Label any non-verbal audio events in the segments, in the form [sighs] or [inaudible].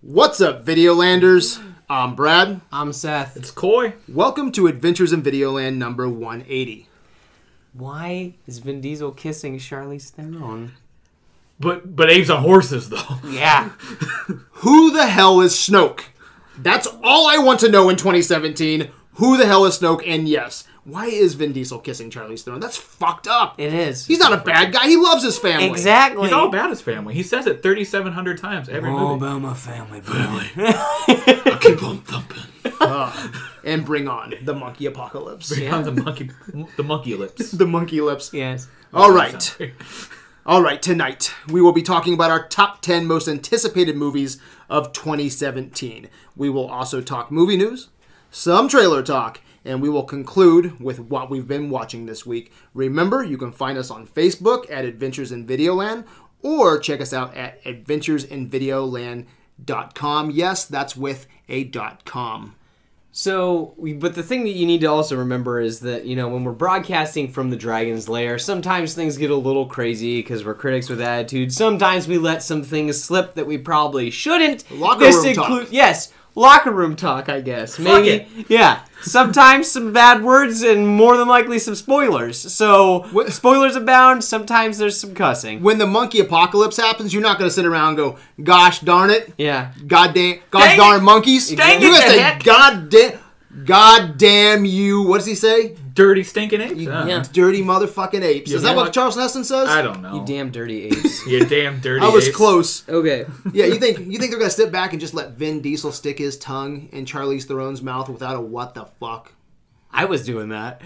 What's up, Videolanders? I'm Brad. I'm Seth. It's Coy. Welcome to Adventures in Videoland number 180. Why is Vin Diesel kissing Charlize Theron? But but Abe's on horses though. Yeah. Who the hell is Snoke? That's all I want to know in 2017. Who the hell is Snoke? And yes, why is Vin Diesel kissing Charlie's Theron? That's fucked up. It is. He's not a bad guy. He loves his family. exactly. He's all about his family. He says it 3,700 times every All movie. about my family, family. I keep on [laughs] thumping. And bring on the monkey apocalypse. Yeah. The monkey, the monkey lips. the monkey lips. Yes. All [laughs] right. All right, tonight we will be talking about our top 10 most anticipated movies of 2017. We will also talk movie news, some trailer talk, and we will conclude with what we've been watching this week. Remember, you can find us on Facebook at Adventures in Videoland or check us out at adventuresinvideoland.com. Yes, that's with a dot .com. So, we, but the thing that you need to also remember is that, you know, when we're broadcasting from the Dragon's Lair, sometimes things get a little crazy because we're critics with attitude. Sometimes we let some things slip that we probably shouldn't. Locker room talk. Yes, locker room talk, I guess. Maybe. it. Yeah. Sometimes some bad words and more than likely some spoilers. So, spoilers abound. Sometimes there's some cussing. When the monkey apocalypse happens, you're not going to sit around and go, gosh darn it. Yeah. goddamn, gosh it. darn monkeys. Dang you it, guys the say heck. goddamn, goddamn you. What does he say? Dirty stinking apes. huh? yeah. Dirty motherfucking apes. Is Yeah. that what Charles Heston says? I don't know. You damn dirty [laughs] apes. You damn dirty I was apes. close. okay. Yeah, you think you think they're gonna sit back and just let Vin Diesel stick his tongue in Charlize Theron's mouth without a what the fuck? I was doing [laughs] that.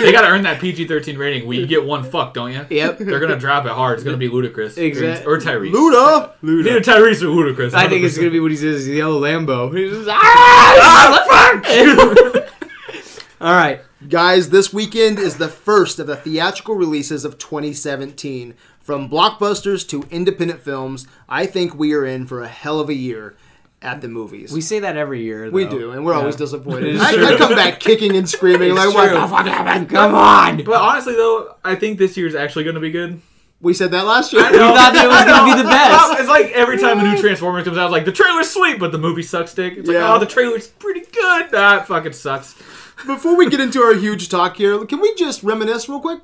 [laughs] they gotta earn that PG 13 rating where you get one fuck, don't you? Yep. They're gonna drop it hard. It's gonna be ludicrous. Exact- Or, or Tyrese. Luda, Either Tyrese or ludicrous. I think it's gonna be what he says, yellow Lambo. He's just, ah, All right. guys, this weekend is the first of the theatrical releases of 2017. From blockbusters to independent films, I think we are in for a hell of a year at the movies. We say that every year. We though. do, and we're Yeah. always disappointed. [laughs] It's I, I true. come back kicking and screaming like, It's "What true. the fuck happened?" Come on. But honestly though, I think this year's actually gonna be good. We said that last year. [laughs] We thought that it was gonna [laughs] be the Well, best. It's like every time a [laughs] new Transformers comes out, it's like the trailer's sweet, but the movie sucks dick. It's Yeah. like, oh, the trailer's pretty good. That it fucking sucks. [laughs] Before we get into our huge talk here, can we just reminisce real quick?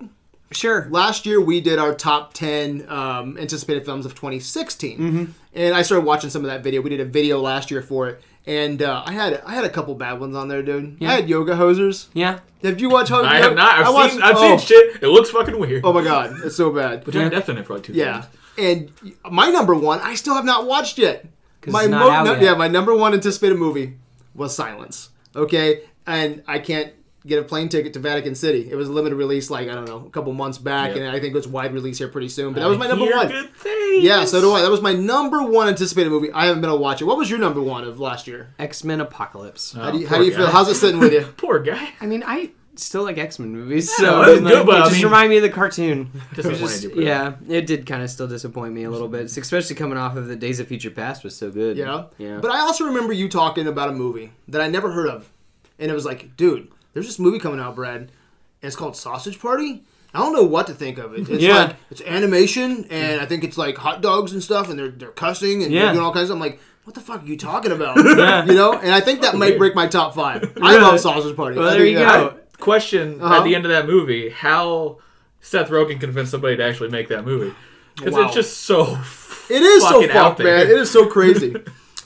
Sure. Last year we did our top ten um, anticipated films of 2016, Mm-hmm. and I started watching some of that video. We did a video last year for it, and uh, I had I had a couple bad ones on there, dude. I had Yoga Hosers. Yeah. Did you watch? Oh, Yoga? I have not. I've, watched- seen, I've oh, seen shit. It looks fucking weird. Oh my god, it's so [laughs] bad. But Johnny Depp's in it for like two Yeah. seconds. And my number one, I still have not watched yet. My it's not out yet. yeah, my number one anticipated movie was Silence. Okay, and I can't get a plane ticket to Vatican City. It was a limited release, like I don't know, a couple months back, Yep. and I think it was wide release here pretty soon. But that was my I number hear one. Good things. Yeah, so do I. That was my number one anticipated movie. I haven't been able to watch it. What was your number one of last year? X Men Apocalypse. Oh, How do you, poor how do you guy. feel? How's it sitting with you? Poor guy. I mean, I still like X Men movies, no, so it was like, good, but it I just mean- remind me of the cartoon. Disappointed you, bro. Yeah, it did kind of still disappoint me a little bit, especially coming off of the Days of Future Past was so good. Yeah. Yeah. But I also remember you talking about a movie that I never heard of. And it was like, dude, there's this movie coming out, Brad, and it's called Sausage Party. I don't know what to think of it. It's Yeah. like it's animation and I think it's like hot dogs and stuff and they're they're cussing and Yeah. doing all kinds of I'm like, what the fuck are you talking [laughs] about? You know? And I think that might break my top five. I love Sausage Party. Well, I there think you that- go. Question Uh-huh. at the end of that movie: How Seth Rogen convinced somebody to actually make that movie? Because Wow. it's just so. It is so fucking out fucked, there. man. It is so crazy.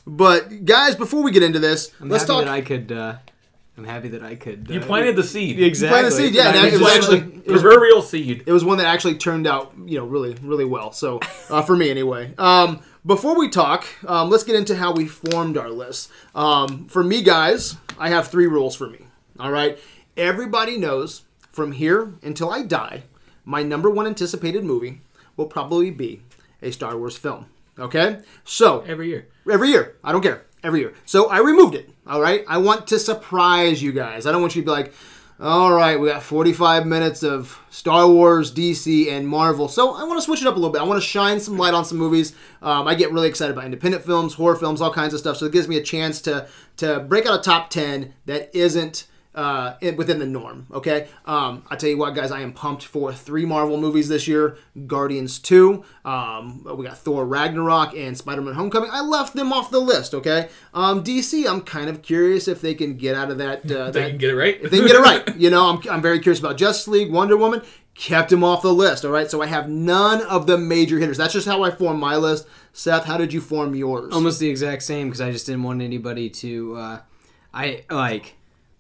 but guys, before we get into this, I'm let's happy talk that I could. Uh, I'm happy that I could. Uh, You planted the seed. exactly. Plant a seed, yeah, that I and it could was just- actually- proverbial seed. it was one that actually turned out you know really really well so uh, for me anyway um, before we talk um, let's get into how we formed our list um, for me guys i have three rules for me all right everybody knows from here until i die my number one anticipated movie will probably be a star wars film okay so Every year. Every year. I don't care. Every year. So I removed it. All right. I want to surprise you guys. I don't want you to be like, all right, we got 45 minutes of Star Wars, DC, and Marvel. So I want to switch it up a little bit. I want to shine some light on some movies. Um, I get really excited about independent films, horror films, all kinds of stuff. So it gives me a chance to to break out a top 10 that isn't uh, in- within the norm. Okay, um, I tell you what, guys, I am pumped for three Marvel movies this year: Guardians Two, um, we got Thor Ragnarok, and Spider-Man: Homecoming. I left them off the list. Okay, um, DC, I'm kind of curious if they can get out of that. Uh, [laughs] They that- can get it right. if they can get it [laughs] right. You know, I'm, I'm very curious about Justice League, Wonder Woman. Kept him off the list. All right, so I have none of the major hitters. That's just how I formed my list. Seth, how did you form yours? almost the exact same because I just didn't want anybody to. Uh, I like.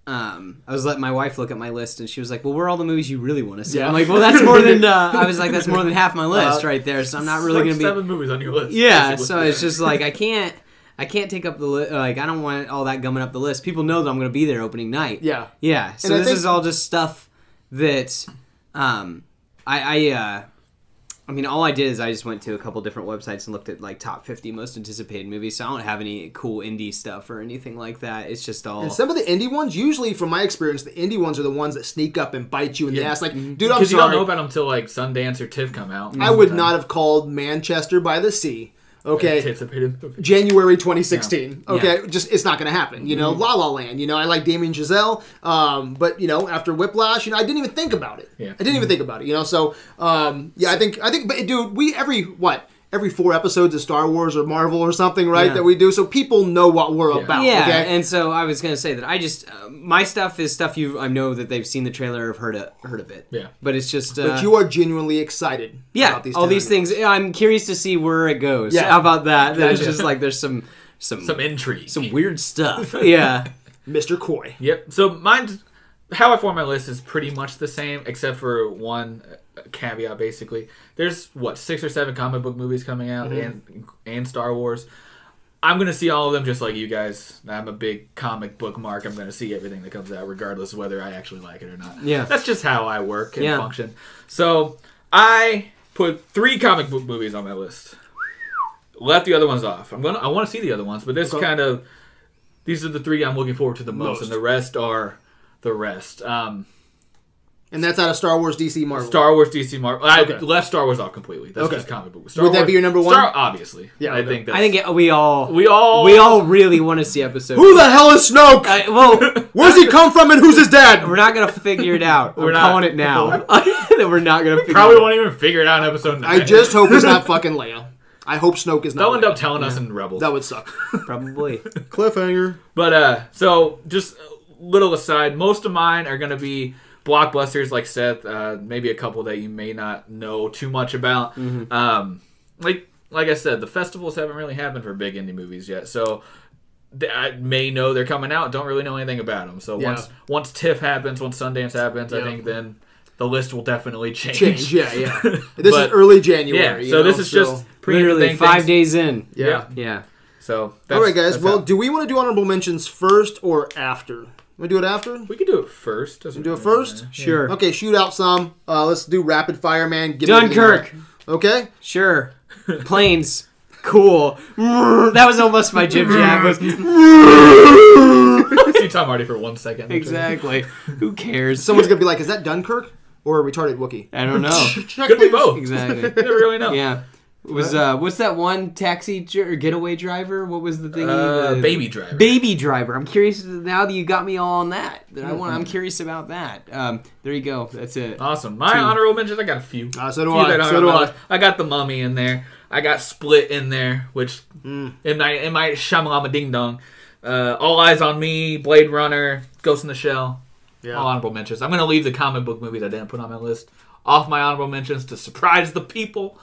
Um, I was letting my wife look at my list, and she was like, "Well, where are all the movies you really want to see?" Yeah. I'm like, "Well, that's more than." Uh, I was like, "That's more than half my list right there." So I'm not really like gonna be. seven movies on your list. Yeah, basically. so it's just like I can't. I can't take up the list. Like I don't want all that gumming up the list. People know that I'm going to be there opening night. yeah. Yeah. So And I this think- is all just stuff that um I I uh I mean all I did is I just went to a couple different websites and looked at like top 50 most anticipated movies. So I don't have any cool indie stuff or anything like that. It's just all And some of the indie ones, usually from my experience, the indie ones are the ones that sneak up and bite you in the Yeah. ass. Like, dude, I'm because you don't sorry. know about them until like Sundance or TIFF come out. I would not have called Manchester by the Sea. Okay. anticipated [laughs] movie. January 2016. Okay, Yeah. just it's not going to happen. You know, Mm-hmm. La La Land. You know, I like Damien Giselle, um, but you know, after Whiplash, you know, I didn't even think about it. Yeah. Mm-hmm. I didn't even think about it. You know, so um, yeah, I think I think, but dude, we every what every four episodes of Star Wars or Marvel or something, right? Yeah. That we do, so people know what we're about. Yeah, okay? and so I was gonna say that I just uh, my stuff is stuff you I know that they've seen the trailer or have heard of, heard of it. Yeah. but it's just uh, but you are genuinely excited. yeah, about these all these tentacles. things. I'm curious to see where it goes. Yeah. How about that? There's Gotcha. just like there's some some Some intrigue. some weird [laughs] stuff. Yeah. Mr. Coy. Yep. So mine's how I form my list is pretty much the same, except for one uh, caveat. Basically, there's what six or seven comic book movies coming out, Mm-hmm. and and Star Wars. I'm gonna see all of them just like you guys. I'm a big comic book mark. I'm gonna see everything that comes out, regardless of whether I actually like it or not. Yeah. that's just how I work and Yeah. function. So I put three comic book movies on my list. Left the other ones off. I'm gonna. I want to see the other ones, but this Okay. kind of these are the three I'm looking forward to the most, Most. and the rest are the rest. Um, And that's out of Star Wars, DC, Marvel. Star Wars, DC, Marvel. I Okay. left Star Wars off completely. That's Okay. just comic book. Star Would that Wars- be your number one? Star, obviously. Yeah, Yeah, I okay. think that's, I think it, we all we, we all all really want to see episode. Who the hell is Snoke? Uh, well, Where's he come from and who's his dad? we're not gonna figure it out. We're We're not. calling it now. [laughs] that we're not gonna figure probably it out. won't even figure it out in episode nine. I just hope it's not fucking Leia. I hope Snoke is they'll not. end up Leia. telling us in Rebels. That would suck. probably. Cliffhanger. But uh, so just a little aside, most of mine are gonna be blockbusters, like Seth. Uh, maybe a couple that you may not know too much about. Mm-hmm. Um, like like I said, the festivals haven't really happened for big indie movies yet, so. th- I may know they're coming out. Don't really know anything about them. So Yeah. once once TIFF happens, once Sundance happens, Yeah. I think then the list will definitely [laughs] change. Change. Yeah, yeah. This is But- early January. [laughs] Yeah. you So this know, is just Literally pre-thing five things. days in. Yeah. Yeah. Yeah. So All right, guys. that's Well, how- do we want to do honorable mentions first or after? We do it after. we could do it first. Doesn't Do it first. Sure. Okay, shoot out some. Uh, let's do rapid fire, man. Give me the lead. Dunkirk. Okay. Sure. Planes. Cool. [laughs] that was almost my jib jab. was- See Tom Hardy for one second. [laughs] exactly. Who cares? Someone's gonna be like, "Is that Dunkirk or a retarded Oh, Wookie?" I [laughs] don't know. Check, Could be please. both. [laughs] Exactly. You never really know. Yeah. It was uh what's that one taxi dr- or getaway driver? What was the thing? Uh, The- baby driver. Baby Driver. I'm curious now that you got me all on that. That I want. I'm curious about that. Um, there you go. That's it. awesome. My honorable mentions. I got a few. Uh, so do Few that I. are So on do my I. list. I got the mummy in there. I got split in there, which Mm. in my in my Shamalama Ding Dong. Uh, all eyes on me. Blade Runner. Ghost in the Shell. Yeah. All honorable mentions. I'm gonna leave the comic book movies I didn't put on my list off my honorable mentions to surprise the people.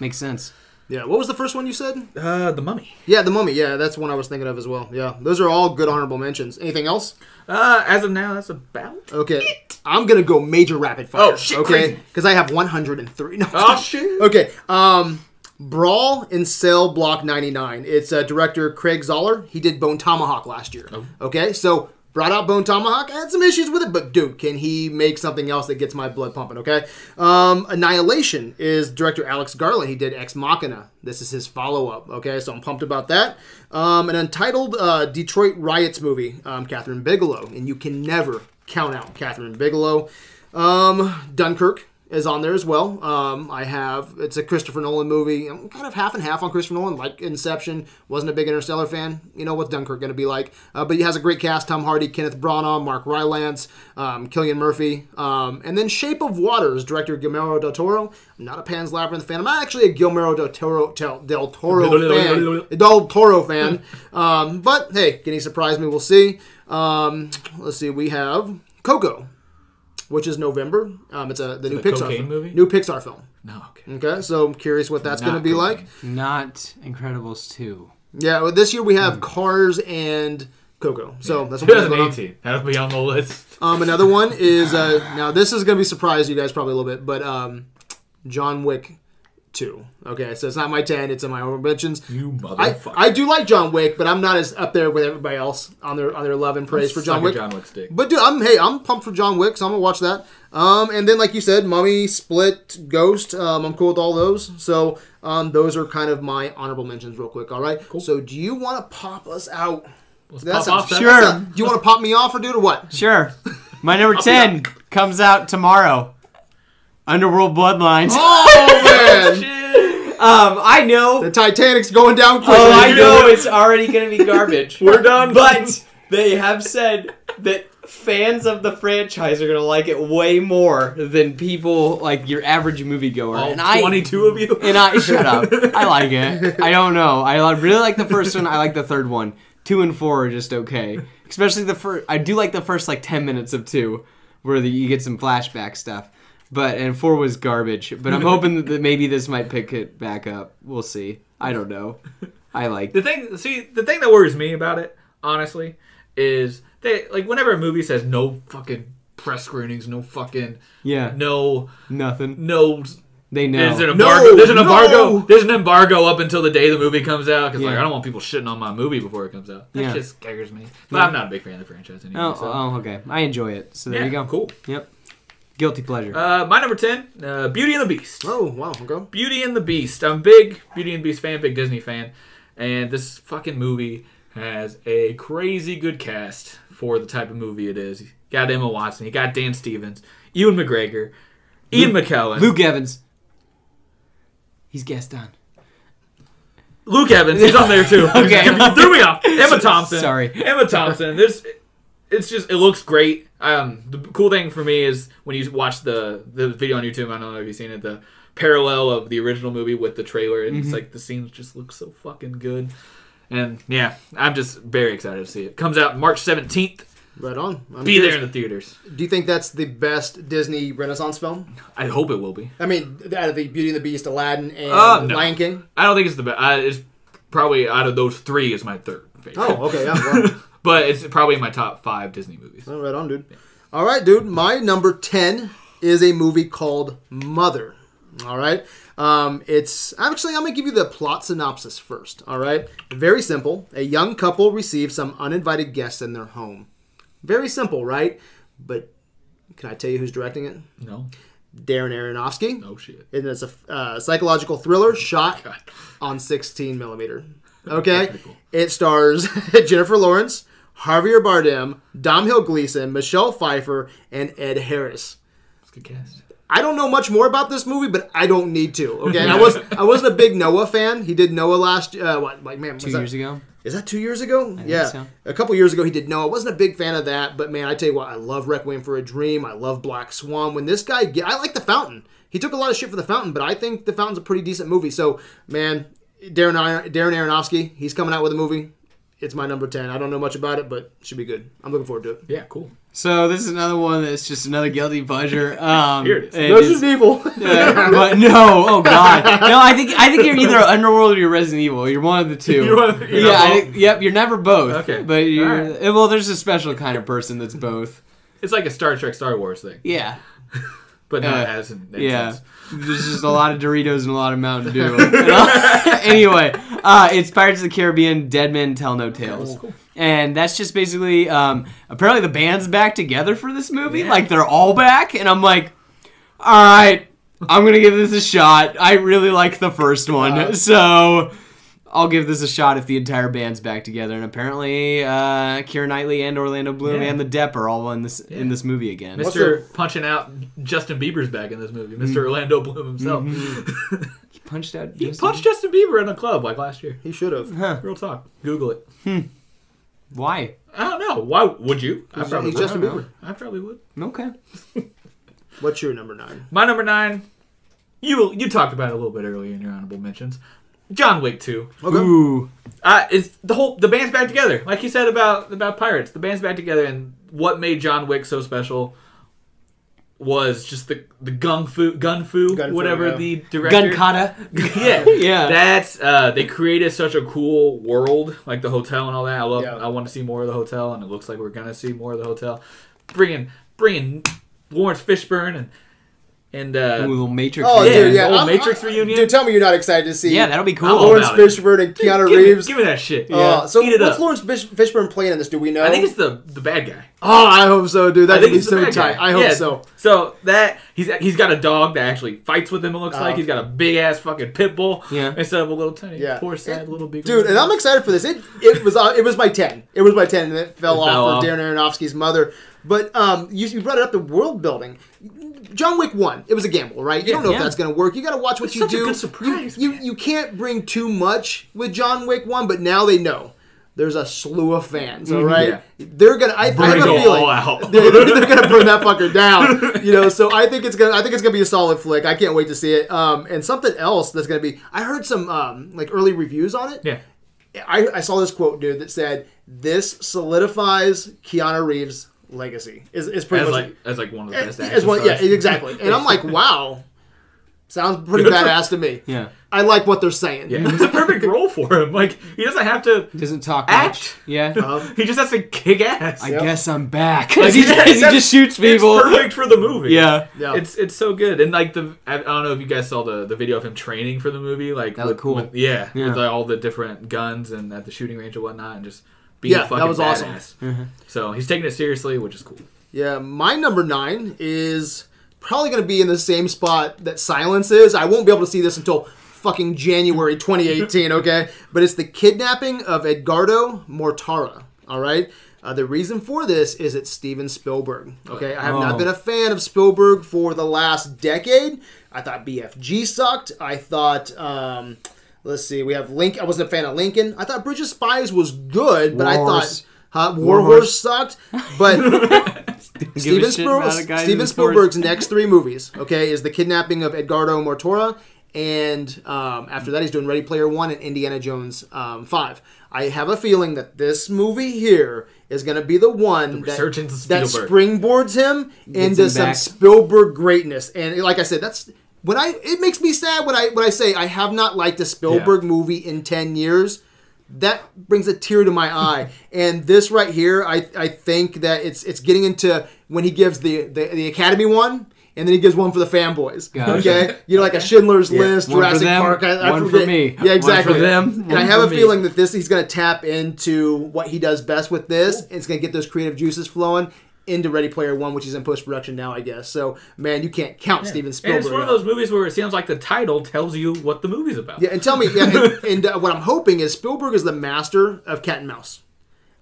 Makes sense. Yeah. What was the first one you said? Uh, the mummy. Yeah, the mummy. Yeah, that's one I was thinking of as well. Yeah, those are all good honorable mentions. Anything else? Uh, as of now, [laughs] that's about. Okay, I'm gonna go major rapid fire. Oh, shit, Okay, crazy. because I have 103. No, shit. Okay. Um, Brawl in Cell Block 99. It's uh, director Craig Zoller. He did Bone Tomahawk last year. Okay, so brought out Bone Tomahawk. I had some issues with it, but dude, can he make something else that gets my blood pumping? Okay. Um, Annihilation is director Alex Garland. He did Ex Machina. This is his follow up. Okay, so I'm pumped about that. Um, an untitled uh, Detroit riots movie. Um, Catherine Bigelow, and you can never count out Catherine Bigelow. Um, Dunkirk is on there as well. Um, I have it's a Christopher Nolan movie. I'm kind of half and half on Christopher Nolan. Like Inception, wasn't a big Interstellar fan. You know what's Dunkirk going to be like? Uh, but he has a great cast: Tom Hardy, Kenneth Branagh, Mark Rylance, um, Killian Murphy, um, and then Shape of Water is director Guillermo del Toro. I'm not a Pan's Labyrinth fan. I'm not actually a Guillermo del Toro del, del Toro fan. Del Toro fan. Um, but hey, can he surprise me? We'll see. Um, let's see. We have Coco which is November. Um, it's a the new the Pixar cocaine film. movie? New Pixar film. No, okay. Okay, so I'm curious what that's going to be cocaine. like. Not Incredibles 2. Yeah, well, this year we Hmm. have Cars and Coco. So that's what we're going on. [laughs] 2018. That'll be on the list. Um, another one is uh, now this is going to be surprised you guys probably a little bit, but um, John Wick two. Okay, so it's not my ten; it's in my honorable mentions. You I, motherfucker. I do like John Wick, but I'm not as up there with everybody else on their on their love and praise for John Suck a Wick. John Wick stick. But dude, I'm hey, I'm pumped for John Wick, so I'm gonna watch that. Um, and then like you said, Mummy, Split, Ghost. Um, I'm cool with all those. So um, those are kind of my honorable mentions, real quick. All right. Cool. So do you want to pop us out? Let's That pop sounds- off that. Sure. Uh, do you want to pop me off or do it or [laughs] what? Sure. My number 10 comes out tomorrow. Underworld Bloodlines. Oh man, Shit. Um, I know. the Titanic's going down quickly. Oh, I You know know it's already going to be garbage. We're done. But they have said that fans of the franchise are going to like it way more than people like your average moviegoer. all and I 22 of you. and I shut up. I like it. I don't know. I li- really like the first one. I like the third one. Two and four are just okay. Especially the first. I do like the first like ten minutes of two, where the, you get some flashback stuff. But and four was garbage. But I'm hoping that maybe this might pick it back up. We'll see. I don't know. I like. [laughs] The thing, see, the thing that worries me about it, honestly, is they like whenever a movie says no fucking press screenings, no fucking Yeah. no Nothing. no. They know. There's an No, embargo. there's an no. embargo. There's an embargo up until the day the movie comes out because like Yeah. I don't want people shitting on my movie before it comes out. That Yeah. just scares me. But I'm not a big fan of the franchise anyway. Oh, so. oh, okay. I enjoy it. So there Yeah, you go. Cool. Yep. Guilty pleasure. Uh, my number ten, uh, Beauty and the Beast. Oh wow, okay. Beauty and the Beast. I'm a big Beauty and the Beast fan, big Disney fan, and this fucking movie has a crazy good cast for the type of movie it is. You got Emma Watson, you got Dan Stevens, Ewan McGregor, Ian McKellen, Luke, Luke Evans. He's Gaston. Evans. He's on [laughs] there too. Okay. you threw me off. Emma Thompson. Sorry. Emma Thompson. There's. It's just it looks great. Um, the cool thing for me is when you watch the the video on YouTube. I don't know if you've seen it. The parallel of the original movie with the trailer, and Mm-hmm. it's like the scenes just look so fucking good. And yeah, I'm just very excited to see it. Comes out March 17th. Right on. I'm Be curious. there in the theaters. Do you think that's the best Disney Renaissance film? I hope it will be. I mean, out of the Beauty and the Beast, Aladdin, and Uh, no. Lion [laughs] King. I don't think it's the best. I, it's probably out of those three is my third favorite. Oh, okay, yeah. Well, [laughs] but it's probably my top five Disney movies. Oh, right on, dude. All right, dude. My number ten is a movie called Mother. All right. Um, it's actually I'm gonna give you the plot synopsis first. All right. Very simple. A young couple receives some uninvited guests in their home. Very simple, right? But can I tell you who's directing it? No, Darren Aronofsky. no Oh, shit. And it's a uh, psychological Oh thriller shot God. on 16 millimeter. Okay, it stars [laughs] Jennifer Lawrence, Javier Bardem, Domhnall Gleeson, Michelle Pfeiffer, and Ed Harris. It's a good cast. I don't know much more about this movie, but I don't need to. Okay, [laughs] I was I wasn't a big Noah fan. He did Noah last uh, what like man was Two that- years ago. is that two years ago? yeah, so. a couple years ago he did. No, I wasn't a big fan of that, but man, I tell you what, I love Requiem for a Dream. I love Black Swan. When this guy, ge- I like The Fountain. He took a lot of shit for The Fountain, but I think The Fountain's a pretty decent movie. So, man, Darren Ar- Darren Aronofsky, he's coming out with a movie. It's my number ten. I don't know much about it, but should be good. I'm looking forward to it. Yeah, cool. So this is another one that's just another guilty [laughs] pleasure. Um, Here it is. is- Evil. [laughs] [laughs] uh, [laughs] but no, oh god, no. I think I think you're either Underworld or you're Resident Evil. You're one of the 2 You're one of the- you're yeah, not I both. think, yep. You're never both. Okay. but you're Alright. eh, well. There's a special kind of person that's both. It's like a Star Trek Star Wars thing, Yeah, but not Uh, as in, yeah. intense. There's just a lot of Doritos and a lot of Mountain Dew. [laughs] And, uh, anyway, uh, it's Pirates of the Caribbean. Dead men tell no tales. Cool. And that's just basically um, apparently the band's back together for this movie. Yeah. Like they're all back, and I'm like, all Uh-huh. right, I'm gonna give this a shot. I really like the first one, so I'll give this a shot if the entire band's back together. And apparently, uh, Keira Knightley and Orlando Bloom Yeah. and the Depp are all in this in Yeah. this movie again. What's Mm-hmm. Mr. punching out Justin Bieber's back in this movie. Mr. Orlando Bloom himself. [laughs] He punched out. he Justin- punched Justin Bieber in a club like last year. He should have. Real talk. Google it. Why? I don't know. Why would you? I He's, probably he's would. Justin I don't Bieber. I probably would. Okay. What's your number nine? My number nine. You you talked about it a little bit earlier in your honorable mentions. John Wick two. Okay. Ooh. Uh, is the whole the band's back together? Like you said about about pirates, the band's back together, and what made John Wick so special was just the the gung fu gun fu Gun fu, whatever yeah. the director Gun [laughs] kata. [laughs] yeah, Yeah. That's uh, they created such a cool world, like the hotel and all that. I love. Yeah. I want to see more of the hotel, and it looks like we're gonna see more of the hotel. Bringing, bringing Lawrence Fishburne and and Ooh, uh, little Matrix. Oh, Yeah, dude, yeah. the old I'm- Matrix I- reunion. Dude, tell me you're not excited to see. Yeah, that'll be cool. I'm all Lawrence about it. Fishburne and Keanu give, me- Reeves. give me that shit. Uh, so Eat it what's up. Lawrence Fish- Fishburne playing in this? Do we know? I think it's the the bad guy. Oh, I hope so, dude. That I think would be he's the so bad tight. guy. I hope Yeah. so. So that he's he's got a dog that actually fights with him. It looks Uh, like he's got a big ass fucking pit bull. Yeah. Instead of a little tiny, Yeah. poor sad It- little big Dude, and I'm excited for this. It it was uh, it was my ten. It was my ten, and it fell It off fell for off. Darren Aronofsky's mother. But um, you, you brought it up the world building. John Wick one. It was a gamble, right? You don't know Yeah. if that's going to work. You got to watch what It's you such a do. good surprise, You, you man. you can't bring too much with John Wick one, but now they know. There's a slew of fans, all right. Mm-hmm. Yeah. They're gonna. I, I Bring have a it feeling all out. they're, they're gonna burn [laughs] that fucker down, you know. So I think it's gonna, I think it's gonna be a solid flick. I can't wait to see it. Um, and something else that's gonna be, I heard some um like early reviews on it. yeah. I, I saw this quote, dude, that said, "This solidifies Keanu Reeves' legacy." Is is pretty As much like as like one of the as, best as one, yeah, exactly. And I'm [laughs] like, wow, sounds pretty badass to me. Yeah. I like what they're saying. Yeah, it's a [laughs] perfect role for him. Like he doesn't have to Doesn't talk act. much. Yeah. Uh, He just has to kick ass. I Like, guess I'm [laughs] back. he, yeah, he that's- just shoots people. It's perfect for the movie. Yeah. Yeah. It's it's so good and like the I I don't know if you guys saw the, the video of him training for the movie like That looked with- cool. with- yeah, Yeah. with like, all the different guns and at the shooting range and whatnot and just being Yeah, a that fucking was awesome. Mm-hmm. badass. So he's taking it seriously, which is cool. Yeah, my number nine is probably going to be in the same spot that Silence is. I won't be able to see this until fucking January 2018, okay? But it's the kidnapping of Edgardo Mortara, all right? Uh, the reason for this is it's Steven Spielberg, okay? I have Oh. not been a fan of Spielberg for the last decade. I thought BFG sucked. I thought. Um, Let's see. We have Link. I wasn't a fan of Lincoln. I thought Bridge of Spies was good, but I War thought Horse. huh, War, Horse sucked. But Give a Steven, shit Spiel- about a guy who Steven was Spielberg's forced- next three movies, okay, is the kidnapping of Edgardo Mortora, and um, after that, he's doing Ready Player One and Indiana Jones um, Five. I have a feeling that this movie here is going to be the one that, resurgence of that Spielberg. springboards him into him some back. Spielberg greatness. And like I said, that's when I. It makes me sad when I when I say I have not liked a Spielberg movie in ten years that brings a tear to my [laughs] eye. and this right here, I, I think that it's it's getting into when he gives the, the, the Academy one, and then he gives one for the fanboys. Gotcha. Okay, you know, like a Schindler's List, One for Jurassic them, Park. I, I one for forget. me, one for Yeah, exactly. them, And one I have for a me. feeling that this he's going to tap into what he does best with this. and It's going to get those creative juices flowing. Into Ready Player One, which is in post production now, I guess. So, man, you can't count Steven And Spielberg. it's one of out. those movies where it seems like the title tells you what the movie's about. Yeah, and tell me, yeah, [laughs] and, and uh, what I'm hoping is Spielberg is the master of cat and mouse.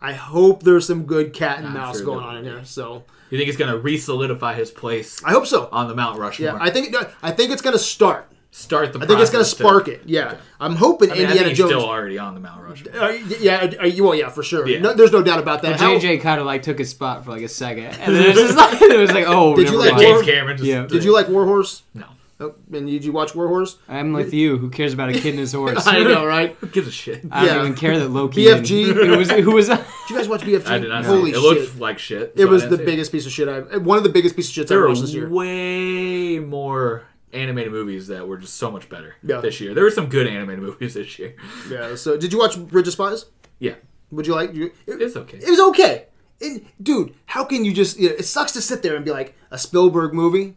I hope there's some good cat and I'm mouse sure going there on in here. So You think it's gonna re-solidify his place I hope so. on the Mount Rushmore? Yeah, I think I think it's gonna start. Start the. I think it's gonna process to- spark it. Yeah, I'm hoping I mean, I Indiana think he's Jones. still already on the Mount Rushmore. Uh, y- yeah, uh, you well, yeah, for sure. Yeah. No, there's no doubt about that. How- JJ kind of like took his spot for like a second, [laughs] and then it was, just like, [laughs] it was like, oh, Did you never like mind. James James Cameron. Just, Yeah. did you like Warhorse? No. [laughs] Oh, and did you watch Warhorse? I'm with you. Who cares about a kid and his [laughs] horse? I know, right? Who gives a shit? I don't Yeah. even care that Loki. BFG. and- Who was? Who [laughs] was? Did you guys watch BFG? I did not. Holy see it. It shit! looked like shit. it so I was didn't the see it. biggest piece of shit I've. One of the biggest pieces of shit There I've were watched this year. way more animated movies that were just so much better Yeah. this year. There were some good animated [laughs] movies this year. Yeah. So, did you watch Bridge of Spies? Yeah, Would you like? You, it- it's okay. It was okay. And dude, how can you just? You know, it sucks to sit there and be like a Spielberg movie.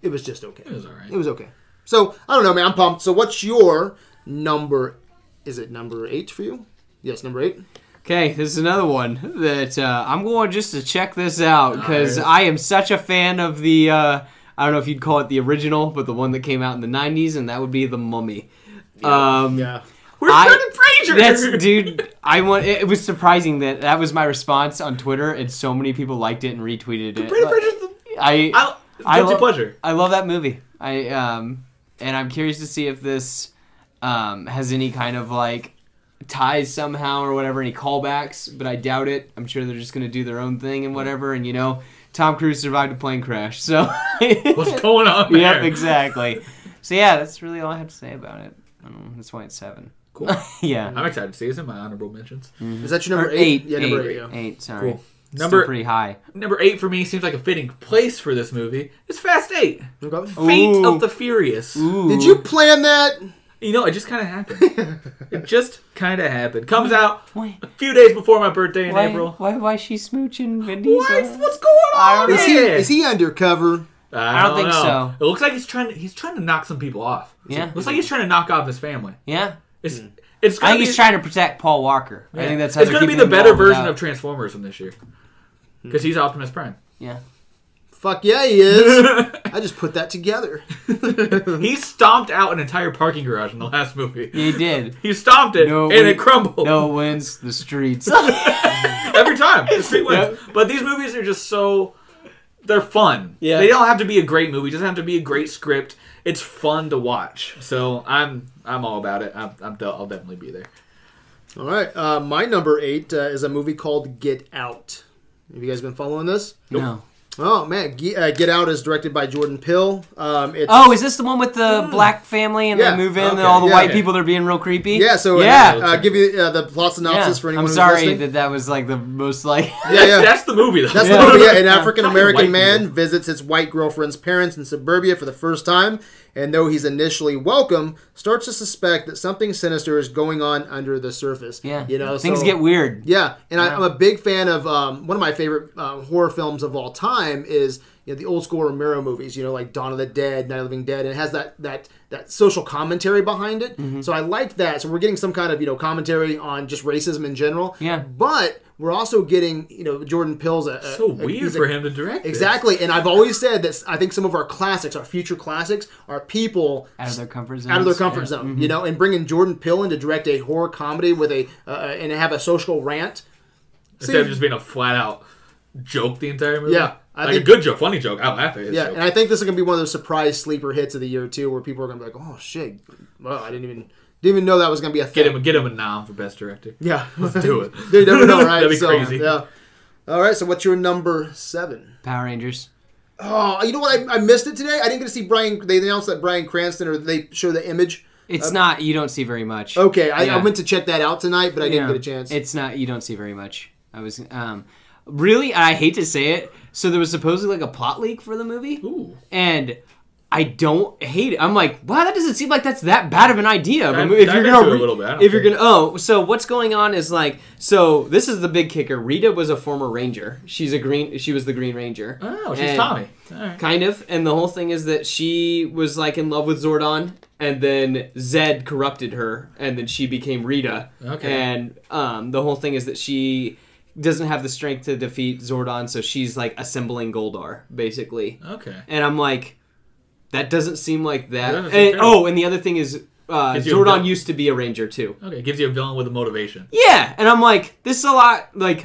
It was just okay. It was all right. It was okay. So I don't know, man. I'm pumped. So what's your number? Is it number eight for you? Yes, number eight. Okay, this is another one that uh, I'm going just to check this out because Nice. I am such a fan of the. Uh, I don't know if you'd call it the original, but the one that came out in the '90s, and that would be the Mummy. Um, Yeah. Where's I- Brendan Fraser? [laughs] That's dude. I want. It, it was surprising that that was my response on Twitter, and so many people liked it and retweeted it. Brendan Like, Fraser's the I I, I guilty lo- pleasure. I love that movie. I um, and I'm curious to see if this um has any kind of like ties somehow or whatever, any callbacks. But I doubt it. I'm sure they're just gonna do their own thing and whatever. And you know, Tom Cruise survived a plane crash, so [laughs] [laughs] What's going on there? yep, exactly. So yeah, that's really all I have to say about it. Um, that's why it's seven. Cool. [laughs] yeah, I'm excited to see. It's in my honorable mentions. Is that your or number eight, Yeah, eight, number eight. yeah. eight, Sorry, Cool. Still Number pretty high. number eight for me seems like a fitting place for this movie. It's Fast Eight. Okay. Fate Ooh. of the Furious. Ooh. Did [laughs] you plan that? You know, it just kind [laughs] of happened. it just kind of happened. Comes out a few days before my birthday in Why, April. why, why is she smooching Vin Diesel? Why? What's going I on? don't Is he here? is he undercover? I don't think know. It looks like he's trying to he's trying to knock some people off. Yeah. looks like he's trying to knock off his family. Yeah, It's it's. I Gonna think be, he's trying to protect Paul Walker. I yeah. think that's how it's they're going to be keeping the him better involved version without- of Transformers from this year because he's Optimus Prime. Yeah, Fuck yeah, he [laughs] is. I just put that together. he stomped out an entire parking garage in the last movie. he did. He stomped it No, and we- it crumbled [laughs] No wins the streets. [laughs] every [laughs] time. It's big wins. But these movies are just so they're fun. Yeah. They don't have to be a great movie. It doesn't have to be a great script. It's fun to watch. So I'm I'm all about it. I'm, I'm de- I'll definitely be there. All right, uh, my number eight uh, is a movie called Get Out. Have you guys been following this? no. Oh man, Get, uh, Get Out is directed by Jordan Peele. Um, it's Oh, is this the one with the black family and Hmm. Yeah, they move in and okay, all the yeah, white okay. people they're being real creepy? yeah. So yeah, yeah. uh, give you uh, the plot yeah. synopsis for anyone. I'm who's sorry listening. that that was like the most like. [laughs] yeah, yeah. That's the movie though. That's Yeah. the movie. Yeah, an Yeah. African American Fucking white man visits his white girlfriend's parents in suburbia for the first time, and though he's initially welcome, starts to suspect that something sinister is going on under the surface. yeah. you know things so- get weird. Yeah, and I, Wow. I'm a big fan of um, one of my favorite uh, horror films of all time is you know the old school Romero movies, you know like Dawn of the Dead, Night of the Living Dead, and it has that that that social commentary behind it. Mm-hmm. So I like that. So we're getting some kind of you know commentary on just racism in general. Yeah. but we're also getting you know Jordan Pill's a, a- so a- weird he's a- for him to direct. this. Exactly, and I've always said that I think some of our classics, our future classics, are people Out of their comfort zone. out of their comfort zone, Mm-hmm. you know, and bringing Jordan Peele in to direct a horror comedy with a uh, and have a social rant. Instead of See- just being a flat out joke the entire movie. Yeah, I like think- a good joke, funny joke. I laugh at it. Yeah, and I think this is gonna be one of those surprise sleeper hits of the year too, where people are gonna be like, "Oh shit, well, I didn't even didn't even know that was gonna be a thing." Get him, get him a nom for best director. [laughs] Yeah, Do it. [laughs] you never [laughs] know, right? That'd be so, crazy. Yeah. All right, so what's your number seven? Power Rangers. Oh, you know what? I, I missed it today. I didn't get to see Brian. They announced that Brian Cranston, or they show the image. It's not. You don't see very much. Uh, Okay, I, Yeah. I went to check that out tonight, but I didn't Yeah. get a chance. It's not you don't see very much. I was um really I hate to say it. So there was supposedly like a plot leak for the movie. Ooh. And I don't hate it. I'm like, wow, that doesn't seem like that's that bad of an idea. But Dive- if dive you're gonna, into it a re- little bit, I don't if you're care. gonna, oh, so what's going on is like, so this is the big kicker. Rita was a former ranger. She's a green. She was the Green Ranger. Oh, she's And- Tommy. All right. Kind of, and the whole thing is that she was like in love with Zordon, and then Zed corrupted her, and then she became Rita. Okay. And um, the whole thing is that she doesn't have the strength to defeat Zordon, so she's like assembling Goldar, basically. Okay. And I'm like, that doesn't seem like that. doesn't seem and, fair. oh, and the other thing is, uh, Gives you a Zordon bit- used to be a ranger too. Okay. Gives you a villain with a motivation. Yeah, and I'm like, this is a lot like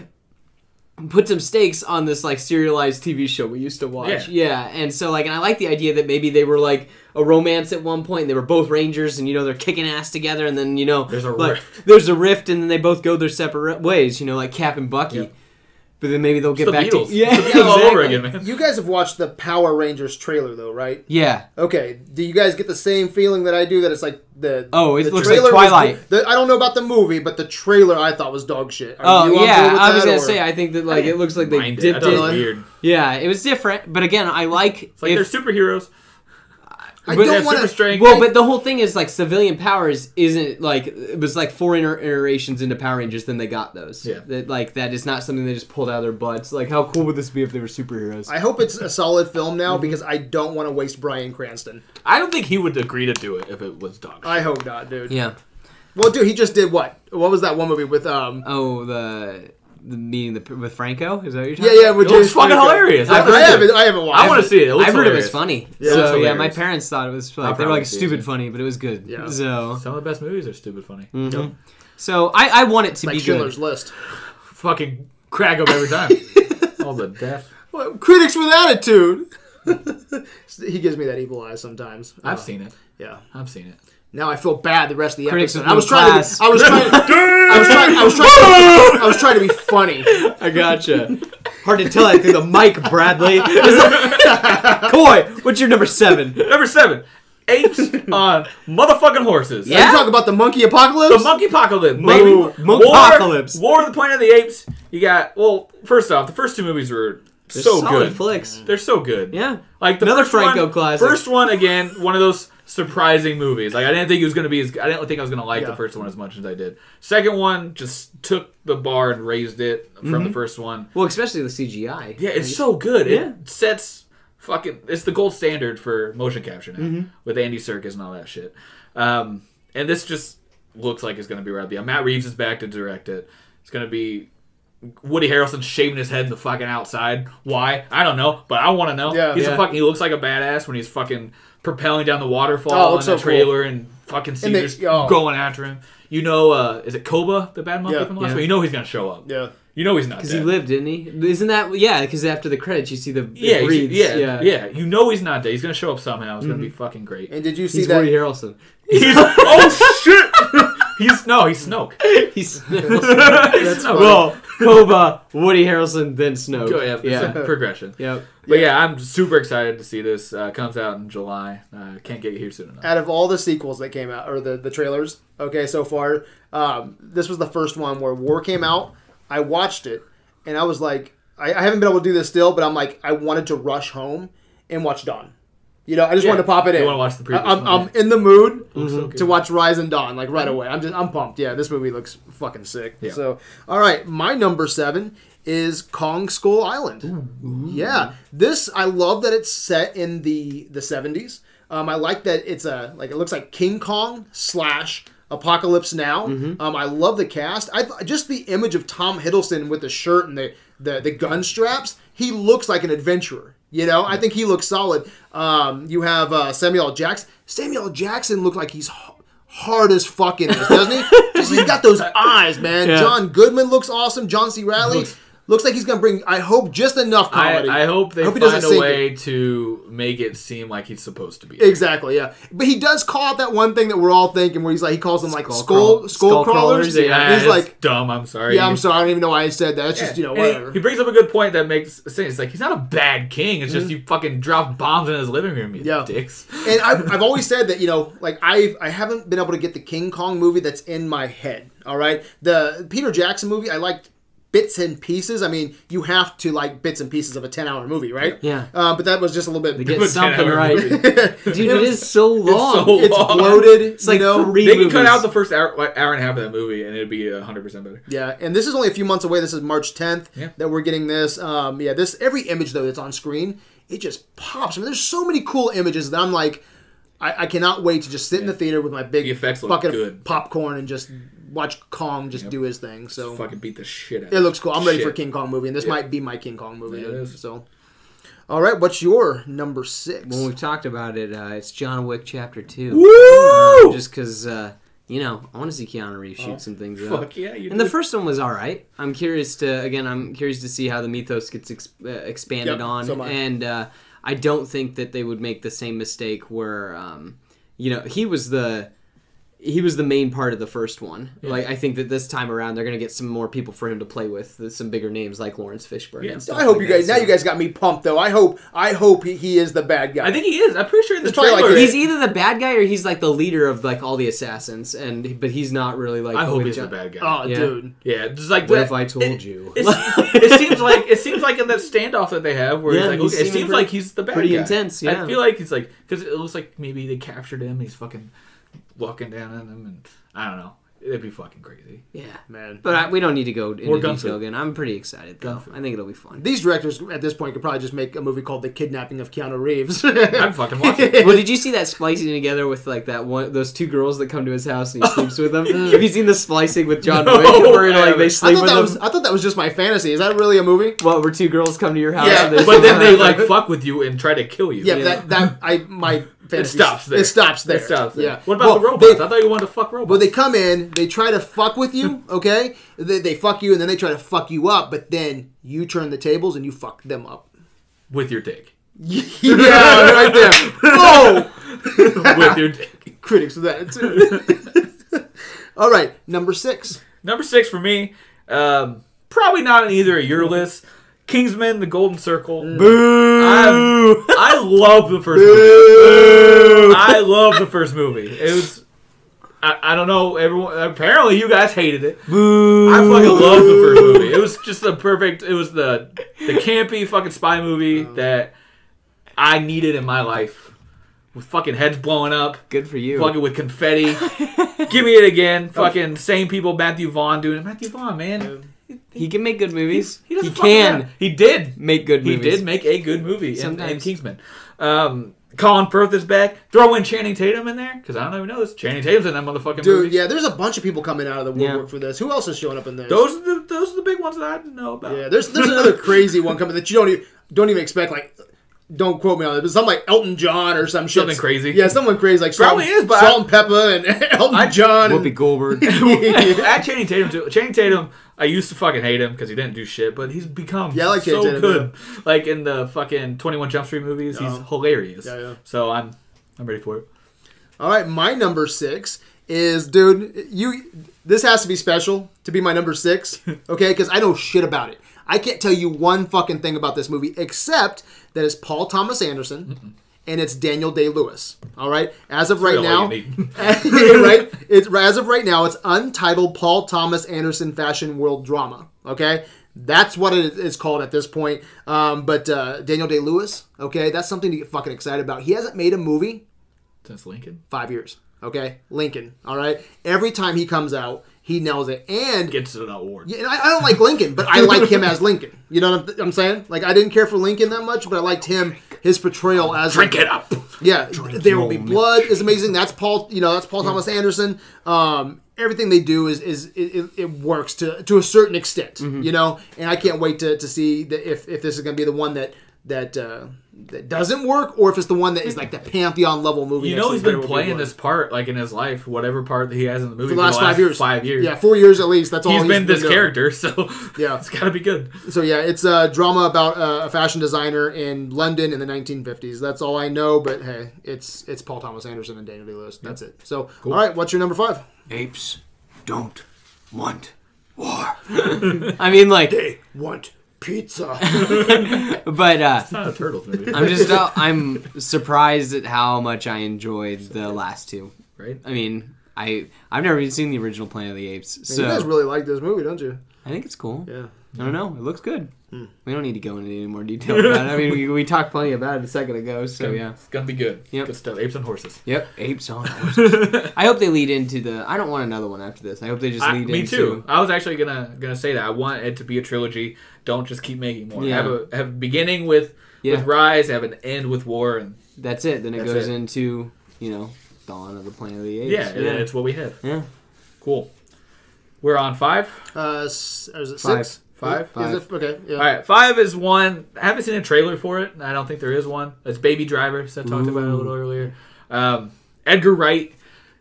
put some stakes on this like serialized TV show we used to watch. Yeah. and so like, and I like the idea that maybe they were like a romance at one point. And they were both rangers, and you know they're kicking ass together, and then you know There's a like, rift. There's a rift, and then they both go their separate ways. You know, like Cap and Bucky. But then maybe they'll get It's the back Beatles. to [laughs] yeah, It's the Beatles all over exactly. again, man. you guys have watched the Power Rangers trailer though, right? Yeah, Okay, do you guys get the same feeling that I do? That it's like the Oh, it the looks like trailer was- Twilight. the- I don't know about the movie, but the trailer I thought was dog shit. Are you Oh on board yeah, with I was that, gonna or- say I think that like it looks like they Mind it. I dipped thought it was in. weird. Yeah, it was different, but again, I like It's like if- they're superheroes. I but- don't They have want super to. strength. Well, but the whole thing is like civilian powers isn't like it was like four iter- iterations into Power Rangers. Then they got those. Yeah. That like that is not something they just pulled out of their butts. Like how cool would this be if they were superheroes? I hope it's a solid film now Mm-hmm. because I don't want to waste Brian Cranston. I don't think he would agree to do it if it was dog shit. I hope not, dude. yeah. Uh, Well, dude, he just did what? What was that one movie with um? Oh, the the meeting the, with Franco. Is that what you're Yeah, talking yeah, about? with It looks James fucking Franco. hilarious. I, I've heard haven't. it. I haven't watched. I want to see it. It looks I've heard it was hilarious. funny. Yeah, it so looks yeah, my hilarious. parents thought it was I like they were probably like did, stupid yeah. funny, but it was good. Yeah. So Some of the best movies are stupid funny. mhm. so I, I want it to Like be good. Schindler's List. Fucking crack up [laughs] every time. All the death. Well, critics with attitude. [laughs] he gives me that evil eye sometimes. Uh, I've seen it. Yeah. I've seen it. Now I feel bad the rest of the Critics episode. with I was no trying. class. To, I was [laughs] trying. I was trying. I was trying. I was trying to be funny. I gotcha. [laughs] Hard to tell that through the mic, Bradley. [laughs] Coy, what's your number seven? Number seven. Apes on motherfucking horses. Are Yeah? you talking about the monkey apocalypse? The monkey apocalypse. Monkey- Monkey monkey apocalypse. War, of the Planet of the Apes. You got well. First off, the first two movies were so Solid good. flicks. They're so good. Yeah. Like the Another first Franco one, classic. First one again, one of those surprising movies. Like I didn't think it was gonna be as I didn't think I was gonna like Yeah. the first one as much as I did. Second one just took the bar and raised it from Mm-hmm. the first one. Well, especially the CGI. Yeah, it's so good. Yeah. It sets fucking it's the gold standard for motion capture now Mm-hmm. with Andy Serkis and all that shit. Um, and this just looks like it's gonna be right up the Matt Reeves is back to direct it. It's gonna be Woody Harrelson shaving his head in the fucking outside. Why? I don't know, but I want to know. Yeah. he's Yeah. a fucking. He looks like a badass when he's fucking propelling down the Oh, it waterfall in looks the so cool. trailer and fucking And they- Caesar's oh. going after him. You know, uh, is it Koba, the bad monkey Yeah. from last Yeah. week? You know he's gonna show up. yeah. You know he's not Because dead. he lived, didn't he? Isn't that yeah? Because after the credits, you see the it Yeah, he's- breathes. yeah, yeah, You know he's not dead. He's gonna show up somehow. It's gonna be fucking great. Mhm. And did you see He's that? Woody Harrelson. [laughs] He's, oh shit! [laughs] He's no, he's Snoke. [laughs] He's That's Snoke. well, Koba, Woody Harrelson, then Snoke. Go- yeah, yeah, [laughs] it's a progression. [laughs] Yep. But yeah, I'm super excited to see this. Uh, comes out in July. Uh, can't get it here soon enough. Out of all the sequels that came out, or the the trailers, okay, so far, um, this was the first one where War came out. I watched it, and I was like, I, I haven't been able to do this still, but I'm like, I wanted to rush home and watch Dawn. You know, I just Yeah. wanted to pop it You in. wanna watch the previous I- I'm, one, I'm in the mood Looks so good. to watch Rise and Dawn like right away. I'm just I'm pumped. Yeah, this movie looks fucking sick. Yeah. So, all right, my number seven is Kong Skull Island. Yeah, this I love that it's set in the the seventies. Um, I like that it's a like it looks like King Kong slash Apocalypse Now. Mm-hmm. Um, I love the cast. I th- just the image of Tom Hiddleston with the shirt and the the, the gun straps. He looks like an adventurer. You know, I think he looks solid. Um, you have uh, Samuel L. Jackson. Samuel L. Jackson looked like he's h- hard as fucking is, doesn't he? [laughs] 'Cause he's got those eyes, man. Yeah. John Goodman looks awesome. John C. Riley looks, like he's gonna bring. I hope just enough I, comedy. I hope they I hope he doesn't find a sink way to make it seem like he's supposed to be. Exactly, yeah. But he does call out that one thing that we're all thinking, where he's like, he calls them like Skull skull crawl- skull, skull crawlers. crawlers, yeah. And he's it's like, dumb. I'm sorry. yeah, I'm sorry, I don't even know why I said that. It's just you know And he- whatever. He, brings up a good point that makes sense. It's like he's not a bad king. It's just you fucking drop bombs in his living room, you Mm-hmm. Yeah. dicks. and I've, I've always said that you know like I've I haven't been able to get the King Kong movie that's in my head. All right, the Peter Jackson movie I liked bits and pieces. I mean, you have to like bits and pieces of a ten hour movie, right? Yeah. Uh, but that was just a little bit. They get [laughs] Good something 10-hour right, movie. [laughs] dude. It is so long. so it's long. bloated. It's like you know? three They movies. could cut out the first hour, like, hour and a half of that movie, and it'd be hundred percent better. Yeah, and this is only a few months away. This is March 10th Yeah. that we're getting this. Um, yeah, this every image though that's on screen, it just pops. I mean, there's so many cool images that I'm like, I, I cannot wait to just sit in the theater with my big The effects look bucket of good. popcorn and just watch Kong just do his thing. So Fucking beat the shit out. it looks cool. I'm ready for Shit. King Kong movie, and this might be my King Kong movie. Yeah, it is. so, all right, what's your number six? when we've talked about it, uh, it's John Wick Chapter Two. Woo! Oh, Uh, just because uh, you know, I want to see Keanu Reeves shoot some things up. Fuck yeah, you And the do. first one was all right. I'm curious to again. I'm curious to see how the mythos gets ex- uh, expanded Yep, on. so am I. and uh, I don't think that they would make the same mistake where, um, you know, he was the he was the main part of the first one. Like I think that this time around they're gonna get some more people for him to play with, th- some bigger names like Lawrence Fishburne. Yeah. and stuff I hope like you guys. that, Now so- you guys got me pumped though. I hope. I hope he, he is the bad guy. I think he is. I'm pretty sure in the It's probably like trailer. he's He's either the bad guy or he's like the leader of like all the assassins, and but he's not really like. I hope with he's John- the bad guy. Oh, Yeah. dude. Yeah, just like What that- if I told [laughs] it- you? [laughs] It, it seems like it seems like in that standoff that they have, where Yeah, he's like, he's okay, it seeming seems like pretty- he's the bad pretty guy. intense, yeah. I feel like he's like because it looks like maybe they captured him. He's fucking walking down on them, and I don't know. It'd be fucking crazy. Yeah. man. But I, we don't need to go into Or gun detail food. again. I'm pretty excited though. food. I think it'll be fun. These directors at this point could probably just make a movie called The Kidnapping of Keanu Reeves. [laughs] I'd fucking [laughs] watch it. well, did you see that splicing together with like that one those two girls that come to his house and he sleeps with [laughs] them? Have you seen the splicing with John No, Wick where I like they haven't. I sleep thought with that them? was I thought that was just my fantasy. Is that really a movie? What where two girls come to your house? Yeah, and they But then they sleep [laughs] like with- fuck with you and try to kill you. Yeah, Yeah. that that I [laughs] my fantasy stops there. It stops there. It stops there. Yeah. What about Well, the robots? they- I thought you wanted to fuck robots. Well, they come in, they try to fuck with [laughs] you, okay? they, they fuck you, and then they try to fuck you up, but then you turn the tables and you fuck them [laughs] up. with your dick. yeah, right there. Whoa! [laughs] with your [laughs] dick. Critics of that, too. [laughs] All right, number six. Number six for me, um, probably not on either of your lists. Kingsman: The Golden Circle. Boo! [laughs] I'm- I love the first movie. I love the first movie. It was. I, I don't know. Everyone. Apparently, you guys hated it. I fucking love the first movie. It was just the perfect. It was the the campy fucking spy movie Uh-huh. that I needed in my life. With fucking heads blowing up, Good for you. fucking [laughs] with confetti. Give me it again. Fucking same people. Matthew Vaughn doing it. Matthew Vaughn, man. He can make good movies. He, He, doesn't fucking can matter. He did. make good He movies. did make a good movie in, in Sometimes. Kingsman. Um, Colin Firth is back. Throw in Channing Tatum in there because I don't even know this. Channing Tatum's in that motherfucking Dude, movie. yeah, there's a bunch of people coming out of the Yeah. woodwork for this. Who else is showing up in this? Those are the those are the big ones that I didn't know about. [laughs] Yeah, there's there's another crazy one coming that you don't even don't even expect. Like, don't quote me on it, but something like Elton John or some shit. Something crazy. Yeah, someone crazy like Probably salt, is, but salt and pepper and [laughs] Elton I- John. and- Whoopi [laughs] [laughs] Goldberg. At Channing Tatum, too. Channing Tatum, I used to fucking hate him because he didn't do shit, but he's become Yeah, I like so Channing Tatum, good. Like in the fucking Twenty One Jump Street movies, Yeah. he's hilarious. Yeah, yeah. So I'm I'm ready for it. All right, my number six is, dude, you. This has to be special to be my number [laughs] six, okay? Because I know shit about it. I can't tell you one fucking thing about this movie except that it's Paul Thomas Anderson and it's Daniel Day Lewis. All right, as of right Really all now, you [laughs] need. [laughs] right? It's as of right now, it's untitled Paul Thomas Anderson fashion world drama. Okay, that's what it is called at this point. Um, but uh, Daniel Day Lewis, okay, that's something to get fucking excited about. He hasn't made a movie Since Lincoln five years. Okay, Lincoln. All right. Every time he comes out, he nails it. And, gets an award. Yeah, and I, I don't like Lincoln, but I like him as Lincoln. You know what I'm, I'm saying? Like I didn't care for Lincoln that much, but I liked him, his portrayal as Drink it up. yeah, there will your be own blood is amazing. That's Paul. You know, that's Paul Thomas Anderson. Um, everything they do is is it, it, it works to to a certain extent. Mm-hmm. You know, and I can't wait to, to see the, if if this is going to be the one that that uh, that doesn't work, or if it's the one that is like the pantheon level movie. Mm-hmm. You next know to he's There been Will Be playing Blood. this part like in his life, whatever part that he has in the movie for the last, five years. Five years. Yeah, four years at least. That's all he's been this doing. character, [laughs] so Yeah. it's gotta be good. So yeah, it's a drama about uh, a fashion designer in London in the 1950s. That's all I know. But hey, it's it's Paul Thomas Anderson and Daniel Day Lewis. That's it. So all right, what's your number five? Apes don't want war. [laughs] I mean, like, Want [laughs] pizza? but uh, Not a turtles [laughs] movie, I'm just uh, I'm surprised at how much I enjoyed the last two. right? I mean, I I've never even seen the original Planet of the Apes, so you guys really like this movie, don't you? I think it's cool. Yeah. I don't know. It looks good. Hmm. We don't need to go into any more detail about it. I mean, we, we talked plenty about it a second ago, so yeah. It's gonna be good. Yep. Good stuff. Apes and [laughs] horses. Yep, apes on horses. I hope they lead into the. I don't want another one after this. I hope they just I- lead me into. too. I was actually gonna gonna say that. I want it to be a trilogy. Don't just keep making more. Yeah. Have a have a beginning with Yeah. with rise. Have an end with war. And That's it. Then it That's goes it. into you know Dawn of the Planet of the Apes. yeah, and it's what we have. Yeah. Cool. We're on five. Uh, s- or is it Five. six? Five? Is it- okay. Yeah. All right, five is one. I haven't seen a trailer for it. and I don't think there is one. It's Baby Driver. So I talked about it a little earlier. Um, Edgar Wright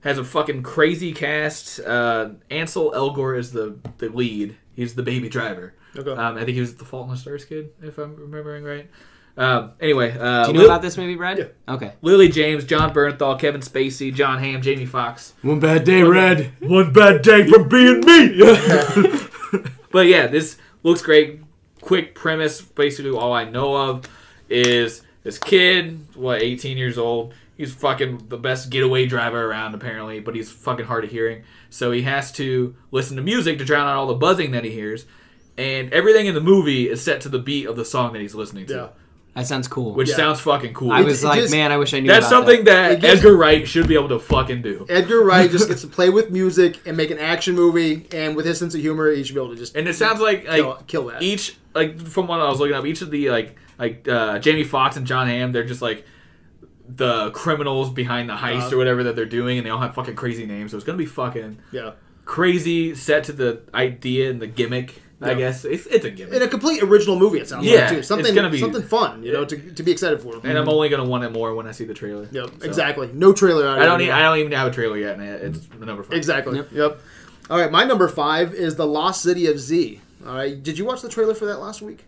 has a fucking crazy cast. Uh, Ansel Elgort is the the lead. He's the Baby Driver. Okay. Um, I think he was the Fault in the Stars kid, if I'm remembering right. Um, anyway, uh, Do you know Lil- about this movie, Brad? Yeah. Okay. Lily James, John Bernthal, Kevin Spacey, John Hamm, Jamie Foxx. One bad day, Red. One bad day for [laughs] being me. but yeah, this looks great. Quick premise. Basically, all I know of is this kid, what, 18 years old. He's fucking the best getaway driver around, apparently, but he's fucking hard of hearing. So he has to listen to music to drown out all the buzzing that he hears. And everything in the movie is set to the beat of the song that he's listening to. Yeah. That sounds cool. which sounds fucking cool. I was it like, just- man, I wish I knew. That's about something That. that, It gives- Edgar Wright should be able to fucking do. Edgar Wright just gets to play with music and make an action movie, and with his sense of humor, he should be able to just And it sounds like like kill, kill that. each like from what I was looking up, each of the like like uh, Jamie Foxx and John Hamm, they're just like the criminals behind the Uh-huh. heist or whatever that they're doing, and they all have fucking crazy names. So it's gonna be fucking yeah, crazy, set to the idea and the gimmick. I Yeah. guess it's it's a gimmick, in a complete original movie, it sounds Yeah, like too. it's Something gonna be- something fun, you know, to, to be excited for. Mm-hmm. and I'm only gonna want it more when I see the trailer. Yep, So, exactly. No trailer. Out of I don't. it, e- yeah. I don't even have a trailer yet, and it- it's number five. Exactly. Yep. All right, my number five is the Lost City of Z. All right, did you watch the trailer for that last week?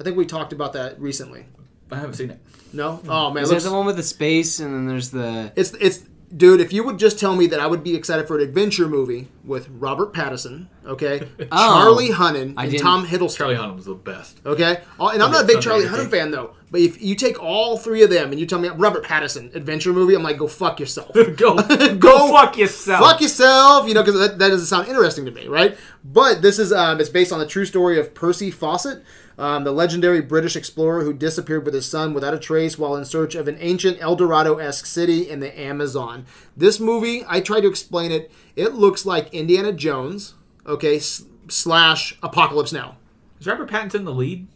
I think we talked about that recently. I haven't seen it. No. Mm-hmm. Oh man, it Is looks, that the one with the space and then there's the it's it's dude. If you would just tell me that I would be excited for an adventure movie with Robert Pattinson, okay, [laughs] Charlie Hunnam, I and didn't- Tom Hiddleston. Oh. Charlie Hunnam's the best. [laughs] Okay, All- and I'm not a big Okay, Charlie okay. Hunnam fan though. But if you take all three of them and you tell me Robert Pattinson adventure movie, I'm like, go fuck yourself. [laughs] go, go, Go fuck yourself. fuck yourself, you know, because that, that doesn't sound interesting to me, right? But this is um, it's based on the true story of Percy Fawcett, um, the legendary British explorer who disappeared with his son without a trace while in search of an ancient El Dorado-esque city in the Amazon. This movie, I try to explain it. It looks like Indiana Jones, okay, s- slash Apocalypse Now. Is Robert Pattinson the lead?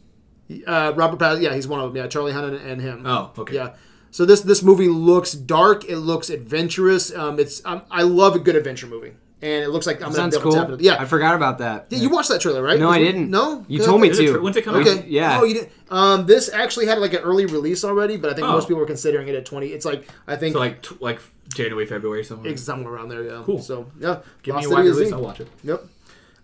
Uh, Robert Pattinson, yeah, he's one of them. Yeah, Charlie Hunnam and him. Oh, okay. Yeah. So this this movie looks dark. It looks adventurous. Um, it's um, I love a good adventure movie, and it looks like I'm sounds gonna be able to tap cool. into- Yeah. I forgot about that. Yeah, you watched that trailer, right? No, This I one- didn't. No, you told me Is it to. tr- when's it coming Okay. out? Yeah. Oh, you didn't. Um, this actually had like an early release already, but I think Oh. most people were considering it at 20. It's like I think So like t- like January, February, somewhere. it's somewhere around there. Yeah. Cool. So yeah, Give Lost me a wide City of release, Z. I'll watch it. Yep.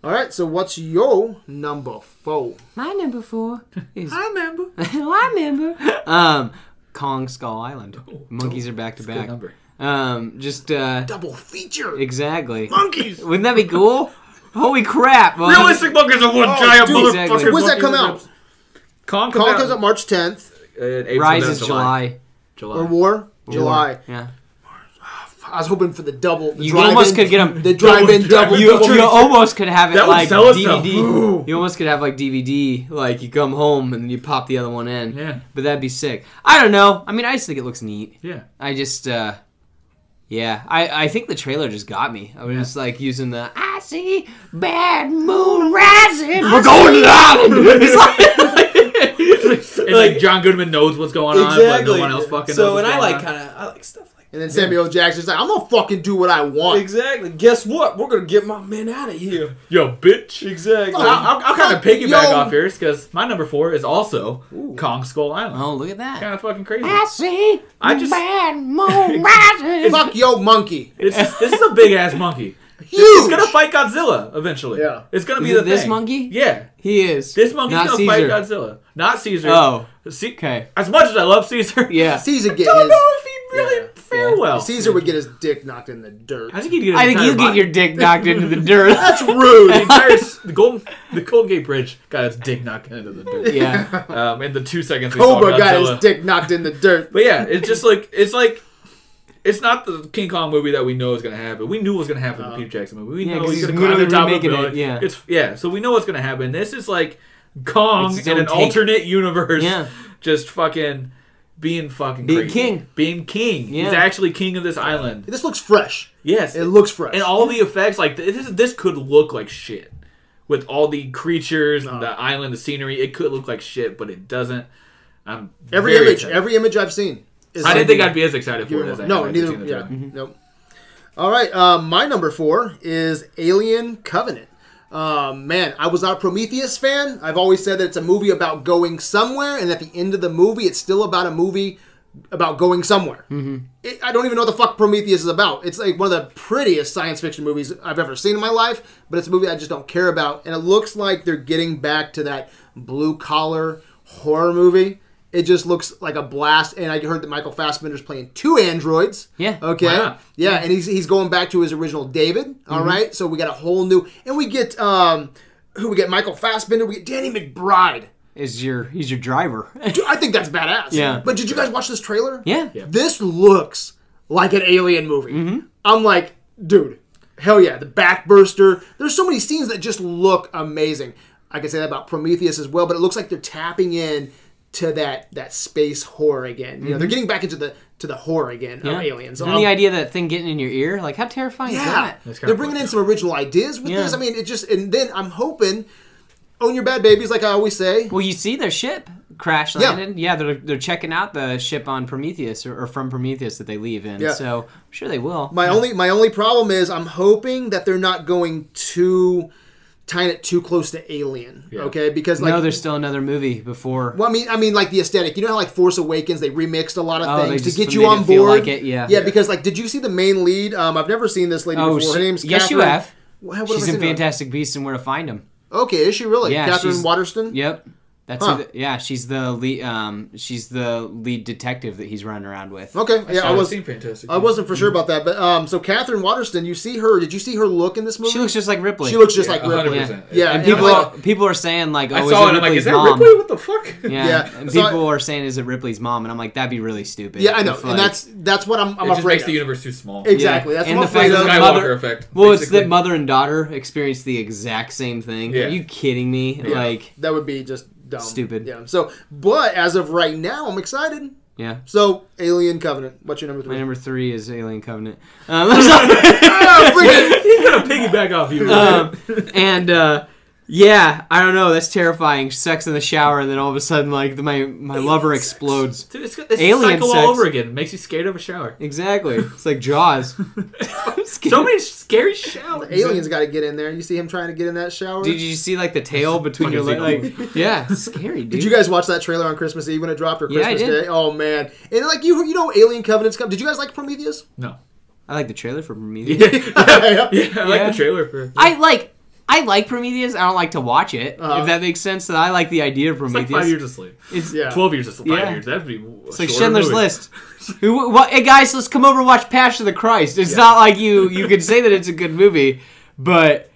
All right. So what's your number four? My number [laughs] four is I remember. [laughs] I remember. Um, Kong Skull Island. Oh, Monkeys are back to Good back. number. Um, just uh, Double feature. exactly. Monkeys. Wouldn't that be cool? Holy crap! Well, [laughs] Realistic monkeys are one giant Oh, dude, motherfucker. exactly. When's that come out? Kong Kong comes out March 10th. Rise is July. Uh, July. Or War. July. Yeah. I was hoping for the double. The You drive-in- almost could get 'em. The drive-in double. Double- You, feature. you almost could have it That would like sell itself. DVD. you almost could have like DVD. Like you come home and then you pop the other one in. Yeah. But that'd be sick. I don't know. I mean, I just think it looks neat. Yeah. I just, uh, yeah, I, I think the trailer just got me. I was just like using the I see bad moon rising. We're going to the island. [laughs] It's like, [laughs] And like John Goodman knows what's going on, but no one else fucking so, knows. and what's I going like on. kind of I like stuff like And then Samuel Jackson's like, I'm gonna fucking do what I want. exactly. Guess what? We're gonna get my men out of here. yo, bitch. Exactly. I'll, I'll, kind Fuck, of piggyback yo. off yours because my number four is also Kong Skull Island. Oh, look at that. Kind of fucking crazy. I see I just- bad [laughs] moon rising. Fuck yo monkey. It's just, this is a big [laughs] ass monkey. Huge. It's gonna fight Godzilla eventually. Yeah. it's gonna be Is it the this thing. monkey? Yeah, He is. this monkey's Not gonna fight Caesar. Godzilla, not Caesar. Oh, See, okay. As much as I love Caesar, [laughs] Yeah. Caesar get don't his. know if he'd really Yeah. fare well. Caesar would get his dick knocked in the dirt. I think he'd get. his I think entire you get body- your dick knocked into the dirt. [laughs] That's [laughs] rude. entire s- the golden the Golden Gate Bridge got its dick knocked into the dirt. yeah. Um, in the two seconds we Cobra saw got Godzilla. his dick knocked in the dirt. But yeah, it's just like it's like. It's not the King Kong movie that we know is going to happen. We knew what was going to happen in the Peter Jackson movie. We Yeah, know 'cause he's he's going to climb the literally top of the remaking it, building. yeah. It's yeah. So we know what's going to happen. This is like Kong It's its in own an take. alternate universe. Yeah. Just fucking being fucking Being crazy. king. Being king. Yeah. He's actually king of this island. This looks fresh. Yes. It looks fresh. and all the effects like th- this this could look like shit with all the creatures and the island the scenery it could look like shit but it doesn't i'm every very image, excited. every image I've seen. Is i like- didn't think i'd be as excited for it as i am no, after neither. seeing the Yeah, trailer. nope. All right, um, my number four is Alien Covenant. Um, man, I was not a Prometheus fan. I've always said that it's a movie about going somewhere, and at the end of the movie, it's still about a movie about going somewhere. It, I don't even know what the fuck Prometheus is about. It's like one of the prettiest science fiction movies I've ever seen in my life, but it's a movie I just don't care about. And it looks like they're getting back to that blue collar horror movie. It just looks like a blast. And I heard that Michael Fassbender's playing two androids. Yeah. Okay. Wow. Yeah, and he's he's going back to his original David. all right. So we got a whole new, and we get um, who we get Michael Fassbender, we get Danny McBride. Is your [laughs] he's your driver? [laughs] Dude, I think that's badass. Yeah. But did you guys watch this trailer? yeah. Mm-hmm. This looks like an alien movie. I'm like, dude, hell yeah, the backburster. There's so many scenes that just look amazing. I can say that about Prometheus as well, but it looks like they're tapping in to that that space horror again. You know, Mm-hmm. they're getting back into the to the horror again of aliens. And Um, the idea of that thing getting in your ear, like how terrifying is yeah, that? That's kinda they're bringing cool. in some original ideas with Yeah. this. I mean, it just and then I'm hoping own your bad babies, like I always say. Well, you see their ship crash Yeah. landed. Yeah, they're they're checking out the ship on Prometheus or, or from Prometheus that they leave in. Yeah. So I'm sure they will. My only my only problem is I'm hoping that they're not going too tying it too close to Alien. Okay, because like no, there's still another movie before. Well, I mean, I mean, like the aesthetic. You know how like Force Awakens, they remixed a lot of Oh, they things to just get you made on it feel board. like it, yeah. yeah, because like, did you see the main lead? Um, I've never seen this lady Oh, before. Her she- name's yes, you Catherine- have. Wha- what have I She's in seen her? Fantastic Beasts and Where to Find Them. Okay, is she really? Yeah, Catherine she's- Waterston. Yep. That's Hmm? Huh. who the, yeah. She's the lead. Um, she's the lead detective that he's running around with. Okay, yeah, I I've was seen Fantastic. I wasn't for sure about that, but um, so Catherine Waterston, you see her? Did you see her look in this movie? She looks just like Ripley. She looks just Yeah, like Ripley. 100%. Yeah, and And I'm people, like- people are saying like, oh, I is saw it it. I'm like, Ripley's is that mom? Ripley? What the fuck? Yeah. Yeah, and so I- people are saying, is it Ripley's mom? And I'm like, that'd be really stupid. yeah, I know, If, like- and that's that's what I'm, I'm It just afraid makes of. the universe too small. exactly. That's And what the I'm fact afraid that of. the Skywalker mother- effect. Well, it's basically. that mother and daughter experienced the exact same thing. Yeah. Are you kidding me? Yeah. Like, That would be just dumb. Stupid. Yeah. So, but as of right now, I'm excited. yeah. So, Alien Covenant. What's your number three? [laughs] My number three is Alien Covenant. Um, [laughs] I'm sorry. [laughs] Ah, bring it. [laughs] He's gonna piggyback off you. Um, and uh, yeah, I don't know. That's terrifying. Sex in the shower, and then all of a sudden, like the, my my lover explodes. Dude, it's, it's Alien cycle sex. all over again. It makes you scared of a shower. Exactly. It's like [laughs] Jaws. [laughs] I'm scared. So many scary showers. [laughs] Alien's got to get in there. You see him trying to get in that shower. Did you see like the tail between your legs? Like, [laughs] yeah, it's scary, dude. Did you guys watch that trailer on Christmas Eve when it dropped or Yeah, I Christmas did. Day? Oh man! And like you, you know, Alien Covenant's come. Did you guys like Prometheus? No. I like the trailer for [laughs] Prometheus. [laughs] yeah, yeah. I like Yeah. the trailer for. I like. I like Prometheus. I don't like to watch it. Uh-huh. If that makes sense, that I like the idea of It's like Prometheus. five years of sleep. It's Yeah. Twelve years of sleep. Five Yeah. years. That'd be. It's like Schindler's List. Who, what, hey guys, let's come over and watch Passion of the Christ. It's not like you you can say that it's a good movie, but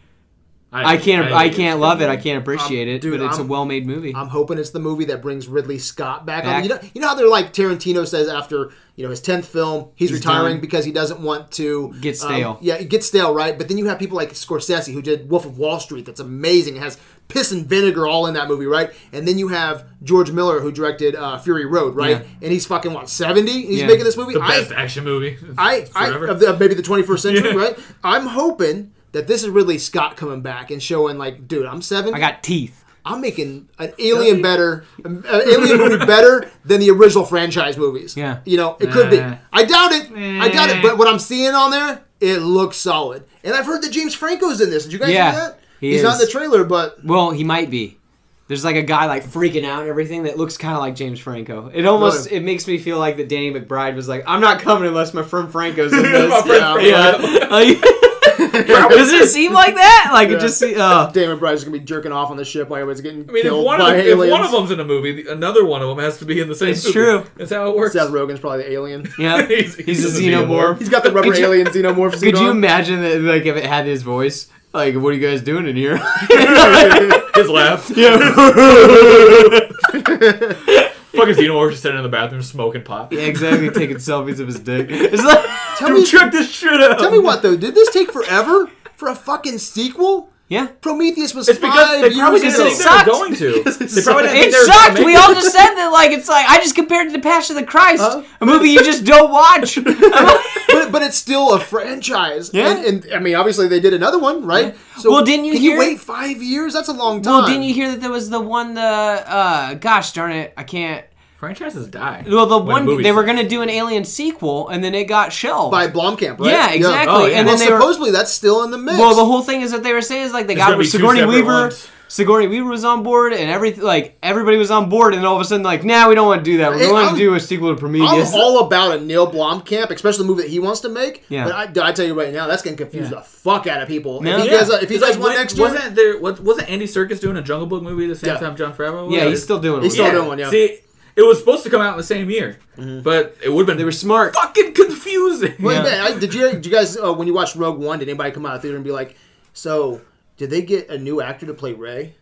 I can't I, can't love it. I can't appreciate it. dude, but it's I'm- a well made movie. I'm hoping it's the movie that brings Ridley Scott back. Back. on. You know, you know how they're like Tarantino says after you know his tenth film, he's, He's retiring done. because he doesn't want to um, Get stale. yeah, it gets stale, right? But then you have people like Scorsese who did Wolf of Wall Street. That's amazing. It has piss and vinegar all in that movie, right? And then you have George Miller who directed uh, Fury Road, right? Yeah. And he's fucking what seventy? He's Yeah. making this movie. The I- best action movie. [laughs] I, I forever. of the, maybe the 21st [laughs] century, right? I'm hoping that this is Ridley Scott coming back and showing like, dude, I'm seven. I got teeth. I'm making an alien better, an alien movie better than the original franchise movies. Yeah. you know, it could be. Nah. I doubt it. I doubt it. Nah. But what I'm seeing on there, it looks solid. And I've heard that James Franco's in this. Did you guys Yeah, hear that? he He's not in is. the trailer, but Well, he might be. There's like a guy like freaking out and everything that looks kind of like James Franco. It almost Really? it makes me feel like that Danny McBride was like, I'm not coming unless my friend [laughs] Franco's in My this. friend Yeah. Franco. yeah. Like- does it seem like [laughs] that? Like it just [laughs] se- uh, Damon Bryant's gonna be jerking off on the ship while everybody's getting I mean, if killed one, of by them, if aliens. one of them's in a movie, the, another one of them has to be in the same. It's movie. true. That's how it works. Seth [laughs] Rogen's probably the alien. yeah. He's- He's he's a a xenomorph. xenomorph. He's [laughs] got the rubber Could you- alien xenomorph suit Could you on. imagine that, like, if it had his voice? Like, what are you guys doing in [laughs] here? [laughs] [laughs] His laugh. [laughs] Fucking xenomorph just sitting in the bathroom smoking pot. [laughs] Yeah, exactly. Taking selfies of his dick. It's like, [laughs] Tell me- Check this shit out. Tell me what though, did this take forever for a fucking sequel? yeah. Prometheus was It's five [laughs] because they probably years didn't ago. think it they were sucked. going to. [laughs] They probably didn't It think they were sucked. gonna We make all just said that. Like, it's like I just compared it to Passion of the Christ, Uh-huh. a movie you just don't [laughs] watch. Oh, but, but it's still a franchise. Yeah. And, and I mean, obviously they did another one, right? So Well, didn't you can hear- you wait five years? That's a long time. well, didn't you hear that there was the one the uh, gosh darn it, I can't. Franchises die. Well, the when one movies they were die. gonna do an Alien sequel, and then it got shelved. by Blomkamp, right? yeah, exactly. Oh, yeah. And Well, then they were, supposedly that's still in the mix. well, the whole thing is that they were saying is like they gonna got be two Sigourney separate Weaver. ones. Sigourney Weaver was on board, and everything like everybody was on board, and then all of a sudden like, nah, we don't want to do that. Hey, We're going I'm- to do a sequel to I'm Prometheus. all about a Neil Blomkamp, especially the movie that he wants to make. Yeah. But I, dude, I tell you right now, that's gonna confuse the fuck out of people. No. If you Yeah. guys, if you It's guys like, want when- next year, wasn't there? What, wasn't Andy Circus doing a Jungle Book movie the same Yeah. time John Favreau? Was? yeah, he's still doing. He's it. still Yeah. doing one, yeah. Mm-hmm. See, it was supposed to come out in the same year, but it would have been. They were smart. fucking confusing. Well, Yeah. man, I, did you did you guys uh, when you watched Rogue One? Did anybody come out of the theater and be like, "So, did they get a new actor to play Ray?"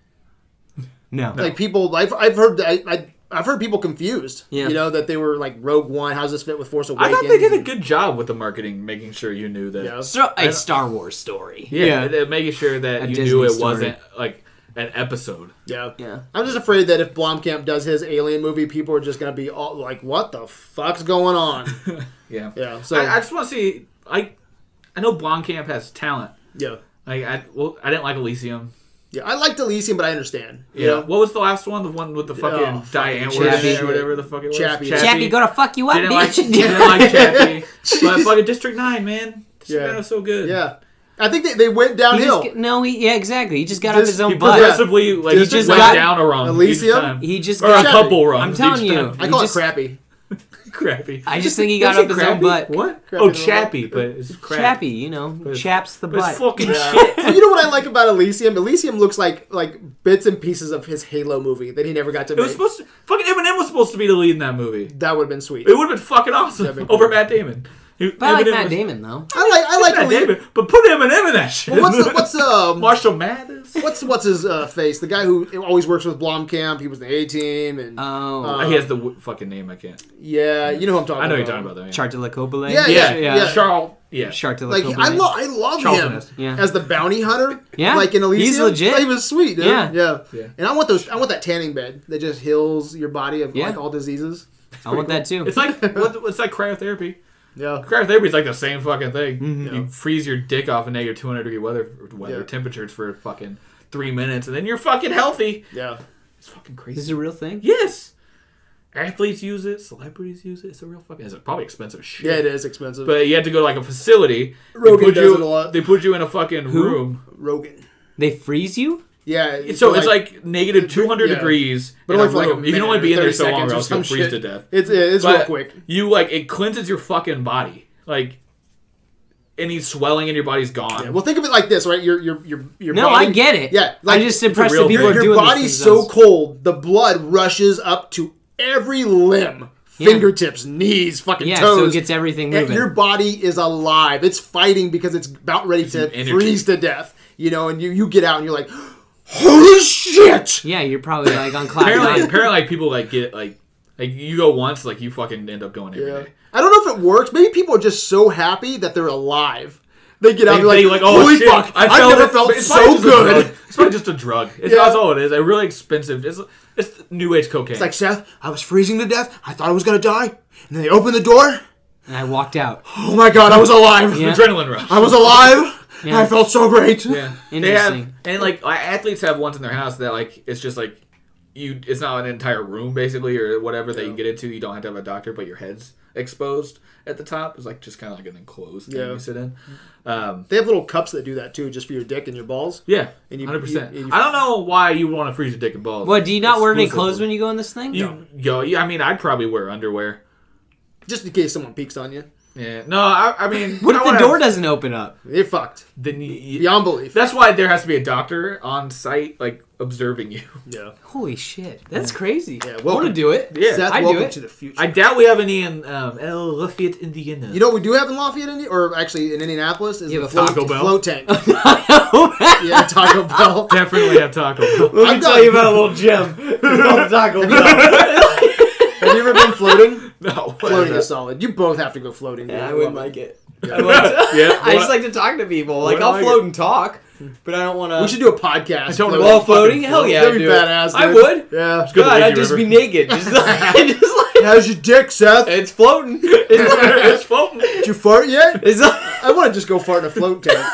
No. Like people, I've, I've heard that- I, I, I've heard people confused. Yeah. you know that they were like Rogue One. How's this fit with Force I Awakens? thought they did a good job with the marketing, making sure you [laughs] knew that. Yeah. So, a Star Wars story. Yeah, th- making sure that A you Disney knew it story. wasn't like an episode. Yeah. Yeah. I'm just afraid that if Blomkamp does his alien movie, people are just going to be all like, what the fuck's going [laughs] on? Yeah. Yeah. So, So I, I just want to see. I I know Blomkamp has talent. yeah. Like I well, I didn't like Elysium. Yeah. I liked Elysium, but I understand. Yeah. What was the last one? The one with the fucking Oh, Diane fucking Warren Chappie. or whatever the fuck it was. Chappie. Chappie, gonna fuck you up, didn't like, bitch. [laughs] [laughs] didn't like Chappie. But fucking District Nine, man. District Yeah. Nine was so good. Yeah. I think they, they went He downhill. just, g- no, he, yeah, exactly. He just got on Just- his He own butt. progressively like District just Nine. went down a run. Elysium? each time. He just or a got, Chappie. couple runs. I'm telling each you. time. I call just- it [laughs] crappy. crappy. I just think he got Did up I say his own crappy? butt. What? Crappy oh, little- Chappie, but it's crap. Chappie, you know, chaps the But butt. it's [laughs] fucking shit. But you know what I like about Elysium? Elysium looks like like bits and pieces of his Halo movie that he never got to It was make. supposed to. Fucking Eminem was supposed to be the lead in that movie. That would have been sweet. It would have been fucking awesome That'd been cool. over Matt Damon. He- but I like Eminem Matt was- Damon though. I like I like Matt Ely- Damon, but put Eminem in that shit. Well, What's the, what's um [laughs] Marshall Mathers? what's what's his uh, face? The guy who always works with Blomkamp. He was the A team and Oh, Uh, he has the w- fucking name. I can't. yeah, you know who I'm talking. I know about. you're talking about that. Char de la Cobelin. Yeah, Yeah, yeah, yeah. yeah. Charles. Yeah, Char de la Like I Cobelin. love I love Charles him Ness. Yeah. as the bounty hunter. Yeah. like in Elysium, He's legit. He was sweet. Dude. Yeah. yeah, Yeah. And I want those. I want that tanning bed that just heals your body of Yeah. like all diseases. I want that too. It's like what, it's like cryotherapy. Yeah, Cryotherapy is like the same fucking thing. Yeah. You freeze your dick off in negative 200 degree weather weather Yeah. temperatures for fucking three minutes, and then you're fucking healthy. yeah. It's fucking This crazy. is a real thing. yes, athletes use it. Celebrities use it. It's a real fucking. It's probably expensive as shit. Yeah, it is expensive. But you had to go to like a facility. They Rogan put does you, it a lot. They put you in a fucking room. Rogan. They freeze you. Yeah. So but, it's like negative 200 yeah. degrees. but in only a for like a room. You can minute only or be in there 30 so long seconds or or else some you'll freeze shit. to death. It's it's real But quick. You like it cleanses your fucking body. Like any swelling in your body's gone. Yeah, well, think of it like this, right? Your your your your No, body, I get it. Yeah, like I'm just impressed real that people thing. are your doing these things, body's so though. cold, the blood rushes up to every limb, fingertips, knees, fucking Yeah, toes. so it gets everything Yeah, moving. Your body is alive. It's fighting because it's about ready to energy. freeze to death. You know, and you you get out and you're like, holy shit! yeah, you're probably like on cloud apparently, nine. apparently, like people like get like like you go once, like you fucking end up going every day. Yeah. I don't know if it works. Maybe people are just so happy that they're alive. They get out and They- be they like, holy fuck! I've felt never it." felt But it's probably so just a good. drug. It's probably just a drug. It's, Yeah. That's all it is. A really expensive. It's it's new age cocaine. It's like Seth, I was freezing to death. I thought I was gonna die, and then they opened the door. And I walked out. Oh my god, I was alive. [laughs] Yeah. adrenaline rush. I was alive. and Yeah. I felt so great. Yeah, They have, Interesting. and like athletes have ones in their house that like it's just like you. It's not an entire room basically or whatever that you get into. You don't have to have a doctor, but your head's exposed at the top. It's like just kind of like an enclosed thing Yeah. you sit in. Um, They have little cups that do that too, just for your dick and your balls. yeah, And you- hundred percent. you- and you- I don't know why you want to freeze your dick and balls. What? Do you not wear any clothes exclusively. when you go in this thing? you go? Yeah, I mean, I'd probably wear underwear. Just in case someone peeks on you. Yeah, no, I, I mean, [laughs] What if I the wanna- door doesn't open up? They fucked. Then you- you- Beyond belief. that's why there has to be a doctor on site, like observing you. Yeah. Holy shit, that's crazy. I Yeah, want to welcome- do it. Yeah. Seth, I do welcome it. to the future. [laughs] I doubt we have any in um, El Lafayette, Indiana. you know what we do have in Lafayette, Indi- or actually in Indianapolis, is You the have a float, Taco Bell? float tank. yeah, Taco [laughs] Bell. definitely have Taco Bell. Let me tell you about a little gem. Taco Bell. Have you ever been [laughs] floating? [laughs] no, floating is solid. You both have to go floating. dude. I love wouldn't it. like it. yeah, [laughs] I just like to talk to people. Like do I'll I like float and talk, but I don't want to. We should do a podcast. don't floating. While floating? Hell yeah, That'd I'd be do it. badass. I dude. would. Yeah. Go to God, Lazy I'd just [laughs] River. be naked. Just like, [laughs] just like How's your dick, Seth? Did it's floating. It's like, [laughs] it's floating. you fart yet? it's like- I want to just go fart in a float tank.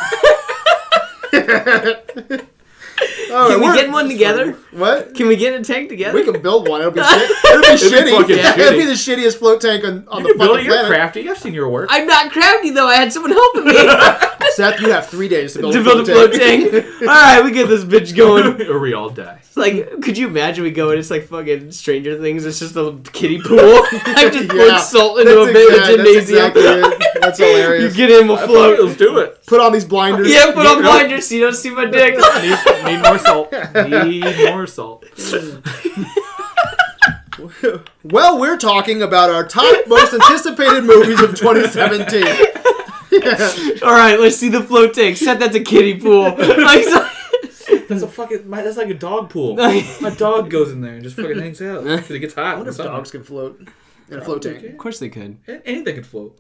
All right, can we we're- get one together? Oh, What? Can we get a tank together? We can build one. It'll [laughs] be, shit. it'll be It'd be shitty. fucking yeah, It'll be shitty. the shittiest float tank on, on the fucking You're building. You're planet. crafty. I've seen your work. I'm not crafty though. I had someone helping me [laughs] Seth, you have three days to build, to build a float tank. All right, we get this bitch [laughs] going. or we all die. It's Mm. like, could you imagine we go and it's like fucking Stranger Things? It's just a kiddie pool. [laughs] I just Yeah. poured salt into That's a bit of exact- that's gymnasium. exactly [laughs] it. That's you hilarious. get in, we'll Float. float. Let's do it. [laughs] Put on these blinders. [laughs] Yeah, put on blinders so you don't see my dick. [laughs] Need, need more [laughs] salt. Need more salt. [laughs] Well, we're talking about our [laughs] top most anticipated movies of 2017. All right, let's see the float tank. Set that to kiddie pool. [laughs] Like, so- That's a fucking. My, that's like a [laughs] dog pool. My dog goes in there and just fucking hangs out because it gets hot. in the summer. Dogs can float in a float tank. Of course they could. A- Anything [laughs] can float.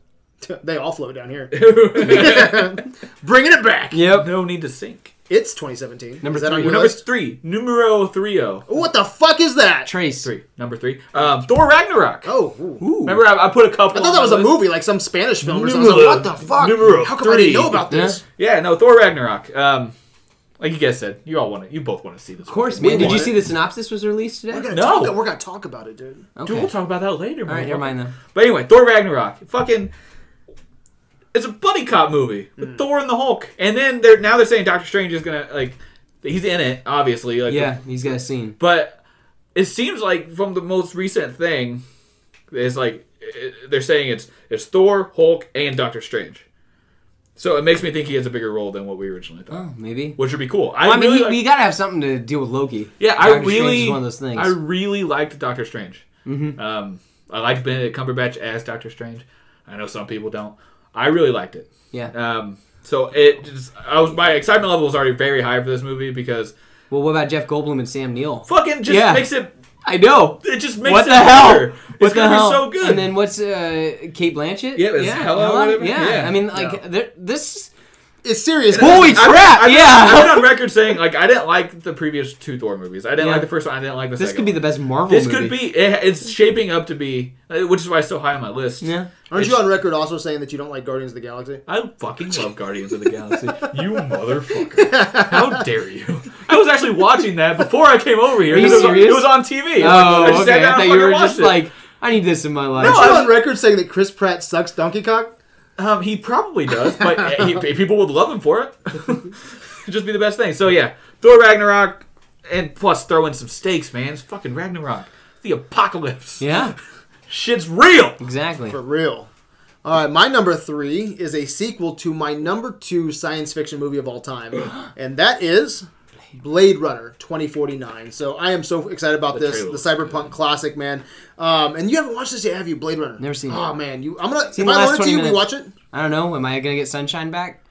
[laughs] They all float down here. [laughs] no Bringing it back. Yep. need to sink. It's 2017. Number is that on three. your Number list? three, numero three o. Oh. What the fuck is that? Trace. Three, number three. Um, Thor Ragnarok. Oh, ooh. Remember, I, I put a couple. I thought on that my was a list. movie, like some Spanish film or something. I was Numero- like, what the fuck? numero How come I didn't three. know about this? Yeah, no, Thor Ragnarok. Um, like you guys said, you all want to, you both want to see this. Of course, We man. Did want you it. see the synopsis was released today? We're Okay. gonna, No. talk, we're gonna talk about it, dude. Dude, we'll talk about that later. All right, never mind [laughs] then. But anyway, Thor Ragnarok. Fucking, it's a buddy cop movie with Hmm. Thor and the Hulk. And then they're now they're saying Doctor Strange is gonna like, he's in it obviously. Like, Yeah, he's got a scene. But it seems like from the most recent thing, is like i- i- they're saying it's it's Thor, Hulk, and Doctor Strange. So it makes me think he has a bigger role than what we originally thought, Oh, maybe. which would be cool. Well, I mean, really you like- we gotta have something to deal with Loki. yeah, Doctor I Strange really is one of those things. Mm-hmm. I really liked Doctor Strange. Um, I liked Benedict Cumberbatch as Doctor Strange. I know some people don't. I really liked it. yeah. Um, so it just I was my excitement level was already very high for this movie because well, what about Jeff Goldblum and Sam Neill? fucking just Yeah. makes it I know. it just makes what it the hell? better. What it's the gonna hell? be so good. And then what's uh, Kate Blanchett? Yeah, it was Hela or whatever? Yeah. Yeah. I mean, like Yeah. there- this. It's serious. Holy man. I've been- crap! I've been- yeah. I've been on record saying like I didn't like the previous two Thor movies. I didn't Yeah. like the first one. I didn't like the This second. could be one. the best Marvel. This movie. could be. It, it's shaping up to be, uh, which is why it's so high on my list. Yeah. Aren't you on record also saying that you don't like Guardians of the Galaxy? I fucking love Guardians of the Galaxy. [laughs] You motherfucker! [laughs] How dare you? I was actually watching that before I came over here. Are you it was, serious? It was on TV. I Oh, just sat okay. down I thought and you were fucking just watched it. like, I need this in my life. Aren't you I- on record saying that Chris Pratt sucks Donkey Kong? Um, he probably does, but uh, he, people would love him for it. [laughs] It'd Just be the best thing. So yeah, Thor Ragnarok, and plus throw in some stakes, man. It's fucking Ragnarok. It's the apocalypse. Yeah, Shit's real. exactly. For real. All right, my number three is a sequel to my number two science fiction movie of all time, [gasps] and that is Blade Runner 2049. So I am so excited about this, trailer the looks cyberpunk classic, man. Um, and you haven't watched this yet, have you? Blade Runner. Never seen it. Oh man, you. I'm gonna. Seen if the I last loan it to 20 you, we watch minutes. it. I don't know. Am I gonna get sunshine back?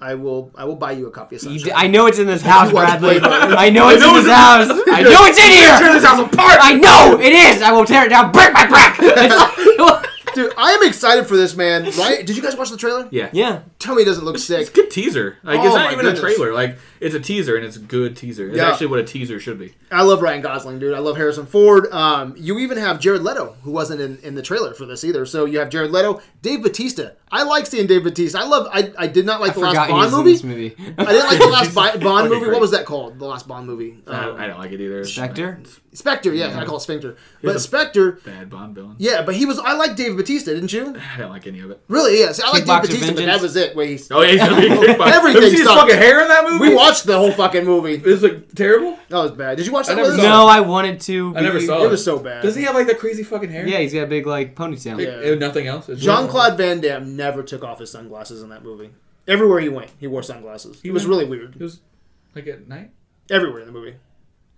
I will. I will buy you a copy of You Sunshine. d- I know it's in this [laughs] house, watch Bradley. Blade Runner. I know it's in this house. I know it's in here. This house apart. I know it is. I will tear it down, brick by [laughs] brick. [laughs] It's- Dude, I am excited for this, man. Right? Did you guys watch the trailer? Yeah. yeah, Tell me it doesn't look It's sick. a good teaser. Like Oh it's my not even goodness. a trailer. Like it's a teaser and it's a good teaser. It's Yeah. actually what a teaser should be. I love Ryan Gosling, dude. I love Harrison Ford. Um, you even have Jared Leto, who wasn't in, in the trailer for this either. So you have Jared Leto, Dave Batista. I like seeing Dave Batista. I love. I, I did not like the forgot last he Bond was in movie. this movie. [laughs] I didn't like the last Bi- Bond Fucking movie. What great. was that called? The last Bond movie. I don't, Um, I don't like it either. Spectre. Spectre. Yeah, I call it Spectre. But Spectre. Bad Bond villain. Yeah, but he was. I like Dave Batista, didn't you? I don't like any of it. Really? Yeah. See, I like Kickboxer Dave Batista, but that Vengeance. was it. Where he's, [laughs] Oh yeah, he's gonna be [laughs] a kickboxer. Have you Everything seen his sucks. fucking hair in that movie. we watched the whole fucking movie. It's like terrible. That was bad. Did you watch that? never one? saw No, I wanted to. I never be- saw It was so bad. Does he have like that crazy fucking hair? Yeah, he's got a big like ponytail. Yeah. And nothing else. It's Jean Claude Van Damme never took off his sunglasses in that movie. Everywhere he went, he wore sunglasses. He was really weird. It was like at night. Everywhere in the movie.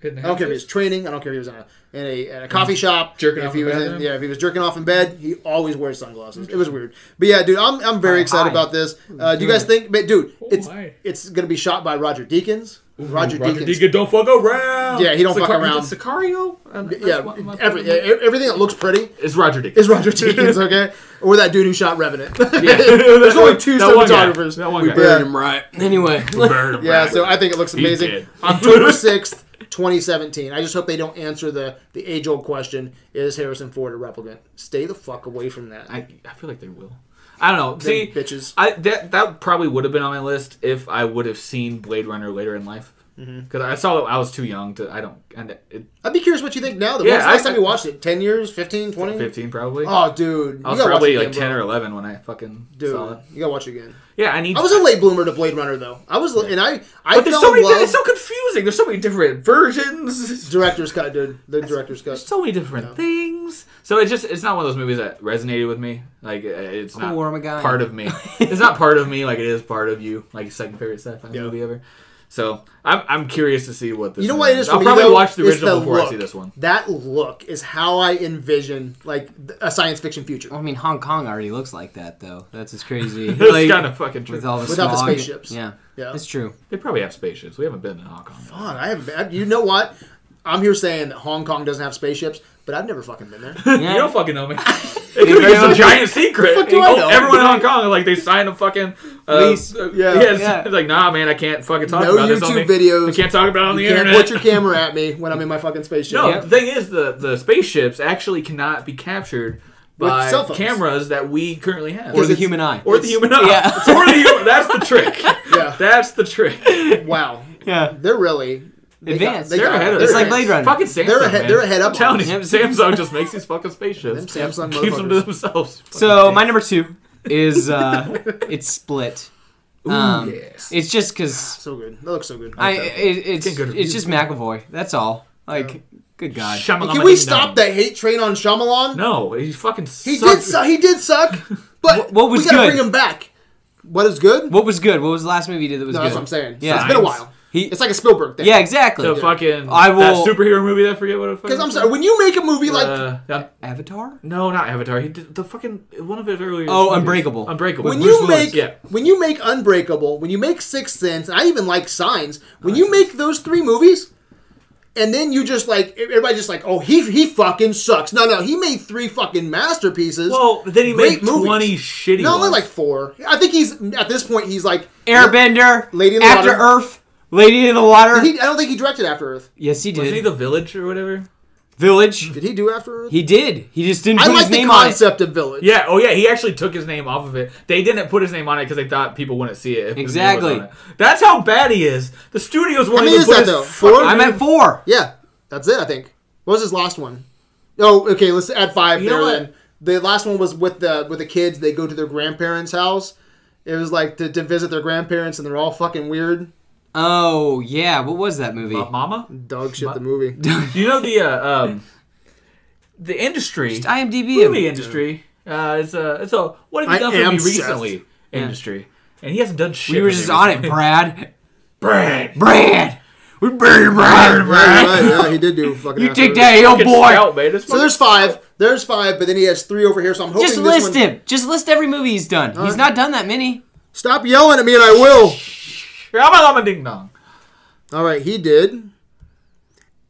Hitting I don't care if he was training. I don't care if he was in a in a, at a coffee shop. Mm. Jerking if off he in the was in, bathroom? yeah, if he was jerking off in bed, he always wears sunglasses. It was weird. But yeah, dude, I'm, I'm very hi. excited about this. Uh, do you guys think? But dude, it's hi. it's gonna be shot by Roger Deakins. Roger, Roger Deakins. Deacon don't fuck around. Yeah, he don't fuck Sicario- around. is it Sicario. Uh, that's what Yeah, my- every, yeah, everything that looks pretty It's Roger Deacon. is [laughs] Roger Deakins. Okay, or that dude who shot Revenant. Yeah. [laughs] There's only two That one guy. cinematographers. That one guy. Yeah. Buried him right. [laughs] Anyway, Burned him Yeah, right. so I think it looks amazing. did. [laughs] October 6th, 2017. I just hope they don't answer the, the age old question is Harrison Ford a replicant? Stay the fuck away from that. I, I feel like they will. I don't know. See, bitches. I that that probably would have been on my list if I would have seen Blade Runner later in life. Because Mm-hmm. I saw it, I was too young to. I don't. And it, I'd be curious what you think now. Though. Yeah, When's the last I- time you watched it? 10 years? 15? 20? fifteen probably. Oh, dude. I you was gotta probably watch it like again, ten bro. or eleven when I fucking saw it. Dude, you gotta watch it again. Yeah, I need. I was a late bloomer to Blade Runner, though. I was, and I, I but there's fell so many. in di- love. It's so confusing. There's so many different [laughs] versions. Director's cut, dude. The director's cut. So many different things. So it just it's not one of those movies that resonated with me. Like uh, it's not Warm a guy. part [laughs] of me. it's not part of me. Like it is part of you. Like second favorite sci-fi Yeah. movie ever. So I'm, I'm curious to see what this. You know what it is. is for I'll me, probably though, watch the is original before look. I see [laughs] this one. That look is how I envision like th- a science fiction future Oh, I mean, Hong Kong already looks like that though. That's as [laughs] crazy. It's Like, kind of fucking true. with all the without the smog. spaceships. Yeah, Yeah. it's [laughs] true. They probably have spaceships. We haven't been to Hong Kong. yet. God, I haven't. Been, you know what? I'm here saying that Hong Kong doesn't have spaceships. but I've never fucking been there. You don't fucking [laughs] know me. It could be just know? a giant secret. Fuck do I Oh, know? Everyone in Hong Kong, like, they signed a fucking uh, Lease. uh, Yeah. yes. Yeah. It's like, nah, man, I can't fucking talk No about this. on YouTube the- videos. We can't talk about it [laughs] on You the can't internet. point your camera at me when I'm in my fucking spaceship. No, Yeah. the thing is, the, the spaceships actually cannot be captured With by cell phones. cameras that we currently have. Or the it's- human eye. Or the human eye. Yeah. [laughs] Or the human, that's the trick. [laughs] Yeah. That's the trick. They're Wow. yeah. They're really they Advanced. Got, they They're got- ahead of they're It's like advanced. Blade Runner. Fucking Samsung. They're ahead- man. they're ahead up I'm telling on you, Samsung just makes these fucking spaceships. Them Samsung Keeps them to motherfuckers. themselves. So my number two [laughs] is uh, it's split. Um, yes. It's just because So good. That looks so good. I it, it's Can't go to- it's just McAvoy. That's all. Like, good God. Shyamalan Can we ding stop dong. that hate train on Shyamalan? No, he fucking He sucked. did. Su- he did [laughs] suck. But what was we gotta good? bring him back. What is good? What was good? What was the last movie he did that was No, good? that's what I'm saying. Yeah. it's been a while. He, It's like a Spielberg thing. yeah, exactly. The fucking I that will- superhero movie that I forget what it Because I'm sorry, when you make a movie like uh, that- Avatar. no, not Avatar. He did the fucking one of his earlier. Oh, movies. Unbreakable. Unbreakable. when Bruce you Willis. make yeah. when you make Unbreakable, when you make Sixth Sense, and I even like Signs. When you make those three movies, and then you just like everybody just like, oh, he he fucking sucks. No, no, he made three fucking masterpieces. Well, then he Great made movies. twenty shitty. no, only ones. like four. I think he's at this point he's like Airbender. Lady in the After Water. Earth. Lady in the Water. He, I don't think he directed After Earth. yes, he did. Wasn't he the village or whatever? Village. Did he do After Earth? He did. He just didn't I put like his the name concept of Village. Yeah. Oh, yeah. He actually took his name off of it. They didn't put his name on it because they thought people wouldn't see it. if his name was on Exactly. it. That's how bad he is. The studios How weren't many even is put that his though? fucking- Four. on it. I'm at four. Yeah, that's it. I think. What was his last one? Oh, okay. Let's add five You know there. what? Then the last one was with the with the kids. They go to their grandparents' house. It was like to, to visit their grandparents, and they're all fucking weird. Oh yeah. What was that movie? Uh, Mama. Dog shit. The [laughs] movie. You know the uh, um, the industry. IMDb. him. movie industry. Uh, it's a it's a what have I you done for am me Seth. recently? Industry, and he hasn't done shit. We were for me just on it, recently. Brad. Brad. Brad. We burned yeah, Brad. right, yeah, he did [laughs] do fucking. You After take Earth. that, yo Fucking boy. scout, man. It's So there's five. There's five, but then he has three over here. So I'm hoping Just this list one- him. Just list every movie he's done. he's right. not done that many. Stop yelling at me, and I will. Rama Ding Dong. All right, he did.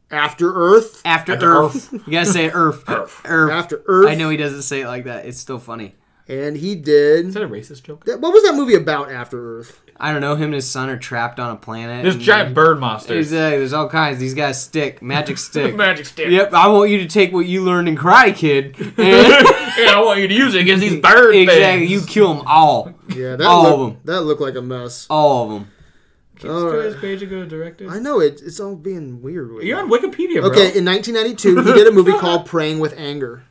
After Earth. After Earth. You gotta say Earth. Earth. After Earth. I know he doesn't say it like that. It's still funny. And he did. Is that a racist joke? That- What was that movie about? After Earth. I don't know. Him and his son are trapped on a planet. There's and- giant bird monsters. Exactly. There's all kinds. These guys stick. Magic stick. Magic stick. Yep. I want you to take what you learned in Karate Kid. and- [laughs] yeah, I want you to use it against these bird exactly. You things. kill them all. Yeah, that All of looked, them. that looked like a mess. All of them. All right. page and go to directed. I know it, it's all being weird. With You're it. on Wikipedia, bro. okay, in 1992, he did a [laughs] movie called Praying with Anger.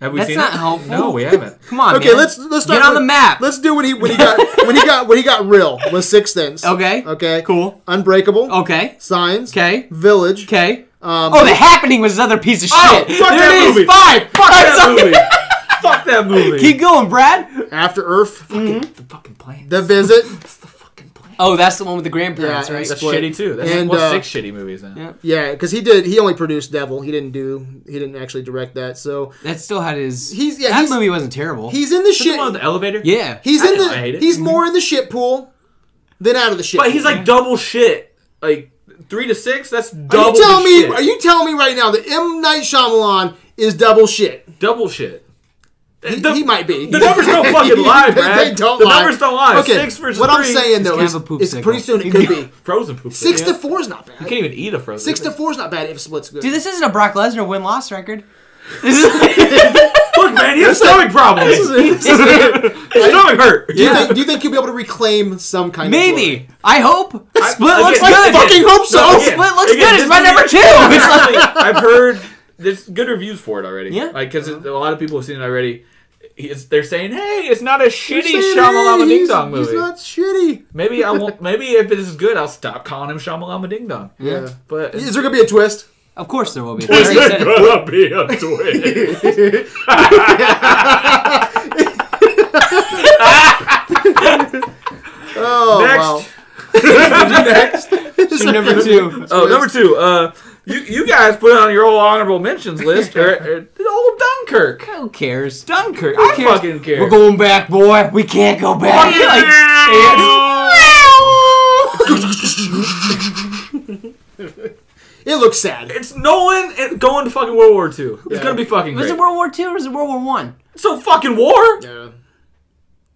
Have we That's seen not it? helpful. No, we [laughs] haven't. Come on. Okay, man. let's let's start get on with- the map. Let's do when he when he got when he got when he got real was Sixth Sense. Okay. Okay. Cool. Unbreakable. Okay. Signs. Okay. Village. Okay. Um, Oh, the happening was another piece of shit. Oh, fuck there that it is. movie. Five. Fuck That movie. [laughs] Fuck that movie. Keep going, Brad. After Earth. Mm-hmm. the fucking plane. The Visit. Oh, that's the one with the grandparents, Yeah, right? it's- That's Split. shitty too. That's And, what's uh, six shitty movies now. Yeah. Yeah, because he did. He only produced Devil. He didn't do. He didn't actually direct that. So That still had his. He's- yeah, that he's- movie wasn't terrible. he's in the Is that the shit. one with the elevator? yeah. He's I in know, the. I hate it. Mm-hmm. He's more in the shit pool than out of the shit. But pool. he's like double shit. Like three to six, that's Are you double telling me? shit. Are you telling me right now that M Night Shyamalan is double shit? double shit? He, The- he might be. The [laughs] numbers don't fucking lie, They- Brad. They don't the lie. numbers don't lie. Okay, Six versus what I'm three. saying though kind is, of a poop is pretty soon signal. it could be frozen poop. six [laughs] yeah. to four is not You bad. can't even eat a frozen. Six to poop. four is not bad if split's good. [laughs] Dude, this isn't a Brock Lesnar win [laughs] loss record. Look, man, you have stomach problems. This is- Your stomach hurt. do, you [laughs] think, do you think he'll be able to reclaim some kind of glory? Maybe. I hope. Split again, looks I good. fucking hope so. Split looks Again, good. this It's my movie- number two. It's like- Honestly, [laughs] I've heard there's good reviews for it already. Yeah. like because Uh-huh. a lot of people have seen it already. It's, they're saying, "Hey, it's not a They're shitty saying, Shamalama hey, Ding he's- Dong movie." He's not shitty. Maybe I [laughs] won't. Maybe if it is good, I'll stop calling him Shamalama Ding Dong. Yeah. But Is there gonna be a [laughs] twist? [laughs] Of course there will be. I already said it. gonna be a [laughs] twist. Oh Next. wow. [laughs] [laughs] Your number two. Oh, number two. Uh, you you guys put it on your old honorable mentions list. Or, or the old Dunkirk. Who cares? Dunkirk. I cares? fucking care. We're going back, boy. We can't go back. Like, [laughs] It looks sad. It's Nolan and going to fucking World War II. It's gonna be fucking Was great. it World War Two or is it World War One? so fucking war. Yeah.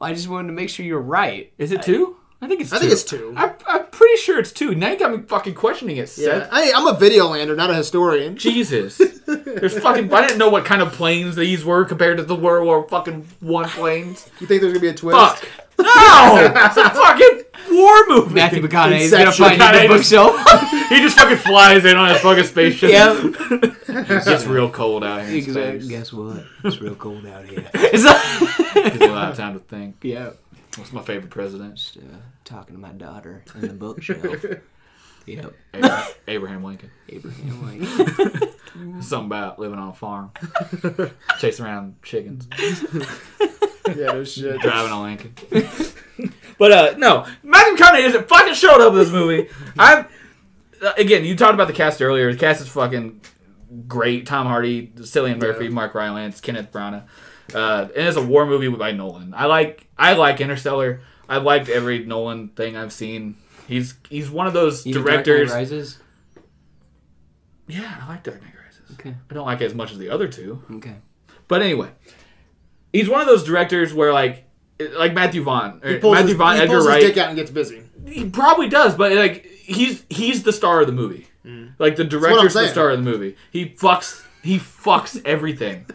I just wanted to make sure you're right. Is it two? I think it's. I two. think it's two. I, I'm pretty sure it's two. Now you got me fucking questioning it, Seth. Yeah. Hey, I'm a video lander, not a historian. Jesus, there's fucking. I didn't know what kind of planes these were compared to the World War fucking one planes. You think there's gonna be a twist? Fuck. No, it's [laughs] a fucking war movie. Matthew McConaughey is gonna find Inception. you in the McConaughey. bookshelf. He just fucking flies in on his fucking spaceship. Yep. uh, It gets real cold out here. in space. Guess what? It's real cold out here. Gives you a lot of time to think. [laughs] yeah. What's my favorite president? Just, uh, talking to my daughter in the bookshelf. yep. [laughs] Abraham, Abraham Lincoln. Abraham Lincoln. Something about living on [laughs] a farm, chasing around chickens, Yeah, no shit. driving a Lincoln. [laughs] but uh, no, Matthew McConaughey isn't fucking showed up in this movie. I'm uh, again. You talked about the cast earlier. The cast is fucking great. Tom Hardy, Cillian Murphy, Mark Rylance, Kenneth Branagh. Uh, and it's a war movie by Nolan. I like I like Interstellar. I've liked every Nolan thing I've seen. He's he's one of those You know Dark Knight directors. Rises. Yeah, I like Dark Knight Rises. Okay. I don't like it as much as the other two. Okay. But anyway, he's one of those directors where like like Matthew Vaughn, or He pulls, Matthew his, Vaughn, he Edgar pulls his Wright. dick out and gets busy. He probably does, but like he's he's the star of the movie. Like Mm. what the I'm director's the saying. star of the movie. He fucks he fucks [laughs] everything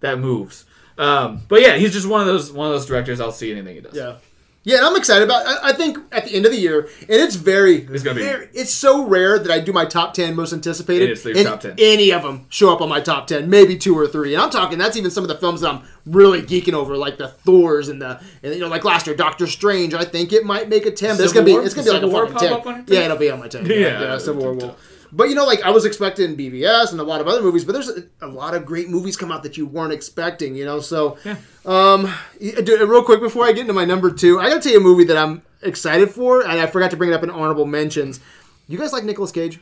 that moves. Um, but yeah, he's just one of those one of those directors. I'll see anything he does. Yeah. Yeah, and I'm excited about. I, I think at the end of the year, and it's very, it's gonna be- It's so rare that I do my top ten most anticipated. It is your and top 10. Any of them show up on my top ten, maybe two or three. And I'm talking that's even some of the films that I'm really geeking over, like the Thors and the, and you know, like last year Doctor Strange. I think it might make a ten. But it's Civil gonna be, War? it's gonna be like Civil a War fucking pop up on ten. your 10? Yeah, it'll be on my ten. Yeah, Yeah, yeah, it Civil War would be will. But you know, like I was expecting BBS and a lot of other movies, but there's a, a lot of great movies come out that you weren't expecting. You know, so um, yeah, dude, real quick before I get into my number two, I gotta tell you a movie that I'm excited for, and I forgot to bring it up in honorable mentions. You guys like Nicolas Cage?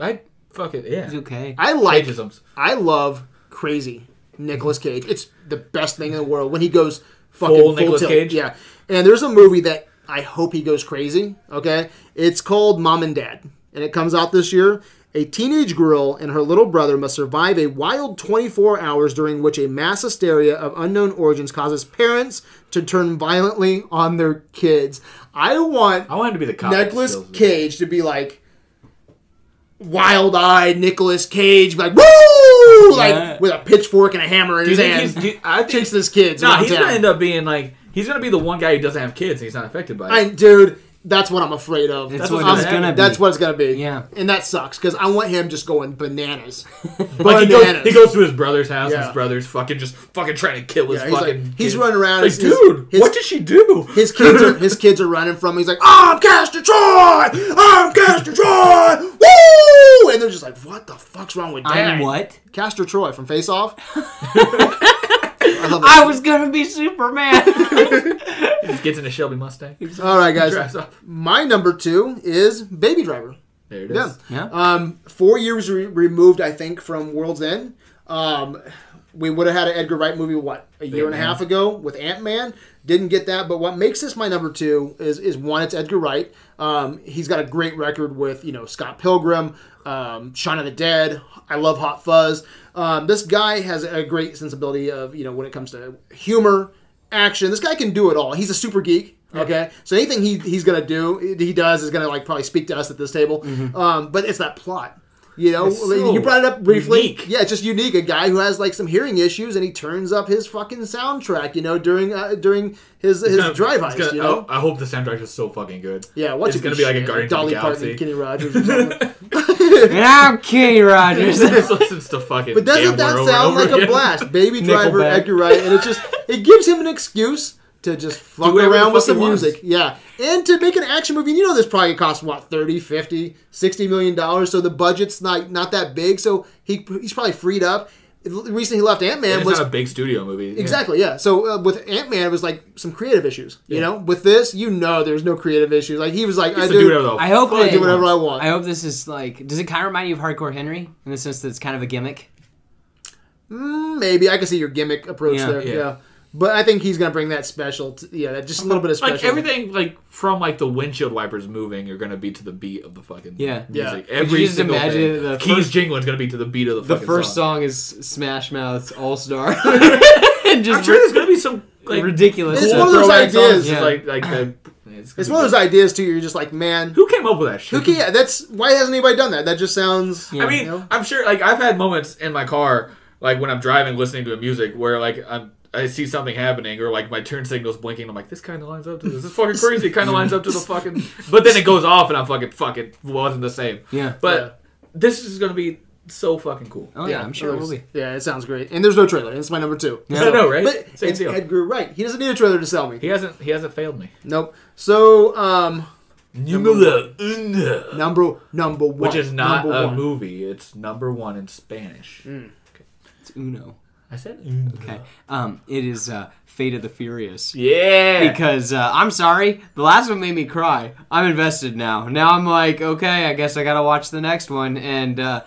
I fuck it. Yeah, It's okay. I like. Cageisms. I love crazy Nicolas Cage. It's the best thing in the world when he goes fucking Full full, Nicolas tilt. Cage? Yeah, and there's a movie that I hope he goes crazy. Okay, it's called Mom and Dad, and it comes out this year. A teenage girl and her little brother must survive a wild 24 hours during which a mass hysteria of unknown origins causes parents to turn violently on their kids. I want I wanted to be the cop. that Nicholas steals the- Cage to be like wild eyed Nicholas Cage, like woo, Yeah. like with a pitchfork and a hammer in Do you his think he's? hand, Do you, I think chasing his kids. nah, around he's town. gonna end up being like he's gonna be the one guy who doesn't have kids and he's not affected by it. I- dude. That's what I'm afraid of. That's what what I'm- it's gonna be. That's what it's gonna be. Yeah. and that sucks because I want him just going [laughs] bananas. Like he Bananas. goes, he goes to his brother's house, and Yeah. his brother's fucking just fucking trying to kill his Yeah, he's fucking. like- he's kid. running around, Like, his- dude, his- what did she do? [laughs] His kids are his kids are running from him. He's like, I'm Castor Troy. I'm Castor Troy. Woo! And they're just like, what the fuck's wrong with Dad? I'm what? Castor Troy from Face Off. I love that. I was gonna be Superman. [laughs] He gets in a Shelby Mustang, All right, guys. drives off. My number two is Baby Driver. There it is. Yeah. Yeah. Um, four years re- removed, I think, from World's End. Um, we would have had an Edgar Wright movie, what, a year and a Ant-Man. half ago with Ant Man. Didn't get that. But what makes this my number two is, is one, it's Edgar Wright. Um, he's got a great record with, you know, Scott Pilgrim, um, Shaun of the Dead. I love Hot Fuzz. Um, this guy has a great sensibility of, you know, when it comes to humor, action. This guy can do it all. He's a super geek. Okay, so anything he, he's gonna do, he does is gonna like probably speak to us at this table. Um, but it's that plot, you know. Mm-hmm. so you brought it up briefly. unique. Yeah, it's just unique. A guy who has like some hearing issues and he turns up his fucking soundtrack, you know, during uh, during his his [laughs] Gonna- drive it's heist, gonna- you know. I, I hope the soundtrack is so fucking good. [laughs] yeah, what's it's gonna be like a Guardians Dolly of Parton, the and Galaxy. Kenny [laughs] Rogers. Or something. and I'm Kenny Rogers. Just listens to fucking. But doesn't Gambler that over sound and over like a again. blast? Baby Driver, Nickelback. Edgar Wright, and it just it gives him an excuse to just fuck whatever the around with fuck some he wants. music. Yeah. And to make an action movie, you know this probably costs what 30, 50, 60 million dollars, so the budget's not not that big, so he he's probably freed up. The reason he left And Ant-Man [laughs] It's was not a big studio movie. Yeah. Exactly, yeah. So uh, with Ant Man, it was like some creative issues. You know, with this, you know, there's no creative issues. Like he was like, I Just to do do, whatever the I hope I they do whatever I want. I hope this is like. Does it kind of remind you of Hardcore Henry in the sense that it's kind of a gimmick? Mm, maybe I can see your gimmick approach Yeah. there. Yeah. Yeah. But I think he's gonna bring that special. T- yeah, that just a little bit of special. Like everything, like from like the windshield wipers moving, are gonna be to the beat of the fucking Yeah. music. Yeah. Every Could you just single imagine thing. the keys first- jingling is gonna be to the beat of the, The fucking first song. song is Smash Mouth's All [laughs] Star. and I'm just sure there's gonna be some like ridiculous. It's cool one of those throwback songs, ideas. just Yeah. Like like the, [laughs] it's, It's one of those ideas too. You're just like, man, Who came up with that shit? who can? Yeah, that's why hasn't anybody done that? That just sounds. Yeah. I mean, you know? I'm sure. Like I've had moments in my car, like when I'm driving, listening to music, where like I'm. I see something happening, or like my turn signal's blinking. I'm like, this kind of lines up to this. This is [laughs] fucking crazy. It kind of lines up to the fucking. But then it goes off, and I'm fucking, fuck, it wasn't the same. Yeah. But this is gonna be so fucking cool. oh yeah, I'm sure it will be. Yeah, it sounds great. And there's no trailer. It's my number [laughs] two. I know, right? But Same it's deal. Edgar Wright. He doesn't need a trailer to sell me. He hasn't. He hasn't failed me. Nope. So, um, Numero uno, number number one, which is not number a one. movie. It's number one in Spanish. It's Uno. I said. uno. Okay. Um, it is uh, Fate of the Furious. Yeah. Because uh, I'm sorry, the last one made me cry. I'm invested now. Now I'm like, okay, I guess I gotta watch the next one. And uh,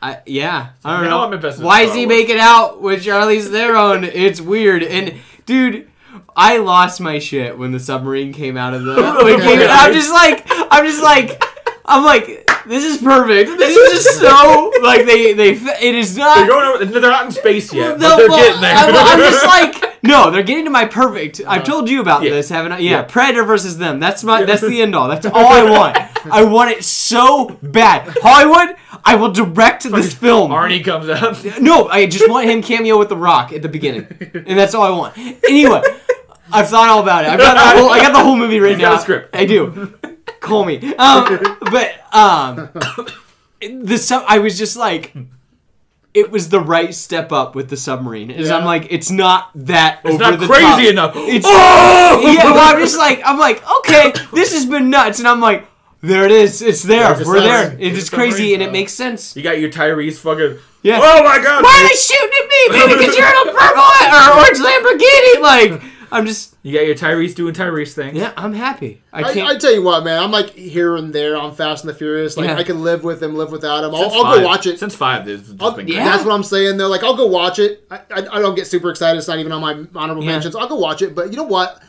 I yeah, I don't now know. I'm invested in Why is Star he Wars. making out with Charlize [laughs] Theron? it's weird. And dude. I lost my shit when the submarine came out [laughs] of the. when it came- I'm just like, I'm just like, I'm like, this is perfect. This is just so like they they. It is not. They're going over. They're not in space yet, No, but they're well, getting there. Uh, I'm, I'm [laughs] just like, no, they're getting to my perfect. I've told you about Yeah. this, haven't I? Yeah, Predator versus them. That's my. That's the end all. [laughs] That's all I want. I want it so bad. Hollywood, I will direct this film. Arnie comes out. No, I just want him cameo with The Rock at the beginning, and that's all I want. Anyway, I've thought all about it. I've got the whole, I got the whole movie written got a out. script. I do. Call me. Um, but um, the sub- I was just like, it was the right step up with the submarine. Is I'm Yeah. like, it's not that It's over not the crazy top. enough. It's oh! yeah. Well, I'm just like, I'm like, okay, this has been nuts, and I'm like, there it is. It's there. There's a We're there. submarine. It's There's a just crazy, submarine, and it uh, makes sense. You got your Tyrese fucking. Yeah. Oh my god! Why are they shooting at me? Baby, because you're in a purple or orange Lamborghini. Like, I'm just, You got your Tyrese doing Tyrese things. yeah, I'm happy. I I, can't. I tell you what, man, I'm like here and there on Fast and the Furious. Like Yeah. I can live with him, live without him. I'll, Since I'll five- go watch it. Since five, this has just I'll- been yeah. great. That's what I'm saying though. Like I'll go watch it. I, I, I don't get super excited. It's not even on my honorable Yeah. mentions. I'll go watch it. But you know what?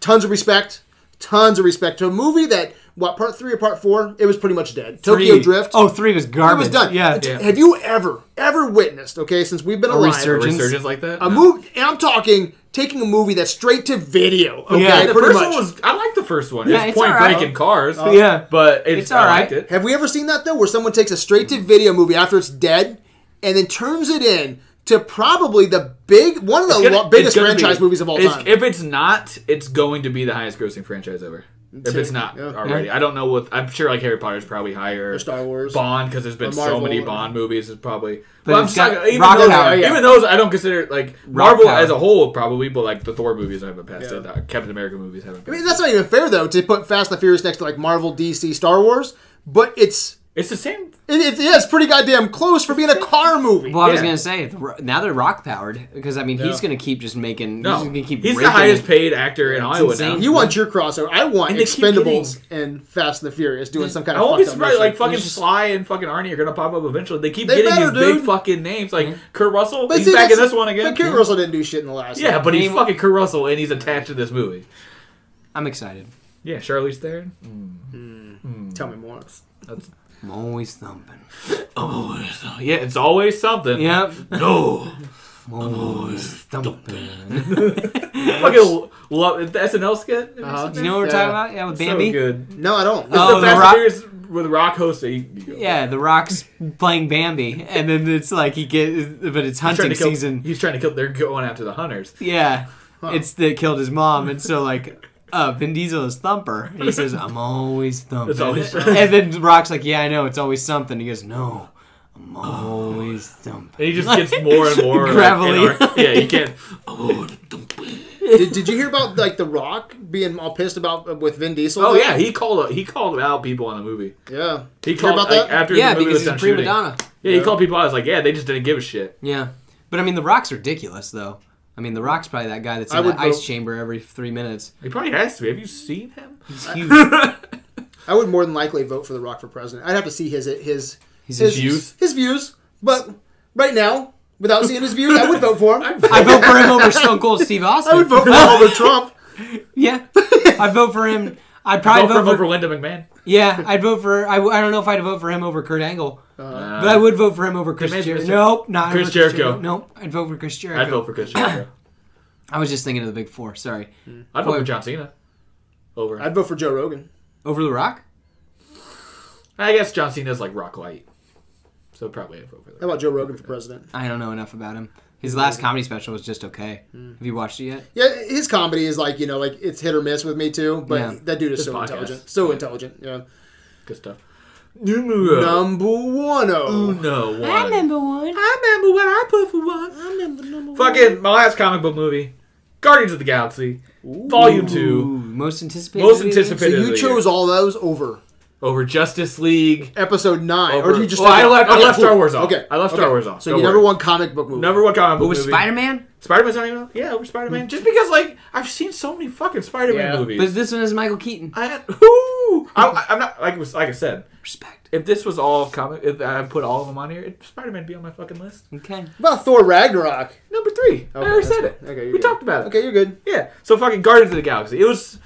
Tons of respect. Tons of respect to a movie that what part three or part four? It was pretty much dead. Tokyo Three- Drift. Oh, three was it garbage. was done. Yeah. It's- Yeah. Have you ever ever witnessed? Okay, since we've been alive, resurgence. Resurgence like that. a movie. And I'm talking taking a movie that's straight to video. Okay, Yeah, The pretty first much. Uh, one was. I like the first one. Yeah, it's, it's Point alright. Break in cars. yeah. But it's, It's I liked alright. it. Have we ever seen that though, where someone takes a straight to video movie after it's dead, and then turns it in to probably the big one of the It's lo- gonna- biggest it's gonna franchise be- movies of all it's- time? If it's not, it's going to be the highest grossing franchise ever. If it's not Yeah. already, I don't know what. I'm sure like Harry Potter's probably higher. Or Star Wars. Bond, because there's been Or so Marvel. many Bond movies, is probably. But Well, I'm it's just talking- got even rock those, power. even those, I don't consider it like Marvel power. as a whole probably, but like the Thor movies haven't passed Yeah. it. The Captain America movies I haven't. Passed. mean, that's not even fair though to put Fast and the Furious next to like Marvel, DC, Star Wars, but it's It's the same. it, it's yeah, it's pretty goddamn close for being a car movie. Well, I was Yeah. gonna say the Ro- now they're rock powered because I mean he's gonna keep just making. No, he's gonna keep. he's the raking highest it. paid actor in Hollywood now. insane. You want your crossover? I want And they keep Expendables and Fast and the Furious doing some kind I of. won't be fucked up surprised. mission. Like fucking It's just- Sly and fucking Arnie are gonna pop up eventually. They keep They getting better, these big dude. fucking names. Like Mm-hmm. Kurt Russell, But he's see, back in that's- this one again. Mm-hmm. But Kurt Russell didn't do shit in the last. Yeah, one. but he's Name- fucking Kurt Russell and he's attached to this movie. I'm excited. Yeah, Charlize Theron. tell me more. I'm always thumping. Oh, yeah, it's always something. Yep. [laughs] No. I'm [laughs] always thumping. fucking love the SNL skit. Uh-huh. Do you know what we're Yeah. talking about? Yeah, with Bambi. So good. No, I don't. Oh, The the Fast and Rock- Furious with Rock hosting. Yeah, The Rock's playing Bambi, and then it's like he get, but it's He's trying hunting to kill, season. He's trying to kill. They're going after the hunters. Yeah, it's that killed his mom, and so like, uh, Vin Diesel is Thumper, and [laughs] he says, "I'm always Thumper," It's always something. and then Rock's like, "Yeah, I know, it's always something." He goes, "No, I'm always Thumper." And [laughs] he just gets more and more like, Gravelly. inartic- yeah, [laughs] you can't. did, did you hear about like The Rock being all pissed about uh, with Vin Diesel? Oh yeah, he called. He called out people in the movie. yeah. He Did you hear called about like, that? after Yeah, the movie because was he's a done prima shooting. donna. Yeah, he called people out. I was like, yeah, they just didn't give a shit. Yeah, but I mean, The Rock's ridiculous though. I mean, The Rock's probably that guy that's I in the would ice vote- chamber every three minutes. He probably has to. be. Have you seen him? He's [laughs] huge. I would more than likely vote for The Rock for president. I'd have to see his his his, He's his his views. His views, but right now without seeing his views, I would vote for him. I vote for him over Stone [laughs] Cold Steve Austin. I would vote for him over Trump. Yeah, I vote for him. I'd probably Vote for him vote over for. Linda McMahon. Yeah, I'd vote for. I, w- I don't know if I'd vote for him over Kurt Angle, Uh, but I would vote for him over Chris Vince Jericho. Mr. Nope, not Chris Jericho. Nope, I'd vote for Chris Jericho. I'd vote for Chris Jericho. I was just thinking of the big four. Sorry, I'd vote Boy. for John Cena. Over. I'd vote for Joe Rogan. over the Rock. I guess John Cena's like rock light. So probably I'd vote for How that. about Joe Rogan for president? I don't know enough about him. His last comedy special was just okay. Have you watched it yet? Yeah, his comedy is like you know, like it's hit or miss with me too. But Yeah. that dude is His so podcast. intelligent, so intelligent. Yeah. Good stuff. Numero Number one. uno one. I remember one. I remember when I put for one. I remember number Fucking my last comic book movie, Guardians of the Galaxy, Volume Two, Ooh, most anticipated. most movie of the year? So anticipated. of you the chose year. all those over over Justice League. episode nine, or Over- do you just? Well, I left- I Okay, left cool. Star Wars off. Okay, I left Star okay. Wars off. So Don't you number worry. one comic book movie. Number one comic book But was movie. Spider Man? Spider Man's not even. Yeah, over Spider Man. Just because like I've seen so many fucking Spider Man Yeah. movies. But this one is Michael Keaton. I, whoo, I, I- I'm not like it was like I said. Respect. If this was all comic, if I put all of them on here, it, Spider-Man would be on my fucking list. Okay. about Thor Ragnarok. Number three, I already that's said good. it. Okay, you're we good. talked about it. Okay, you're good. Yeah. So fucking Guardians of the Galaxy. It was.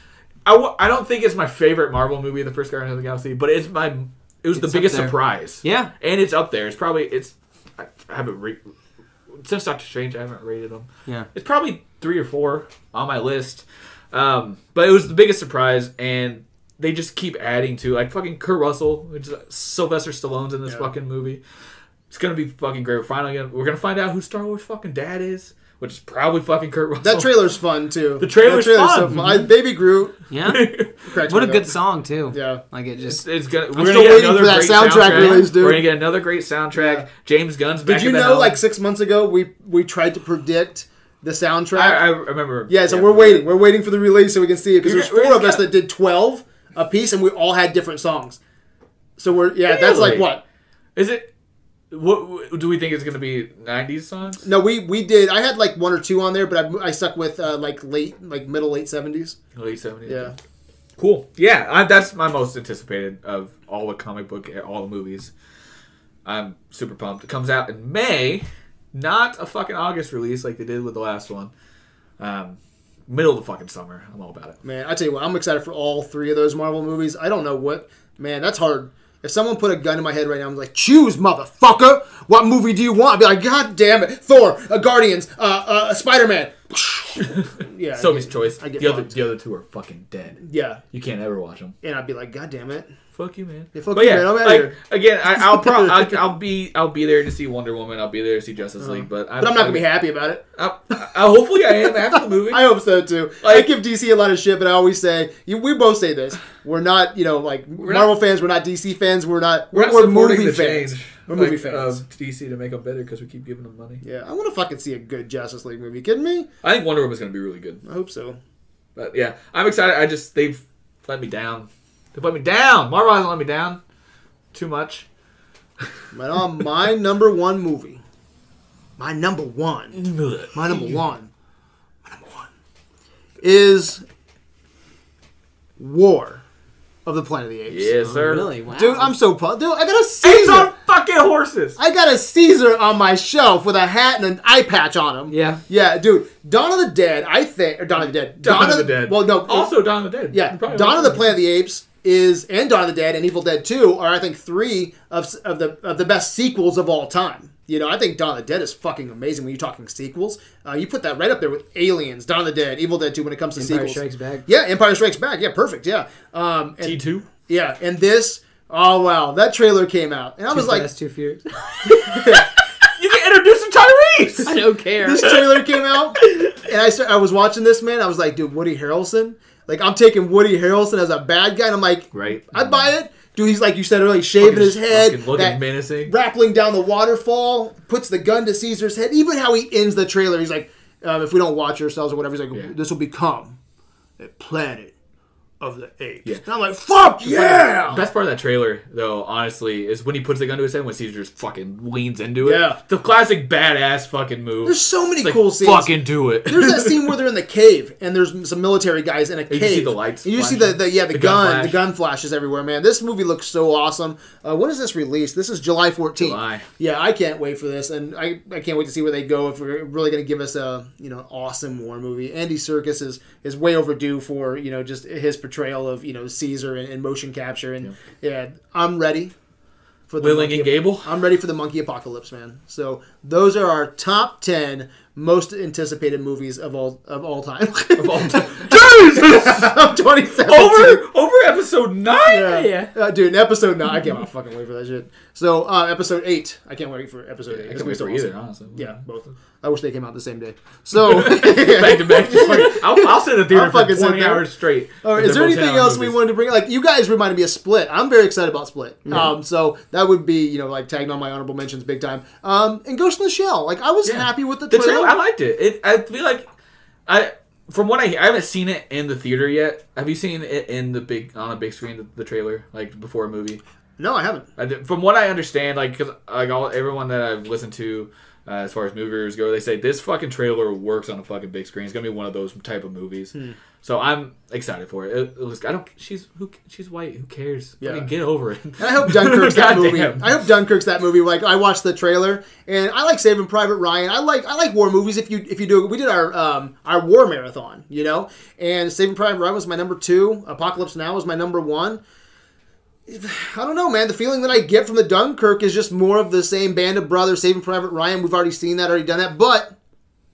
I, w- I don't think it's my favorite Marvel movie, the first Guardians of the Galaxy, but it's my. It was It's the up biggest there. surprise. Yeah. And it's up there. It's probably it's. I, I haven't re- since Doctor Strange. I haven't rated them. Yeah. It's probably three or four on my list. Um, but it was the biggest surprise, and they just keep adding to like fucking Kurt Russell, which is uh, Sylvester Stallone's in this Yeah. fucking movie. It's gonna be fucking great. We're finally gonna we're gonna find out who Star Wars fucking dad is, which is probably fucking Kurt Russell. That trailer's fun too. The trailer's That fun. so I, Baby Groot. Yeah. [laughs] cracks what a me good up. song too. Yeah. Like it just. [laughs] It's gonna. We're still gonna get waiting another for that great soundtrack release, dude. We're gonna get another great soundtrack. Yeah. James Gunn's back. Did you in that know, helm. like six months ago, we we tried to predict the soundtrack. I, I remember. yeah, so we're waiting. We're waiting for the release so we can see it because You're there's gonna- four we're of us gonna- that did twelve a piece, and we all had different songs. So we're yeah, that's like Really? what? Is it? What, what do we think it's gonna be? '90s songs? No, we we did. I had like one or two on there, but I, I stuck with uh, like late, like middle late seventies. Late '70s. Yeah, Cool. Yeah, I, that's my most anticipated of all the comic book, eh, all the movies. I'm super pumped. It comes out in May, not a fucking August release like they did with the last one. Um, middle of the fucking summer. I'm all about it. man. I tell you what, I'm excited for all three of those Marvel movies. I don't know what, man. That's hard. If someone put a gun in my head right now, I'm like, choose, motherfucker. What movie do you want? I'd be like, God damn it, Thor, uh, Guardians, uh, uh, Spider Man. [laughs] yeah, Sophie's Choice. I get the other, fucked. the other two are fucking dead. yeah, You can't ever watch them. and I'd be like, God damn it. Fuck you, man. Yeah, fuck but you, yeah, man. I'm outta like, here. again, I, I'll [laughs] probably I'll, I'll be I'll be there to see Wonder Woman. I'll be there to see Justice League. But, Uh-huh. But I'm not gonna be happy about it. I, I, hopefully, I am after the movie. I hope so too. I Like- give DC a lot of shit, but I always say you, we both say this. We're not, you know, like not- Marvel fans. We're not DC fans. We're not. We're, not we're supporting movie the fans. change, We're movie like, fans. Of DC to make them better because we keep giving them money. Yeah, I want to fucking see a good Justice League movie. You kidding me? I think Wonder Woman's gonna be really good. I hope so. But yeah, I'm excited. I just they've let me down. They've let me down. Marvel hasn't let me down too much. But on my number one movie, my number one, my number one, my Mm-hmm. number one is War of the Planet of the Apes. Yes, sir. Really? Wow. Dude, I'm so pumped. Dude, I got a It's Caesar. on fucking horses. I got a Caesar on my shelf with a hat and an eye patch on him. Yeah. Yeah, dude. Dawn of the Dead, I think. Or Dawn of the Dead. Dawn, of the Dead. Well, no. also Dawn of the Dead. yeah. Probably Dawn of the Wonder Woman. Planet of the Apes is, and Dawn of the Dead and Evil Dead 2 are, I think, three of, s- of, the, of the best sequels of all time. You know, I think Dawn of the Dead is fucking amazing when you're talking sequels. Uh, you put that right up there with Aliens, Dawn of the Dead, Evil Dead 2 when it comes to Empire sequels. Strikes Back. Yeah, Empire Strikes Back. Yeah, perfect. Yeah. Um, and, T2. yeah, and this, oh, wow. That trailer came out. And I was Too like, Fast, Too Furious. You can introduce him to Tyrese. don't [laughs] [laughs] care. this trailer came out, and I start, I was watching this man. I was like, dude, Woody Harrelson. Like I'm taking Woody Harrelson as a bad guy, and I'm like, Right. I buy it. Dude, he's like you said earlier, shaving his head, Mm-hmm. Fucking looking that menacing. rappelling down the waterfall, puts the gun to Caesar's head. Even how he ends the trailer, he's like, um, if we don't watch ourselves or whatever, he's like, Yeah. this will become a planet of the Apes. Yeah. And I'm like, fuck yeah! Best part of that trailer, though, honestly, is when he puts the gun to his head when Caesar just fucking leans into it. Yeah. The classic badass fucking move. There's so many It's like, cool scenes. Fucking do [laughs] it. There's that scene where they're in the cave and there's some military guys in a you cave. see the lights And you see the, flashing. the yeah the, The gun gun, flash. the gun flashes everywhere, man. This movie looks so awesome. Uh, when is this released? This is July 14th. July. Yeah, I can't wait for this, and I, I can't wait to see where they go. If we're really going to give us a you know awesome war movie, Andy Circus is is way overdue for you know just his portrayal of you know Caesar and, and motion capture, and yeah, I'm ready for the Willing monkey- and Gable. I'm ready for the monkey apocalypse, man. So those are our top ten most anticipated movies of all of all time. [laughs] [laughs] Of all time, of 2017. [laughs] over over episode nine. Yeah. Uh, dude, and episode nine. I can't fucking wait for that shit. So uh, episode eight. I can't wait for episode eight. I It's can gonna be wait so for awesome. either, honestly. Yeah, both. I wish they came out the same day. So, [laughs] Back to [laughs] back. Just fucking, I'll, I'll sit in the theater I'll for fucking sit 20 there. hours straight. Or with is there their anything Motown else we movies. wanted to bring? Like you guys reminded me of Split. I'm very excited about Split. Um, so that would be you know like tagging on my honorable mentions big time. Um, and Ghost in the Shell. Like I was Yeah. happy with the, The trailer. trailer, I liked it. it. I feel like I, from what I, hear- I haven't seen it in the theater yet. Have you seen it in the big on a big screen the, the trailer like before a movie? no, I haven't. I did- from what I understand, like cause, like all everyone that I've listened to. Uh, as far as movie reviewers go, they say this fucking trailer works on a fucking big screen. It's gonna be one of those type of movies, Hmm. so I'm excited for it. it, it was, I don't. She's who? She's white. Who cares? Yeah. Fucking get over it. [laughs] And I hope Dunkirk's that movie. Goddamn. I hope Dunkirk's that movie. Like I watched the trailer, and I like Saving Private Ryan. I like I like war movies. If you if you do, we did our um, our war marathon, you know. And Saving Private Ryan was my number two. Apocalypse Now was my number one. [sighs] I don't know, man. The feeling that I get from the Dunkirk is just more of the same band of brothers. Saving Private Ryan. We've already seen that, already done that. But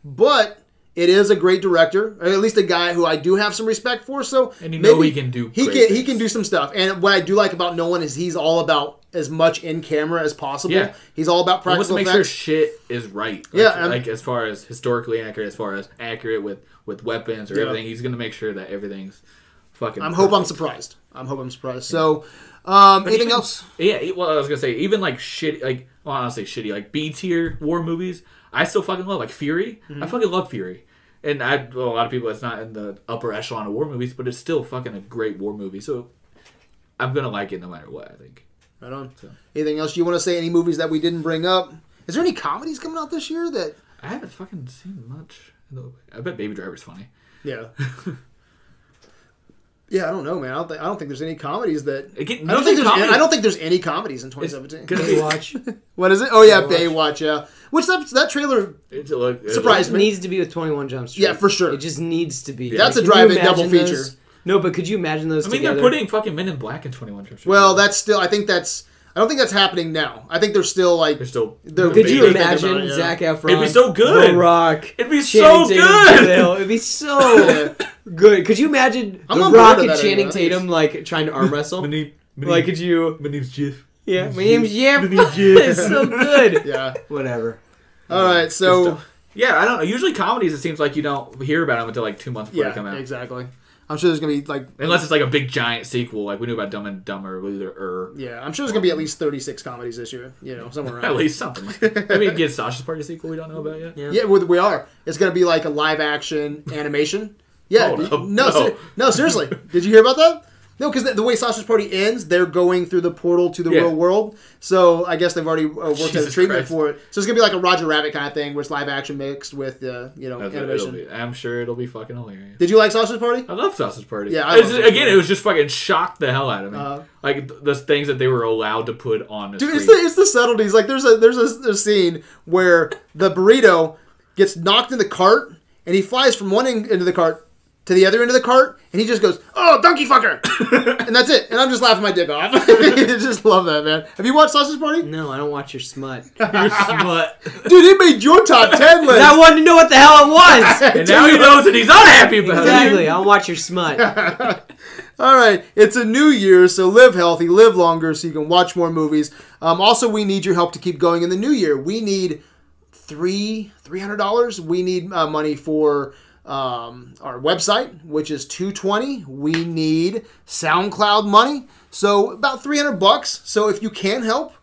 but it is a great director, or at least a guy who I do have some respect for. So And you know he can do he great can he things. can do some stuff. And what I do like about Nolan is he's all about as much in camera as possible. Yeah. He's all about He wants to practical make effects. sure shit is right. Like, Yeah, I'm- like as far as historically accurate, as far as accurate with with weapons or everything, he's gonna make sure that everything's fucking. I'm hope I'm perfect. surprised. I'm hope I'm surprised. So um, anything even- else? Yeah, e- well, I was gonna say even like shit, like well, honestly, shitty like B tier war movies. I still fucking love like Fury. Mm-hmm. I fucking love Fury, and I well, a lot of people it's not in the upper echelon of war movies, but it's still fucking a great war movie. So I'm gonna like it no matter what. I think. Right on. Anything else you want to say? Any movies that we didn't bring up? Is there any comedies coming out this year that? I haven't fucking seen much. I bet Baby Driver's funny. Yeah. [laughs] Yeah, I don't know, man. I don't, think I don't think there's any comedies that Again, I don't nothing think there's comedy. I don't think there's any comedies in It's 2017. gonna be- watch. What is it? Oh yeah, Baywatch. Yeah, which that that trailer It's a look. it's a- Surprise. It needs to be with 21 Jump Street. Yeah, for sure. It just needs to be. That's a could you drive-in double imagine feature. those- No, but could you imagine those I mean, together? they're putting fucking Men in Black in Twenty One Jump Street. Well, that's still. I think that's. I don't think that's happening now. I think they're still like. they're still. They're- they're Could you Thinking about imagine it, yeah. Zach Efron? It'd be so good. The Rock. It'd be Channing so Tatum, good. Jonah Hill. It'd be so good. Could you imagine I'm The on board Rock with and that Channing idea. Tatum like trying to arm wrestle? like, could you? my name's Jiff. Yeah, my name's Jeff. name's [laughs] Jeff. it's so good. [laughs] [laughs] yeah. Whatever. All right. So Yeah, I don't know. Usually comedies, it seems like you don't hear about them until like two months before they come yeah, out, exactly. I'm sure there's gonna be like. unless it's like a big giant sequel, like we knew about Er. Dumb and Dumber, Luther, or Yeah, I'm sure there's gonna be at least 36 comedies this year. You know, somewhere around. [laughs] at least something. Like that. Maybe get Sasha's Party sequel we don't know about yet. Yeah. Yeah, we we are. It's gonna be like a live action animation. Yeah. Oh, d- no. no. No. ser- no, seriously. [laughs] Did you hear about that? No, because the, the way Sausage Party ends, they're going through the portal to the Yeah. real world. So I guess they've already uh, worked out a Jesus treatment Christ. for it. So it's gonna be like a Roger Rabbit kind of thing, where it's live action mixed with uh, you know That's what it'll animation. be. I'm sure it'll be fucking hilarious. Did you like Sausage Party? I love Sausage Party. Yeah, I I was love just- Sausage again, Party. it was just fucking shocked the hell out of me. Uh-huh. like th- the things that they were allowed to put on. A Dude, it's the screen. it's the subtleties. Like there's a there's a, a scene where the burrito gets knocked in the cart and he flies from one end of the cart to the other end of the cart and he just goes, "Oh, donkey fucker," and that's it. And I'm just laughing my dick off. [laughs] I just love that man. Have you watched Sausage Party, dude? No, I don't watch your [laughs] smut. [laughs] smut. [laughs] It made your top ten list. I wanted to know what the hell it was. And now he knows and he's unhappy [laughs] about exactly. it. I'll watch your smut. All right, it's a new year, so live healthy, live longer, so you can watch more movies. Um, also, we need your help to keep going in the new year. We need three three hundred dollars. We need uh, money for um, our website, which is two twenty. We need SoundCloud money, so about three hundred bucks. So if you can help,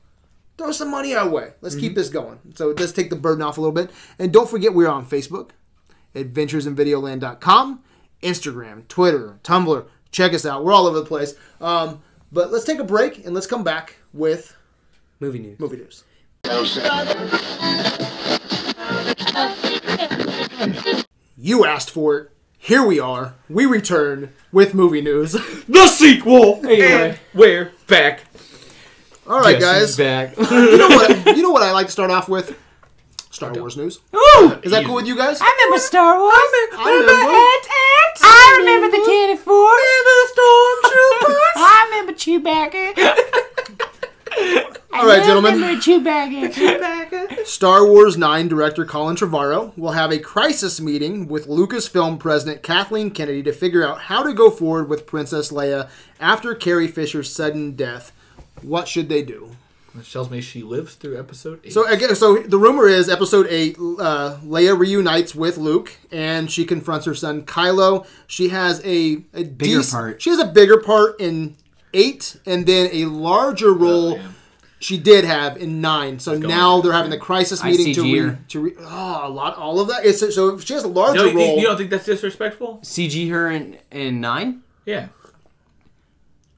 throw some money our way. Let's keep this going. So let's take the burden off a little bit, and don't forget we're on Facebook adventuresinvideoland.com, Instagram, Twitter, Tumblr, Check us out. We're all over the place. Um, but let's take a break and let's come back with Movie news. movie news. You asked for it. Here we are. We return with movie news. [laughs] The sequel. And we're back. All right, Yes, guys. [laughs] he's back. You know what? You know what I like to start off with? Star Wars news. Ooh! Is that cool with you guys? I remember Star Wars. I I remember. Ant. I remember the candy four. Remember the stormtroopers. I remember [laughs] Chewbacca. All right, gentlemen. Remember Chewbacca. Star Wars 9 director Colin Trevorrow will have a crisis meeting with Lucasfilm president Kathleen Kennedy to figure out how to go forward with Princess Leia after Carrie Fisher's sudden death. What should they do? Which tells me she lives through episode eight. So again, so the rumor is episode 8 uh, Leia reunites with Luke and she confronts her son Kylo. She has a, a Bigger dec- part. She has a bigger part in 8 and then a larger role yeah. she did have in nine. So now they're having the crisis I meeting to CG re, her. to re, oh a lot all of that. It's, so if she has a larger no, you, role. you don't think that's disrespectful? CG her in in nine. Yeah.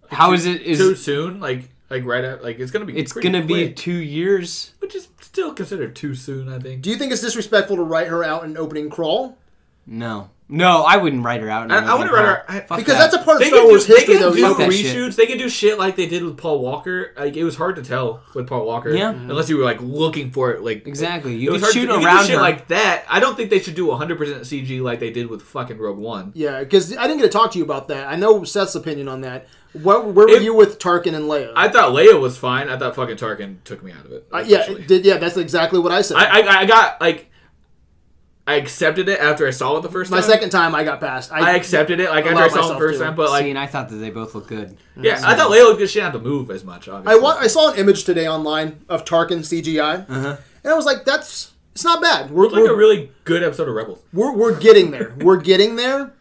How is it? Is Too soon, like like right at like it's gonna be. it's pretty gonna be quick, two years? which is still considered too soon. I think. do you think it's disrespectful to write her out in opening crawl? No, no, I wouldn't write her out. in I- I another wouldn't write her- part. I- Fuck Because that. that's a part of They Star can Wars do, they history, can though. do you Fuck that know? shit. reshoots. They can do shit like they did with Paul Walker. Like it was hard to tell with Paul Walker, Yeah. unless you were like looking for it. Like exactly. it You was could hard to shoot you could do around shit her. like that. I don't think they should do 100% CG like they did with fucking Rogue One. Yeah, because I didn't get to talk to you about that. I know Seth's opinion on that. What, where were It- you with Tarkin and Leia? I thought Leia was fine. I thought fucking Tarkin took me out of it. Uh, yeah, essentially. it did yeah, that's exactly what I said. I, I I got like I accepted it after I saw it the first My time. second time, I got past. I accepted it like after Allowed I saw it the myself first to. time, but like See, and I thought that they both looked good. yeah, I thought Leia looked good. She didn't have to move as much. I, Obviously, wa- I saw an image today online of Tarkin CGI, and I was like, "That's it's not bad. We're, It looked Uh-huh. like we're- a really good episode of Rebels. we're, we're getting there. We're getting there.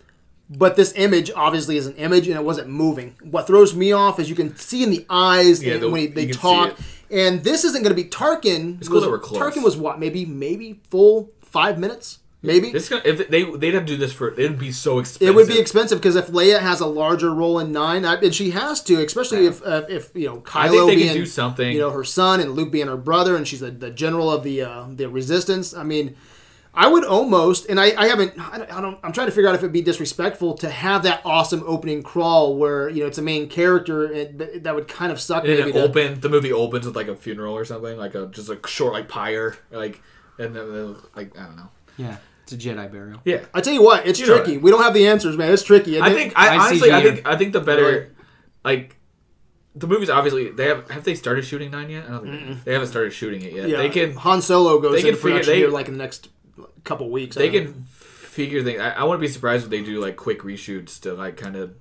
But this image obviously is an image and it wasn't moving. What throws me off is you can see in the eyes Yeah, and the- when he, you they can see talk. it. And this isn't going to be Tarkin. It's cool was- that we're close. Tarkin was what? Maybe maybe full five minutes? Maybe? This gonna, if they they'd have to do this for it would be so expensive. it would be expensive because if Leia has a larger role in nine, I, and she has to, especially if uh, if you know Kylo I think they being could do something. you know her son and Luke being her brother, and she's the, the general of the uh, the resistance. I mean, I would almost, and I, I haven't, I don't, I don't, I'm trying to figure out if it'd be disrespectful to have that awesome opening crawl where you know it's a main character, and th- that would kind of suck. And then Maybe it to- open the movie opens with like a funeral or something, like a just a short like pyre, like and then, then like I don't know. Yeah, it's a Jedi burial. Yeah, I tell you what, it's You know tricky. it. We don't have the answers, man. It's tricky. And I it- think I, I honestly I CG'd. think I think the better Really? like the movies obviously they have have they started shooting nine yet? I don't think they have. they haven't started shooting it yet. yeah, They can Han Solo goes they can into figure- production they- here like in the next couple weeks. I they don't know. can figure things. I, I wouldn't be surprised if they do like quick reshoots to like kind of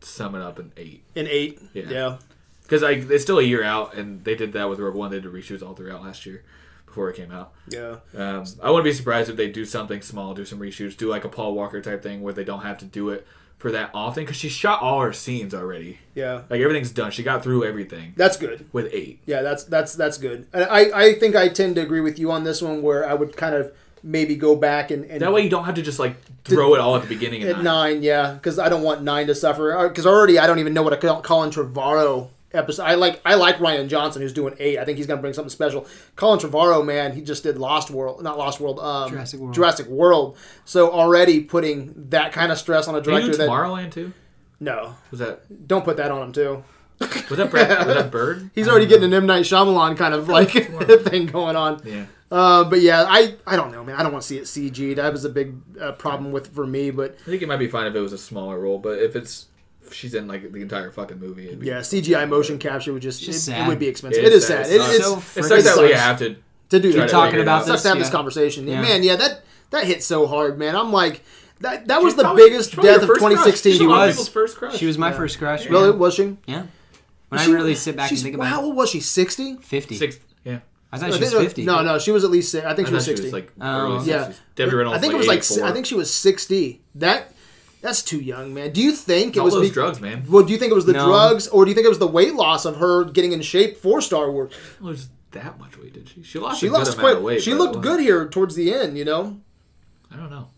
sum it up in eight in eight. Yeah. yeah. because like it's still a year out and they did that with Rogue One. They did reshoots all throughout last year before it came out. yeah. Um, I wouldn't be surprised if they do something small, do some reshoots, do like a Paul Walker type thing where they don't have to do it for that often because she shot all her scenes already. Yeah, Like everything's done. She got through everything that's good. with eight. Yeah, that's that's that's good. And I I think I tend to agree with you on this one, where I would kind of maybe go back and, and That way you don't have to just like throw it all at the beginning. at Of nine. nine, yeah, because I don't want nine to suffer. Because already I don't even know what a Col- Colin Trevorrow episode. I like I like Ryan Johnson who's doing eight. I think he's gonna bring something special. Colin Trevorrow, man, he just did Lost World, not Lost World, um, Jurassic World. Jurassic World. So already putting that kind of stress on a Did you director do that Tomorrowland too? no, Was that don't put that on him too. was that Brad, was that Bird? He's already getting an M Night Shyamalan kind of like [laughs] thing going on. Yeah. Uh, but yeah, I, I don't know, man. I don't want to see it CG. That was a big uh, problem with for me. But I think it might be fine if it was a smaller role, but if it's if she's in like the entire fucking movie, it'd be, yeah, CGI motion capture would just, just it, sad. it would be expensive. It it is is sad. sad. It It, sucks. it's So It freaking sucks that we sucks. have to. to do Keep that. talking It about sucks this, to have this yeah. conversation. Yeah. Man, yeah, that that hit so hard, man. I'm like, that that was She's the probably- biggest she's probably death your of first crush. 2016. She's a lot of was. people's first crush. She was my first crush. Yeah. really was she? Yeah. When She- I really sit back and she's- think about how it, old was she? 60? fifty. six. Yeah. I thought I she was think- fifty. No, no, she was at least. si- I think I she was thought she 60. was like Oh. early Yeah. 60s. Debbie Reynolds. I think it was like. si- 84. I think she was 60. That that's too young, man. Do you think it all was those be- drugs, man. Well, do you think it was the No. drugs, or do you think it was the weight loss of her getting in shape for Star Wars? Lose that much weight? Did she? She lost. She a good lost amount quite. of weight. she but it looked wasn't- good here towards the end, you know. I don't know.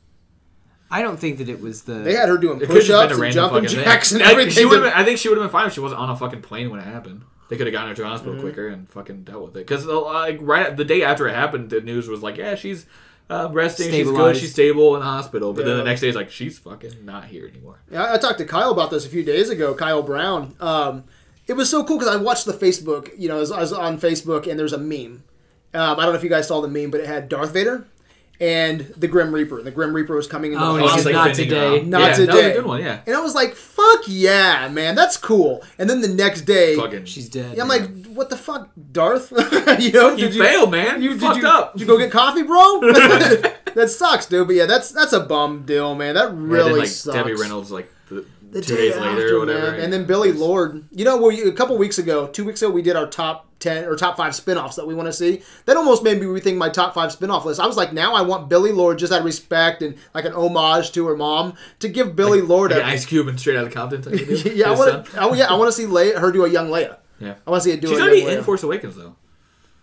I don't think that it was the. They had her doing It could have just push-ups been a and random jumping fucking jacks thing. [laughs] and I- everything. She would've been, I think she would have been fine if she wasn't on a fucking plane when it happened. They could have gotten her to a hospital Mm-hmm. quicker and fucking dealt with it. Because like right at- the day after it happened, the news was like, "Yeah, she's uh, resting. She's good. Stabilized. She's stable in the hospital." But then Yeah. the next day, it's like she's fucking not here anymore. Yeah, I talked to Kyle about this a few days ago. Kyle Brown. Um, it was so cool because I watched the Facebook. You know, I was, I was on Facebook and there's a meme. Um, I don't know if you guys saw the meme, but it had Darth Vader and the Grim Reaper, and the Grim Reaper was coming in. Oh, and he the says, Honestly, "Not fending her today. off. Not yeah, That was today. a good one. Yeah. and I was like, "Fuck yeah, man, that's cool." And then the next day, Fucking. She's dead. yeah, I'm like, "What the fuck, Darth? [laughs] you know, you, failed, man. You, did fucked you, up. Did you go get coffee, [laughs] bro? [laughs] that sucks, dude. But yeah, that's that's a bum deal, man. That Yeah, really then, like sucks. Debbie Reynolds, like the, The two day days later after, or whatever. man. yeah. And then Billy Lord. You know, we, a couple weeks ago, two weeks ago, we did our top 10 or top five spinoffs that we want to see. That almost made me rethink my top five spinoff list. I was like, now I want Billy Lord just out of respect and like an homage to her mom to give Billy Lord Like a. an Ice Cube and straight out of Compton. type of [laughs] deal. yeah, I His want [laughs] son. to. Oh, yeah, I want to see Leia, her do a young Leia. Yeah. I want to see it do She's a already young in Leia. Force Awakens though.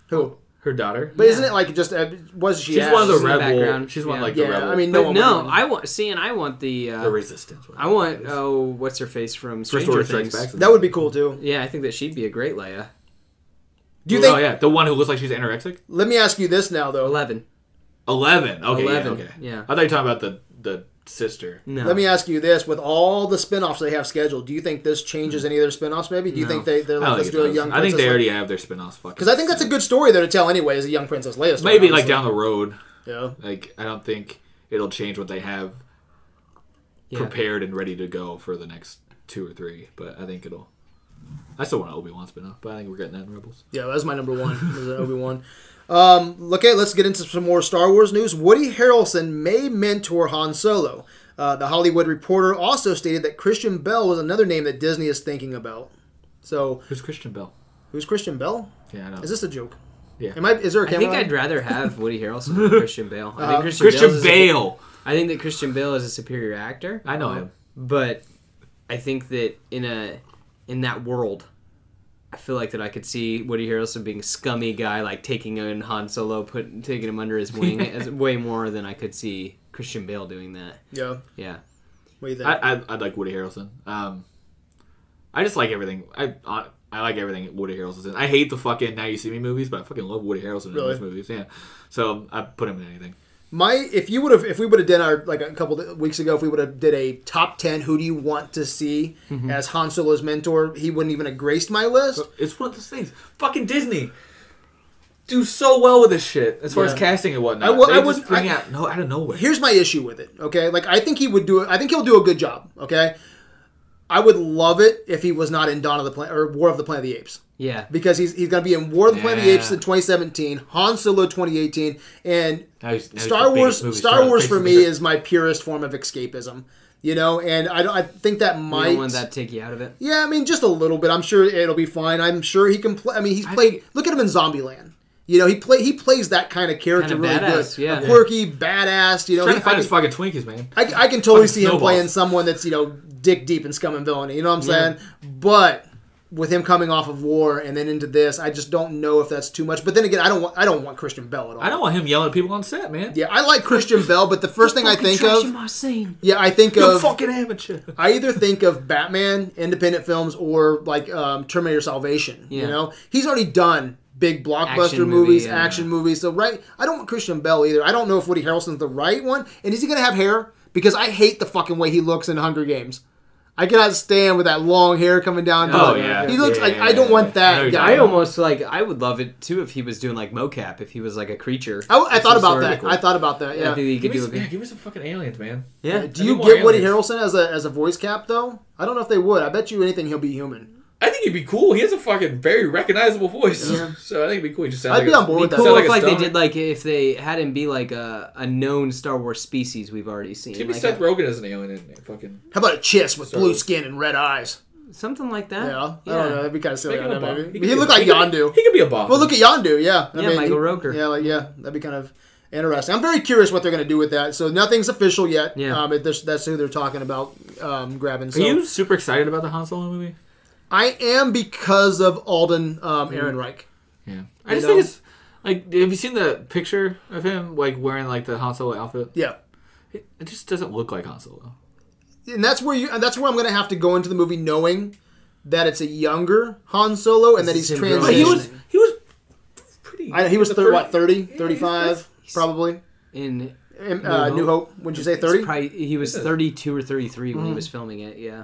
Who? Her daughter. But isn't it like just uh, was she? She's asked? one of the she's in the rebel. background. She's one Yeah. like the Yeah, rebel. I mean, no But one. no, would- I want. See, and I want the. Uh, the resistance. I whatever it want. is. Oh, what's her face from First Stranger Order Strikes Things? Back. that would be cool too. Yeah, I think that she'd be a great Leia. Do you oh think? yeah, the one who looks like she's anorexic. Let me ask you this now though. Eleven. Eleven. Okay. Eleven, Yeah, okay. yeah. I thought you were talking about the the sister. No. Let me ask you this: With all the spin-offs they have scheduled, do you think this Hmm. changes any of their spin-offs? Maybe do you No. think they they're I, like, don't let's think, do a it young? does. I think they Princess already have their spin-offs. Fucking. because I think that's a good story though to tell anyway as a young Princess Leia. Story, maybe like honestly. down the road. Yeah. Like I don't think it'll change what they have Yeah. prepared and ready to go for the next two or three. But I think it'll. I still want Obi Wan spin-off, but I think we're getting that in Rebels. Yeah, that was my number one. Was Obi Wan. Um, okay, let's get into some more Star Wars news. Woody Harrelson may mentor Han Solo. Uh, the Hollywood Reporter also stated that Christian Bell was another name that Disney is thinking about. So, Who's Christian Bell? who's Christian Bell? Yeah, I know. Is this a joke? Yeah. Am I? Is there a I camera? think I'd rather have Woody [laughs] Harrelson than Christian Bale. I Uh, think Christian, Christian Bale's a- Bale? I think that Christian Bale is a superior actor, I know him. but I think that in a in that world, I feel like that I could see Woody Harrelson being a scummy guy, like taking in Han Solo, put taking him under his [laughs] wing, as, way more than I could see Christian Bale doing that. yeah. Yeah, What do you think? I, I I like Woody Harrelson. Um, I just like everything. I I, I like everything Woody Harrelson's in. I hate the fucking Now You See Me movies, but I fucking love Woody Harrelson Really? in those movies. Yeah, so um, I put him in anything. My, if you would have, if we would have done our like a couple of weeks ago, if we would have did a top ten, who do you want to see as Han Solo's mentor? He wouldn't even have graced my list. It's one of those things. Fucking Disney do so well with this shit as far Yeah. as casting and whatnot. I wa- they I just wouldn't- bring I- out no out of nowhere. Here's my issue with it. Okay, like I think he would do it. I think he'll do a good job. Okay, I would love it if he was not in Dawn of the Planet or War of the Planet of the Apes yeah. because he's he's going to be in War of the Planet of the Yeah. Apes in 2017, Han Solo 2018, and Now he's- now he's the Star biggest Wars. movie Star star, Wars for me basically. is my purest form of escapism. You know, and I don't. I think that I might. don't want that to take you out of it. Yeah, I mean, just a little bit. I'm sure it'll be fine. I'm sure he can play. I mean, he's played. look at him in Zombieland. You know, he play he plays that kind of character Kinda really badass, good. yeah. A quirky, badass. You know, Trying he to find fucking, his fucking Twinkies, man. I, I can totally fucking see him snowballs. playing someone that's you know dick deep in scum and villainy. You know what I'm saying? But with him coming off of war and then into this, I just don't know if that's too much. But then again, I don't want I don't want Christian Bell at all. I don't want him yelling at people on set, man. Yeah, I like Christian Bell, but the first thing I think of, my scene. yeah, I think You of fucking amateur. I either think of Batman, independent films, or like um, Terminator Salvation. You Yeah. know, he's already done big blockbuster Action movie, movies, yeah. action uh, movies. So right, I don't want Christian Bell either. I don't know if Woody Harrelson's the right one, and is he gonna have hair? Because I hate the fucking way he looks in Hunger Games. I cannot stand with that long hair coming down. Oh, But yeah. he looks Yeah, like yeah, I don't yeah, want yeah. that. No, you guy. I almost like I would love it too if he was doing like mocap, if he was like a creature. I, I of thought some about sort. that. I thought about that. I think Yeah. he could Give me, do a some, yeah, good. give me some fucking aliens, man. Yeah, Do you more get Woody aliens. Harrelson as a as a voice cap though? I don't know if they would. I bet you anything he'll be human. I think he'd be cool. He has a fucking very recognizable voice. [laughs] So I think it'd be cool. He just sounds I'd like be a- on board with It'd that. be cool Sound like if a like they stoner. did like if they had him be like a, a known Star Wars species we've already seen, Give me like Seth a- Rogen as an alien and fucking How about a chest with So- blue skin and red eyes? something like that. Yeah, I don't know. That'd be kind of silly. Make I him don't know, a bop. maybe. He He, could be- looked like he could- Yondu. He could be a boss. Well, look at Yondu. Yeah, I Yeah, Michael he- Roker. Yeah, like yeah, that'd be kind of interesting. I'm very curious what they're going to do with that. So nothing's official yet. Yeah. um, it, that's, that's who they're talking about um, grabbing. So Are you super excited about the Han Solo movie? I am because of Alden Mm-hmm. um, Ehrenreich. Yeah. I know? just think it's like have you seen the picture of him like wearing like the Han Solo outfit? Yeah, It it just doesn't look like Han Solo. and that's where you and that's where I'm gonna have to go into the movie knowing that it's a younger Han Solo and that he's is him growing. transitioning. But he he was, was- he was pretty. I, he was the thir- what 30, he's- 35, probably. In Um, Uh, New Hope. Would you say it's thirty? Mm-hmm. probably, he was 32 or 33 when he was filming it. Yeah.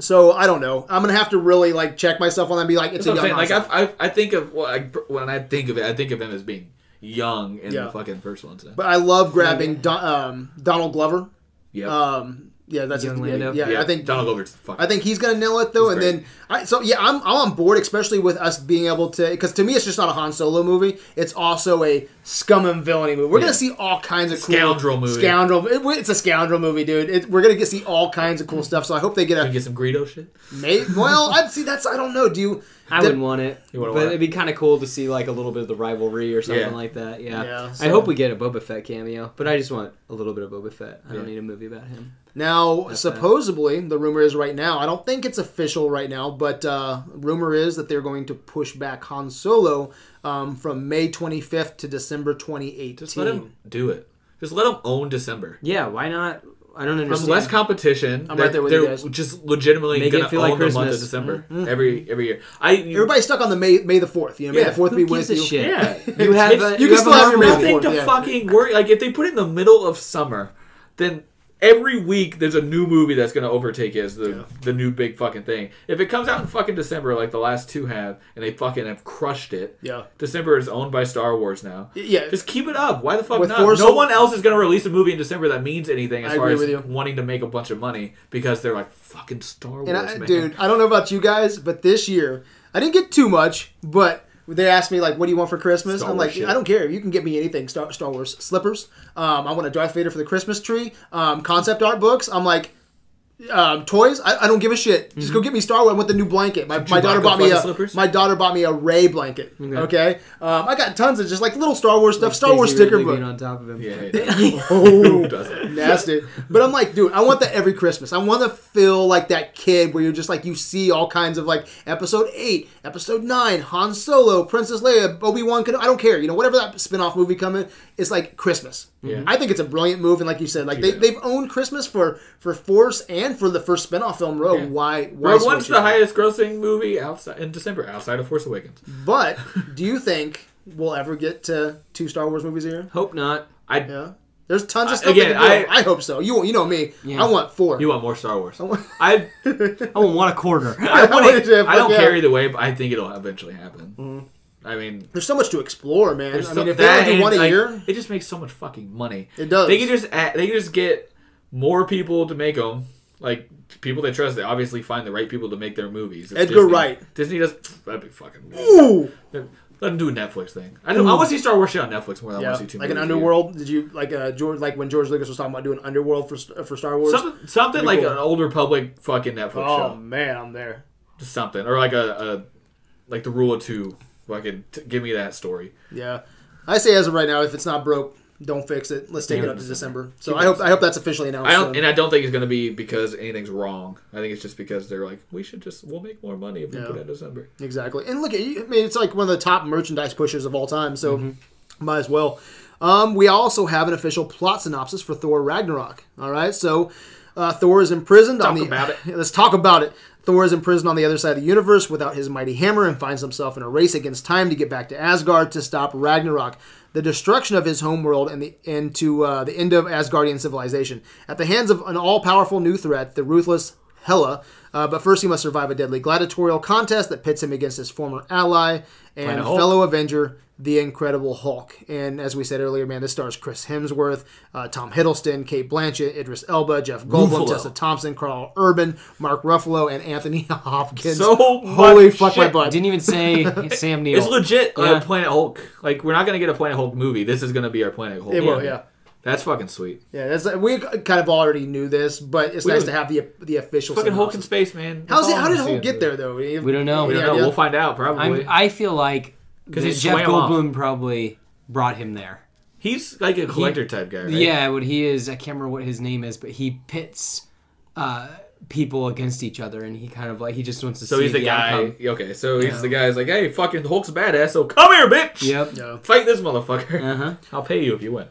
So I don't know. I'm gonna have to really like check myself on that and be like, it's That's what a I'm young. saying. Han Like Solo. I, I, I think of well, I, when I think of it, I think of him as being young in Yeah. the fucking first one. So. but I love grabbing Don, um, Donald Glover. yeah, Um, yeah, that's Young yeah, Lando. yeah, I think Donald Glover's fucking. I think he's gonna nail it though, He's and great. then I, so yeah, I'm, I'm on board, especially with us being able to because to me it's just not a Han Solo movie; it's also a scum and villainy movie. We're Yeah. gonna see all kinds of Scoundrel cool, movie. scoundrel. it- it's a scoundrel movie, dude. It, we're gonna get see all kinds of cool stuff. So I hope they get a you get some Greedo shit. mate. [laughs] Well, I'd see that's I don't know. Do you? I that- wouldn't want it, but You wouldn't want it? it'd be kind of cool to see like a little bit of the rivalry or something Yeah. like that. Yeah, Yeah, I so- hope we get a Boba Fett cameo, but I just want a little bit of Boba Fett. I don't Yeah. need a movie about him. Now, bad. supposedly, the rumor is right now, I don't think it's official right now, but uh, rumor is that they're going to push back Han Solo um, from May 25th to December 2018. Just let him do it. Just let him own December. Yeah, why not? I don't From understand. less competition, I'm they're, right there with they're you guys. just legitimately Make it gonna feel own like the month Christmas. of December Mm-hmm. every every year. I Everybody's stuck on the May, May the 4th. You know, May Yeah. the 4th be Who with gives a you. shit? [laughs] yeah, You have It's- [laughs] a, you can you, have still have another your movie. May nothing to Yeah. fucking worry. Like if they put it in the middle of summer, then every week there's a new movie that's gonna overtake it as the the new big fucking thing. If it comes out in fucking December, like the last two have, and they fucking have crushed it. Yeah. December is owned by Star Wars now. Yeah. Just keep it up. Why the fuck With not? Force- no one else is gonna release a movie in December that means anything as I far agree as with you. wanting to make a bunch of money because they're like fucking Star Wars, And I, man. dude, I don't know about you guys, but this year I didn't get too much. But they asked me like, "What do you want for Christmas?" Star I'm Wars like, shit. "I don't care. You can get me anything. Star, Star Wars slippers. Um, I want a Darth Vader for the Christmas tree. Um, concept art books. I'm like." Um, toys? I, I don't give a shit. Just Mm-hmm. go get me Star Wars. I want the new blanket. My, my daughter Chewbacca bought me fucking a slippers? my daughter bought me a Ray blanket. Okay, Um, I got tons of just like little Star Wars stuff. Star Daisy Wars sticker Ridley book. being on top of [laughs] him. Yeah, yeah. Who doesn't? nasty. But I'm like, dude, I want that every Christmas. I want to feel like that kid where you're just like you see all kinds of like episode eight, episode nine, Han Solo, Princess Leia, Obi Wan. I don't care. You know, whatever that spin-off movie coming, it's like Christmas. Yeah. I think it's a brilliant move, and like you said, like they, Yeah. they've owned Christmas for for Force and for the first spin-off film Rogue. Yeah. Why? why Rogue switch One's it the up? highest grossing movie outside in December outside of Force Awakens. But do you think we'll ever get to two Star Wars movies a year? Hope not. I Yeah. There's tons of stuff. again, they can do. I- I hope so. You you know me. Yeah. I want four. you want more Star [laughs] Wars. want- I I Oh, won't want a [laughs] quarter. [laughs] I, wanted wouldn't- to- I don't fuck care yeah. either way, but I think it'll eventually happen. I mean, There's so much to explore, man. I there's mean, so- if they only do and, one a like, year, it just makes so much fucking money. It does. They can just add, they can just get more people to make them. Like people they trust, they obviously find the right people to make their movies. It's Edgar Disney. Wright. Disney does that'd be fucking. Weird. ooh, Let them do a Netflix thing. I, don't, I want to see Star Wars shit on Netflix more than I yeah, want to see two like an movies a year. underworld. Did you like uh, George? Like when George Lucas was talking about doing underworld for uh, for Star Wars? Something, something Be like cool. an old Republic fucking Netflix oh show. man, I'm there. Just something. Or like a, a like the rule of two. Fucking t- give me that story. Yeah, I say as of right now, if it's not broke, don't fix it. Let's take it up to December. So I hope I hope that's officially announced. I don't, soon. and I don't think it's gonna be because anything's wrong. I think it's just because they're like, we should just we'll make more money if we Yeah. put it in December. Exactly. And look, at you- I mean, it's like one of the top merchandise pushes of all time, so Mm-hmm. might as well. Um, we also have an official plot synopsis for Thor Ragnarok. All right, so uh, Thor is imprisoned on the. [laughs] about it. Let's talk about it. Thor is imprisoned on the other side of the universe without his mighty hammer and finds himself in a race against time to get back to Asgard to stop Ragnarok, the destruction of his homeworld, and the and to uh, the end of Asgardian civilization at the hands of an all-powerful new threat, the ruthless Hela. Uh, but first, he must survive a deadly gladiatorial contest that pits him against his former ally and Planet Hulk. fellow Avenger, the Incredible Hulk. And as we said earlier, man, this stars Chris Hemsworth, uh, Tom Hiddleston, Kate Blanchett, Idris Elba, Jeff Goldblum, Ruffalo. Tessa Thompson, Carl Urban, Mark Ruffalo, and Anthony [laughs] Hopkins. So holy much fuck my shit. butt! Didn't even say [laughs] Sam Neill. It's legit Yeah. uh, Planet Hulk. Like we're not gonna get a Planet Hulk movie. This is gonna be our Planet Hulk. It will, movie. yeah. That's fucking sweet. Yeah, that's we kind of already knew this, but it's We nice do. to have the the official. Fucking Hulk in synopsis. space, man. That's How's it? all How I'm did seeing. Hulk get there though? We don't know. We We don't know. We'll find out probably. I'm, I feel like Because that he Jeff swam off. Goldblum probably brought him there. He's like a collector type guy, right? Yeah, what he is, I can't remember what his name is, but he pits uh, people against each other, and he kind of like he just wants to So see he's the, guy. outcome. Okay, so he's the guy. Who's like, hey, fucking Hulk's badass. So come here, bitch. Yep. Yeah. Fight this motherfucker. Uh huh. I'll pay you if you win.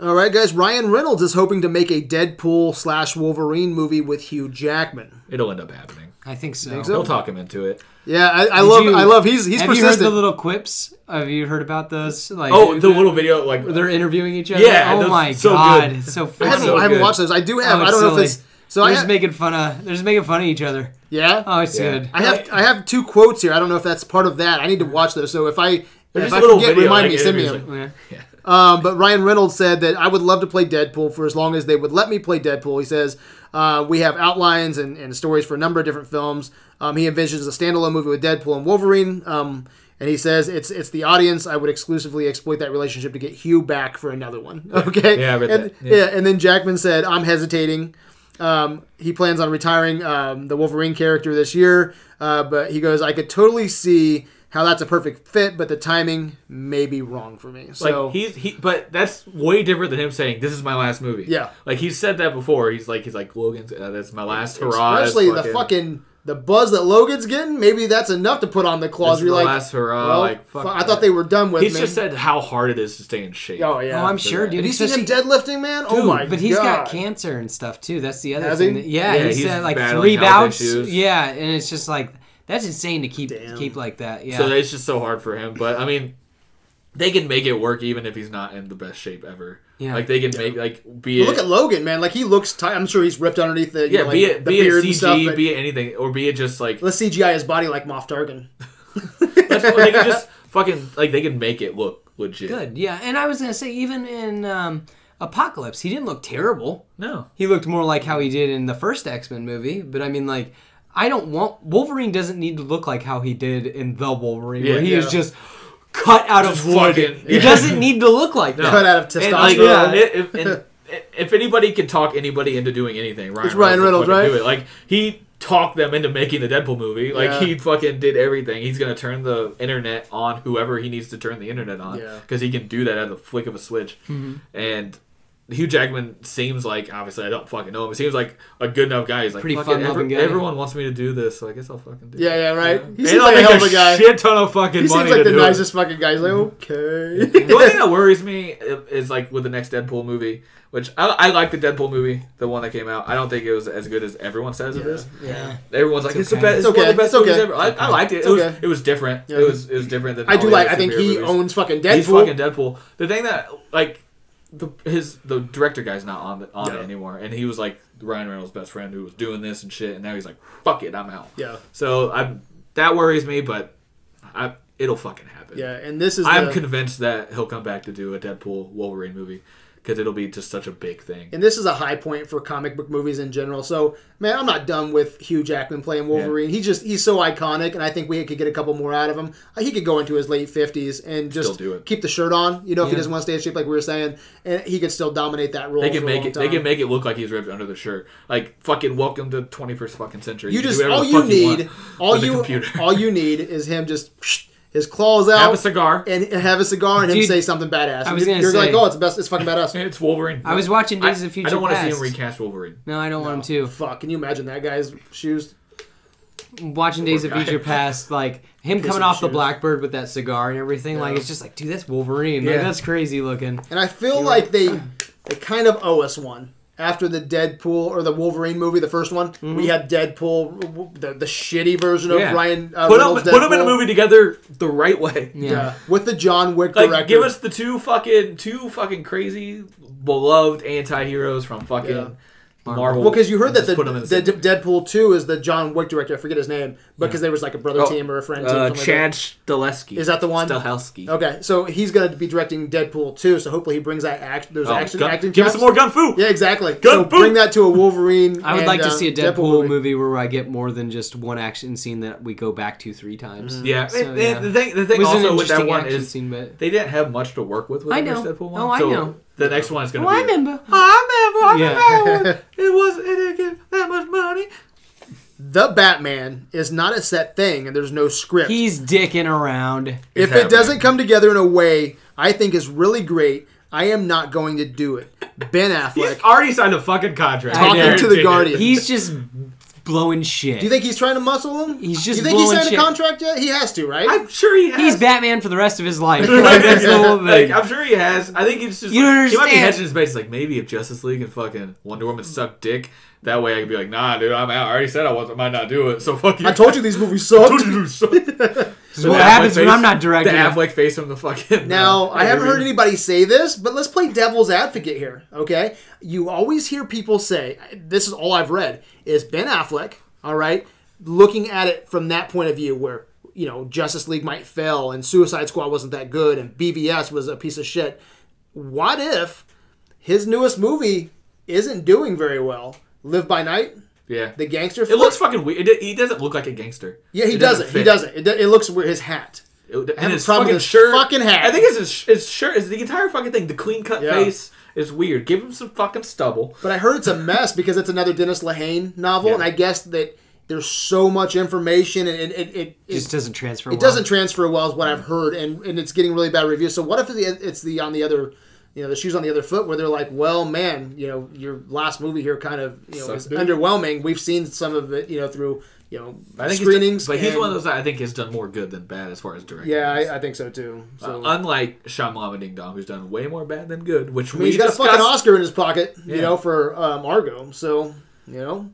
All right, guys. Ryan Reynolds is hoping to make a Deadpool slash Wolverine movie with Hugh Jackman. It'll end up happening. I think so. They'll talk him into it. Yeah, I, I love. you- I love. He's he's Have you heard persistent. the little quips? Have you heard about those? Like, Oh, the little video like they're interviewing each other. Yeah, Oh those- my so god, good. it's so I funny. haven't, so I haven't good. watched those. I do have. Oh, I don't know silly. if it's. So they're I just ha- making fun of. They're just making fun of each other. yeah. Oh, it's Yeah. good. I have I have two quotes here. I don't know if that's part of that. I need to watch those. So if I if just I little forget, video, remind like, me. Send me. interviews, them. like- Yeah. Um, but Ryan Reynolds said that I would love to play Deadpool for as long as they would let me play Deadpool. He says uh, we have outlines and, and stories for a number of different films. Um, he envisions a standalone movie with Deadpool and Wolverine. Um, and he says it's it's the audience. I would exclusively exploit that relationship to get Hugh back for another one. [laughs] Okay. Yeah, I read and, that. Yeah. Yeah. And then Jackman said I'm hesitating. Um, he plans on retiring um, the Wolverine character this year, uh, but he goes, I could totally see how that's a perfect fit, but the timing may be wrong for me. Like So he's he, but that's way different than him saying this is my last movie. Yeah. like he said that before. He's like he's like Logan's. Uh, that's my last hurrah. that's Especially the fucking the buzz that Logan's getting. Maybe that's enough to put on the This claws. is You're my like, last hurrah. well, like fuck. fu- I thought they were done with He's me. just said how hard it is to stay in shape. oh yeah. Oh, I'm For sure, that. dude. Have you seen Especially- him deadlifting, man? oh Dude, my But he's he's got cancer and stuff too. That's the other Has thing. he? That, yeah, Yeah, he he's said like battling three health bouts. issues. Yeah, and it's just like that's insane to keep keep like that. Yeah. So it's just so hard for him. But I mean, they can make it work even if he's not in the best shape ever. Yeah. like they can make like be Look it. at Logan, man. Like he looks. tight. I'm sure he's ripped underneath the. you yeah, know, be like, it the be it beard CG, and stuff. but be it anything, or be it just like Let's CGI his body like Moff [laughs] Tarkin. let's- they can just fucking like they can make it look legit. good. Yeah, and I was gonna say even in um, Apocalypse, he didn't look terrible. No, He looked more like how he did in the first X Men movie. But I mean, like, I don't want Wolverine doesn't need to look like how he did in the Wolverine, where Yeah. he Yeah. is just cut out Just of wood. fucking- He yeah. doesn't need to look like that. Cut out of And, like, testosterone. yeah. if, and- if anybody can talk anybody into doing anything, Ryan It's Ryan Reynolds, Reynolds, would fucking right? Do it. Like he talked them into making the Deadpool movie. Like Yeah. he fucking did everything. He's gonna turn the internet on whoever he needs to turn the internet on Yeah. because he can do that at the flick of a switch. Mm-hmm. And Hugh Jackman seems like obviously I don't fucking know him. He seems like a good enough guy. He's like Pretty "Fuck it, fun-loving every- guy." Everyone wants me to do this, so I guess I'll fucking do. Yeah, it. yeah, right. He And seems I'll like a make hell a of a guy. shit ton of fucking He seems money like to the do it. nicest fucking guy. He's like, okay. [laughs] The only thing that worries me is like with the next Deadpool movie, which I, I like the Deadpool movie, the one that came out. I don't think it was as good as everyone says it is. Yeah. Everyone's like, it's, the okay. best. It's, It's one of okay. the It's best movies okay. ever. I, I liked it. It's it was okay. it was different. Yeah. It was it was different than I all do the like. other I think superhero he movies. owns fucking He's Deadpool. fucking Deadpool. The thing that like the his the director guy's not on the, on Yeah. it anymore, and he was like Ryan Reynolds' best friend who was doing this and shit, and now he's like, fuck it, I'm out. Yeah. So I that worries me, but I it'll fucking happen. yeah, and this is. I'm the- convinced that he'll come back to do a Deadpool Wolverine movie because it'll be just such a big thing. and this is a high point for comic book movies in general. So, man, I'm not done with Hugh Jackman playing Wolverine. He just he's so iconic, and I think we could get a couple more out of him. Uh, He could go into his late 50s and just Still do it. keep the shirt on, you know, if he Yeah. doesn't want to stay in shape, like we were saying, and he could still dominate that role. They can for a make long it. They time. can make it look like he's ripped under the shirt. Like fucking welcome to 21st fucking century. You can do just whatever all the you fuck need, want all with a you [laughs] computer. all you need is him just his claws out [laughs] have a cigar. and and have a cigar and him Dude, say something badass. I was You're- gonna you're like, say- oh, it's the best. It's fucking badass. [laughs] And it's Wolverine. I was watching I, Days of Future I don't want to see him Past. recast Wolverine. No, I don't want him to. Fuck, can you imagine that guy's shoes? watching Days of guy. [laughs] Future Past, like him coming in off the the shoes. Blackbird with that cigar and everything, like it's just like, dude, that's Wolverine. Like, Yeah. that's crazy looking. And I feel like they they kind of owe us one. After the Deadpool or the Wolverine movie, the first one, we had Deadpool, w- w- the, the shitty version of Mm-hmm. Yeah. Ryan uh, put Reynolds him put him in a Deadpool. movie together the right way. Yeah. Yeah, with the John Wick Like director. give us the two fucking two fucking crazy beloved anti-heroes from fucking Yeah. Marvel. well, because you heard that Just the, put 'em in the same D- Deadpool two is the John Wick director. I forget his name, but because there was like a brother Oh, team or a friend team. Uh, something like Chad Stahelski. Is that the one? Stahelski. that. Okay, so he's going to be directing Deadpool two. So hopefully he brings that act. Those Oh, action, gun- acting. give us chops. some more gun food. Yeah, exactly. so Gun- bring that to a Wolverine. I would and, like to uh, see a Deadpool, movie. where I get more than just one action scene that we go back to three times. Mm-hmm. Yeah, So, and- and yeah. the thing, the It thing was an also with that interesting one action is scene, but they didn't have much to work with with I the know. Deadpool one. Oh, I so know. The next one is going Oh, to I be. remember. I remember. Yeah. I remember. it was. It didn't get that much money. The Batman is not a set thing, and there's no script. he's dicking around. if it happening. doesn't come together in a way I think is really great, I am not going to do it. Ben He's Affleck already signed a fucking contract. I know. talking to the Guardian. Guardian. He's just blowing shit. Do you think he's trying to muscle him? He's just You think he blowing signed shit. a contract yet? He has to, right? I'm sure he has. He's Batman for the rest of his life. Like, that's the [laughs] whole Like, thing. I'm sure he has. I think it's just You don't like, he might be understand. hedging his base. Like maybe if Justice League and fucking Wonder Woman suck dick, that way I could be like, nah, dude, I'm out. I already said I was. I might not do it. So fuck you. I told you these movies I suck. told you to suck. This is what happens when I'm not The directing. it. Affleck face from the fucking. Now, uh, I haven't heard interview. anybody say this, but let's play devil's advocate here, okay? You always hear people say, this is all I've read, is Ben Affleck, all right, looking at it from that point of view where, you know, Justice League might fail and Suicide Squad wasn't that good and BVS was a piece of shit. What if his newest movie isn't doing very well? Live by Night, Yeah. the gangster It flick? looks fucking weird. It, he doesn't look like a gangster. Yeah, he It doesn't. he fit. doesn't. It, it looks weird. His hat. It- and have a his problem with fucking his shirt, fucking hat. I think it's his, his shirt. Is the entire fucking thing. The clean cut Yeah. face is weird. Give him some fucking stubble. But I heard it's a mess because it's another Dennis Lehane novel, Yeah. and I guess that there's so much information, and it it, it, it, just doesn't transfer. it doesn't transfer well, is what I've heard, and, and it's getting really bad reviews. So what if it's the, it's the on the other, you know, the shoes on the other foot, where they're like, well, man, you know, your last movie here kind of you know Sucks, is dude. underwhelming. We've seen some of it, you know, through you know I think he's done- screenings, but he's and- one of those that I think has done more good than bad as far as directing. Yeah, goes. I, I think so too. So. Uh, unlike Shyamalan Ding Dong, who's done way more bad than good, which I mean, we he's got a discussed. fucking Oscar in his pocket, you Yeah. know, for um, Argo. So, you know.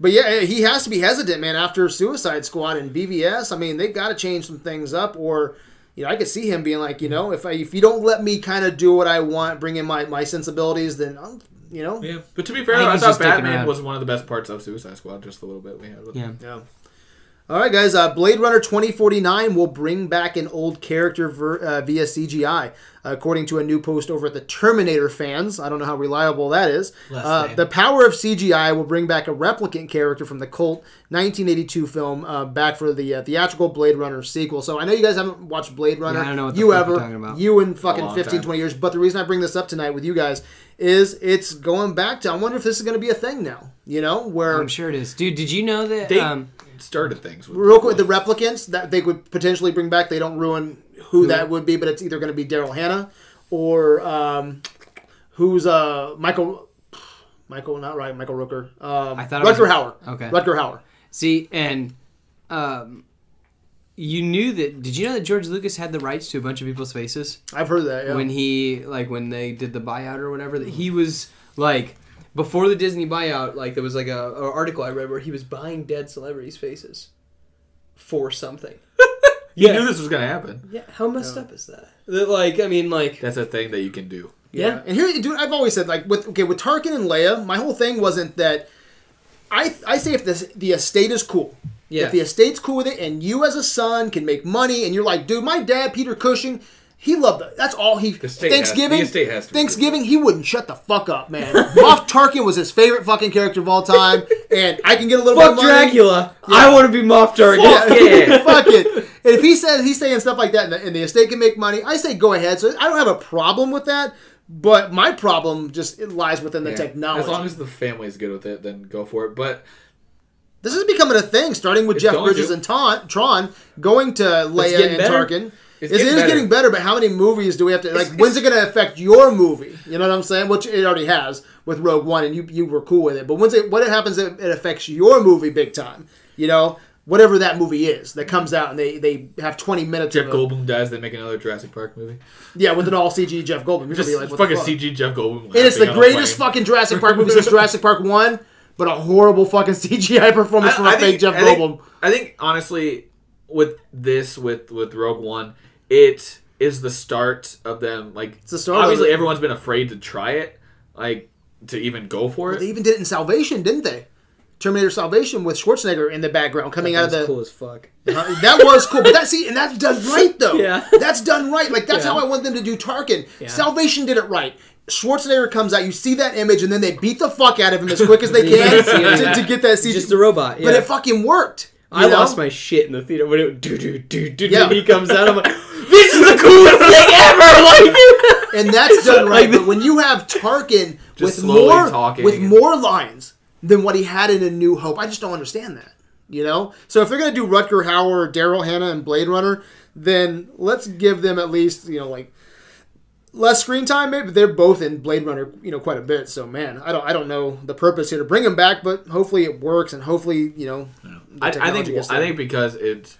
But yeah, eh, he has to be hesitant, man, after Suicide Squad and BVS. I mean, they've got to change some things up or. You know, I could see him being like, Mm-hmm. you know, if I, if you don't let me kind of do what I want, bring in my, my sensibilities, then I'm, you know, Yeah, but to be fair, I think though, I, he's thought just taking Batman out. was one of the best parts of Suicide Squad. Just a little bit we had. With Yeah. Yeah. All right, guys. Uh, Blade Runner 2049 will bring back an old character ver- uh, via CGI, according to a new post over at the Terminator fans. I don't know how reliable that is. Uh, the power of CGI will bring back a replicant character from the cult 1982 film uh, back for the uh, theatrical Blade Runner sequel. So I know you guys haven't watched Blade Runner. I don't know what the you fuck ever you're talking about. you in fucking long 15, time. 20 years. But the reason I bring this up tonight with you guys is it's going back to. I wonder if this is going to be a thing now. You know where I'm sure it is, dude. Did you know that? They um, started things with real quick, the replicants that they would potentially bring back, they don't ruin who that would be, but it's either going to be Daryl Hannah or um, who's uh, Michael. [sighs] Michael, not right. Michael Rooker. Um, I thought it was- Rutger Hauer. Okay. Rutger Hauer. see, and um, you knew that. Did you know that George Lucas had the rights to a bunch of people's faces? I've heard that. Yeah. when he like when they did the buyout or whatever that he was like before the Disney buyout like there was like a, a article I read where he was buying dead celebrities' faces for something. You knew this was gonna happen. Yeah, how messed up is that? That like I mean like That's a thing that you can do. yeah. And here, dude, I've always said like with okay with Tarkin and Leia, my whole thing wasn't that. I I say if the the estate is cool, Yeah. if the estate's cool with it, and you as a son can make money, and you're like, dude, my dad Peter Cushing, he loved it. That's all he. estate Thanksgiving, has- the estate has to be Thanksgiving, he wouldn't shut the fuck up, man. [laughs] Moff Tarkin was his favorite fucking character of all time, and I can get a little Fuck bit of money. Dracula. I want to be Moff Tarkin. Fuck it. [laughs] Fuck it. And if he says he's saying stuff like that and the, and the estate can make money, I say go ahead. So I don't have a problem with that. But my problem just it lies within the Yeah. technology. As long as the family's good with it, then go for it. But this is becoming a thing, starting with It's Jeff going Bridges to. and Ta- Tron, going to Leia getting and better. Tarkin. It's- it It's getting is better. getting better, but how many movies do we have to like? when's it going to affect your movie? You know what I'm saying? Which it already has with Rogue One, and you you were cool with it. But when's it? What happens? It, it affects your movie big time. You know, whatever that movie is that comes out, and they they have 20 minutes. Jeff of a- Goldblum dies, they make another Jurassic Park movie. Yeah, with an all CG Jeff Goldblum. You're Just gonna be like, what fucking the fuck? CG Jeff Goldblum. And it's laughing the on a greatest plane. fucking Jurassic Park movie since Jurassic Park One, but a horrible fucking [laughs] CGI performance from a fake Jeff I think- Goldblum. I think honestly, with this, with with Rogue One, it is the start of them. Like the start of Obviously, it. everyone's been afraid to try it, like to even go for They it. even did it in Salvation, didn't they? Terminator Salvation with Schwarzenegger in the background coming out of the. cool as fuck. Uh, that was cool, but that's see, and that's [laughs] done right though. Yeah. that's done right. Like that's how I want them to do Tarkin. Salvation did it right. Schwarzenegger comes out, you see that image, and then they beat the fuck out of him as quick as [laughs] they Yeah, can yeah. to, to get that CG. Just a robot. Yeah. But it fucking worked. I you know? lost my shit in the theater when it do do do do Yeah. do he comes [laughs] out. I'm like, this is the coolest [laughs] thing ever. [laughs] Like, and that's done right. Like- But when you have Tarkin with slowly more talking with and- more lines than what he had in A New Hope, I just don't understand that. You know, so if they're gonna do Rutger Hauer, Daryl Hannah, and Blade Runner, then let's give them at least you know like less screen time, maybe. But they're both in Blade Runner, you know, quite a bit. So man, I don't I don't know the purpose here to bring them back, but hopefully it works, and hopefully you know. the I, I think technology gets I there. think because it's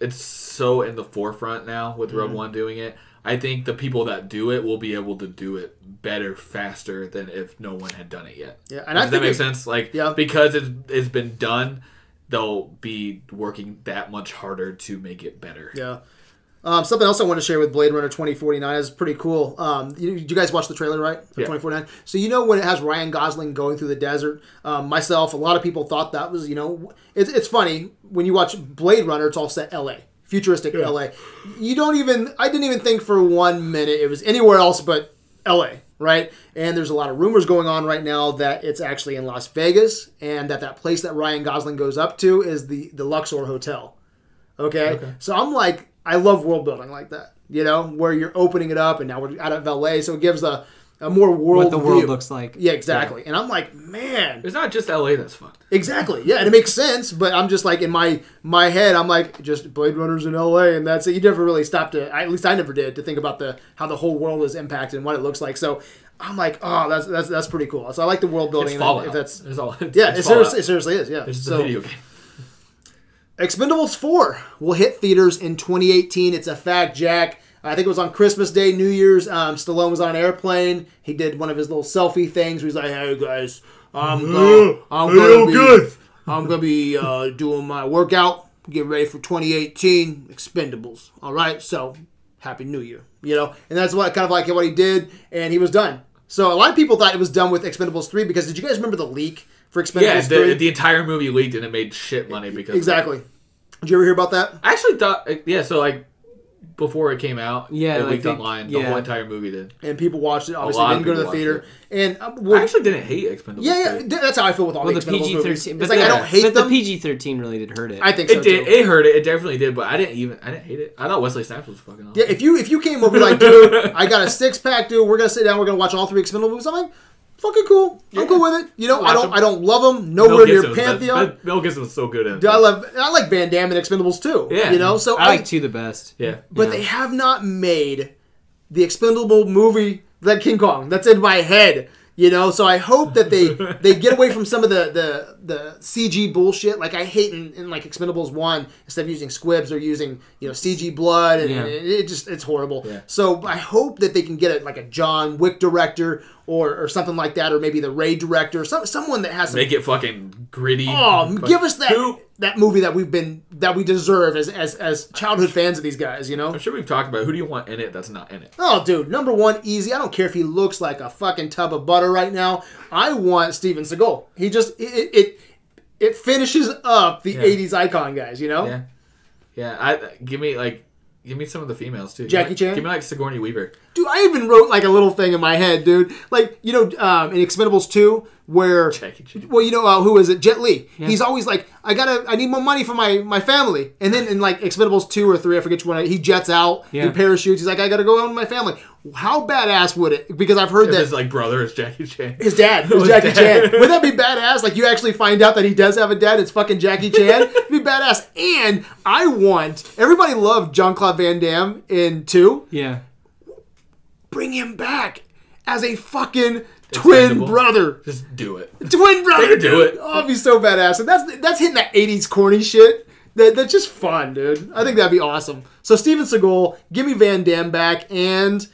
it's so in the forefront now with Mm-hmm. Rogue One doing it. I think the people that do it will be able to do it better, faster than if no one had done it yet. Yeah, and I Does that think make it- sense? Like, Yeah. because it's it's been done, they'll be working that much harder to make it better. Yeah. Um, something else I want to share with Blade Runner 2049 is pretty cool. Um, you, you guys watched the trailer, right? For Yeah. 2049. So you know when it has Ryan Gosling going through the desert. Um, myself, a lot of people thought that was, you know, it's, it's funny when you watch Blade Runner. It's all set L.A. Futuristic L.A. You don't even. I didn't even think for one minute it was anywhere else but L.A. Right? And there's a lot of rumors going on right now that it's actually in Las Vegas and that that place that Ryan Gosling goes up to is the the Luxor Hotel. Okay? So I'm like, I love world building like that, you know, where you're opening it up and now we're out of LA, so it gives a, a more world what the world view. looks like. Yeah, exactly. And I'm like, man, It's not just LA that's fucked. exactly. Yeah, and it makes sense, but I'm just like in my my head, I'm like, just Blade Runners in LA, and that's it. You never really stopped to, I- at least I never did, to think about the how the whole world is impacted and what it looks like. So I'm like, oh, that's that's that's pretty cool. So I like the world building. It's and Fallout. If that's it's all, it's, yeah, it's it Fallout. seriously, it seriously is. Yeah, It's so the video game. Expendables 4 will hit theaters in 2018. It's a fact, Jack. I think it was on Christmas Day, New Year's. Um, Stallone was on an airplane. He did one of his little selfie things. Where he's like, "Hey guys, I'm gonna, I'm gonna be, I'm gonna be uh, doing my workout. Get ready for 2018 Expendables. All right, so Happy New Year, you know." And that's what kind of like what he did, and he was done. So a lot of people thought it was done with Expendables 3 because did you guys remember the leak for Expendables Yeah, 3? the, the entire movie leaked and it made shit money because of it. E, exactly. Did you ever hear about that? I actually thought, yeah, so like before it came out, Yeah, it like leaked the- online. The yeah. whole entire movie did. and people watched it. Obviously, lot of didn't go to the people theater. watched And um, I well, actually didn't hate Expendables. yeah, yeah, three. th- that's how I feel with all Well, the the Expendables PG movies. thirteen. It's like I don't hate but them. the PG thirteen really did hurt it. I think so It did. too. It hurt it. It definitely did. But I didn't even. I didn't hate it. I thought Wesley Snipes was fucking awesome. yeah, if you if you came over like, dude, I got a six pack, dude. We're gonna sit down. We're gonna watch all three Expendables movies. I'm like, fucking cool. I'm cool with it. You know, I Watch don't 'em. I don't love them. Mel Nowhere near Gibson was- pantheon. Mel- Mel Gibson was so good in. Dude, I it. love I like Van Damme and Expendables too. Yeah. you know. So I like two the best. Yeah, but they have not made the expendable movie that King Kong. That's in my head, you know. So I hope that they [laughs] they get away from some of the the the CG bullshit. Like I hate in, in like Expendables one, instead of using squibs, they're using you know CG blood, and, and it, it just it's horrible. So I hope that they can get it like a John Wick director or or something like that, or maybe the Ray director, some someone that has some make it fucking gritty. [laughs] Oh, Fuck- give us that Who- that movie that we've been that we deserve as as as childhood fans of these guys, you know. I'm sure we've talked about it. who do you want in it that's not in it. Oh, dude, number one, easy. I don't care if he looks like a fucking tub of butter right now. I want Steven Seagal. He just it it, it finishes up the Yeah. '80s icon guys. You know, Yeah, yeah. I give me like give me some of the females too. Jackie Give me- Chan? Give me like Sigourney Weaver. dude. I even wrote like a little thing in my head, dude. Like you know, um, in Expendables two, where Jackie Chan. well, you know, uh, who is it? Jet Li. He's always like, I gotta, I need more money for my my family. And then in like Expendables two or three, I forget which one, he jets out, he Yeah. parachutes. He's like, I gotta go home to my family. How badass would it? Because I've heard If that his like brother is Jackie Chan. His dad was [laughs] His Jackie dad. Chan. Would that be badass? Like you actually find out that he does have a dad. It's fucking Jackie [laughs] Chan. It'd be badass. And I want everybody loved John Claude Van Damme in two. Yeah. Bring him back as a fucking twin Expendable. brother. Just do it. Twin brother. They do it. Oh, it'd be so badass. And that's that's hitting that '80s corny shit. That, that's just fun, dude. I think that'd be awesome. So Steven Seagal, give me Van Damme back, and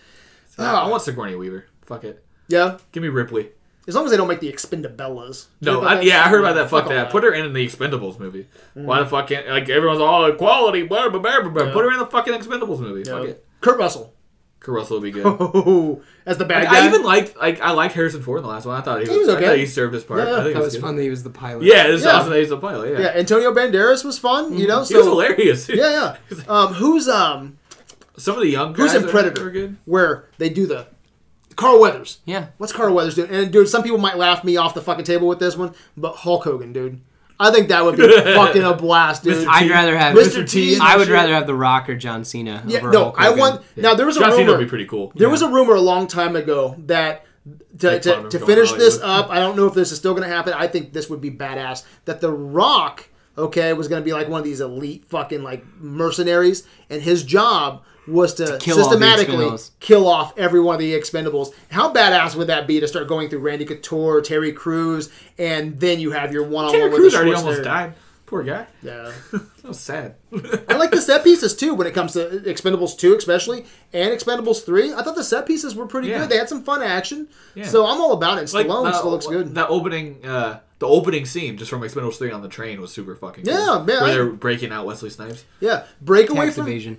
Uh, I want Sigourney Weaver. Fuck it. yeah, Give me Ripley. as long as they don't make the Expendabellas. You No, heard about I, that? yeah, I heard about that. Fuck, all Mm. that. Put her in the Expendables movie. Why the fuck can't like everyone's all equality? Blah blah blah blah. blah. Put her in the fucking Expendables movie. Fuck it. Kurt Russell. Kurt Russell would be good. [laughs] Oh, Like, as the bad guy. I even liked like I liked Harrison Ford in the last one. I thought he was, was I okay. thought he served his part. Yeah, I think that it It was, was good. fun that he was the pilot. Yeah, this is Yeah. awesome that he's a pilot. Yeah, yeah, Antonio Banderas was fun. You know, Mm-hmm. he was so hilarious. dude. yeah, yeah. [laughs] Um, who's um, Some of the young guys who's in are- Predator? are good. Where they do the Carl Weathers. Yeah. What's Carl Weathers doing? And dude, some people might laugh me off the fucking table with this one, but Hulk Hogan, dude. I think that [laughs] would be fucking a blast, dude. I'd rather have Mr. T. I would Sure. rather have The Rock or John Cena. yeah, over no, Hulk I Hogan. want. Now there was a John Cena rumor. would be pretty cool. There was a rumor a long time ago that to, Like to, Carmen to going finish this Hollywood. up, I don't know if this is still going to happen. I think this would be badass. That The Rock okay, was going to be like one of these elite fucking like mercenaries, and his job was to, kill all the systematically Expendables. kill off every one of the Expendables. How badass would that be to start going through Randy Couture, Terry Crews, and then you have your one on Terry one with Crews the already almost Schwarzenegger. died. Poor guy. Yeah. That was sad. I like the set pieces too when it comes to Expendables 2, especially, and Expendables 3. I thought the set pieces were pretty Yeah. good. They had some fun action. Yeah. So I'm all about it. Like, Stallone uh, still looks good. That opening, uh, the opening scene just from Expendables three on the train was super fucking. cool. Yeah, man, Where I- they're breaking out [laughs] Wesley Snipes. yeah. Breakaway Tax from evasion.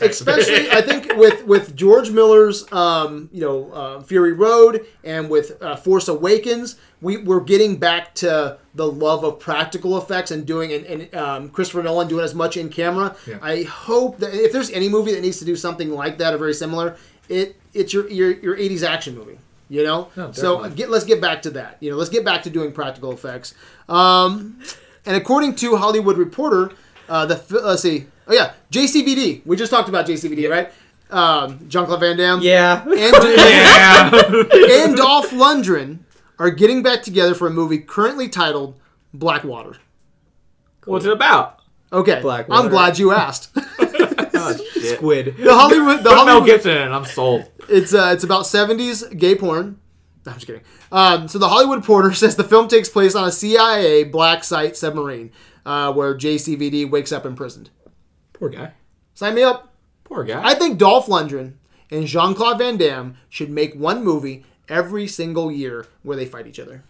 especially I think with with George Miller's um, you know uh, Fury Road and with uh, Force Awakens, we we're getting back to the love of practical effects and doing and, and um, Christopher Nolan doing as much in camera. Yeah. I hope that if there's any movie that needs to do something like that or very similar, it it's your your, your 80s action movie. You know, No, so definitely. get let's get back to that. You know, let's get back to doing practical effects. Um, and according to Hollywood Reporter, uh, the fi- let's see, oh yeah, JCVD. We just talked about JCVD, right? Um, Jean Claude Van Damme [laughs] Yeah. and, [laughs] Yeah. and Dolph Lundgren are getting back together for a movie currently titled Blackwater. What's it about? Okay, Blackwater. I'm glad you asked. [laughs] [laughs] Squid. the Hollywood, [laughs] the Put Mel Hollywood, Gibson in it. I'm sold. it's uh, it's about 70s gay porn. No, I'm just kidding. Um, so the Hollywood Reporter [laughs] says the film takes place on a CIA black site submarine uh, where JCVD wakes up imprisoned. Poor guy. Sign me up. Poor guy. [laughs] I think Dolph Lundgren and Jean Claude Van Damme should make one movie every single year where they fight each other.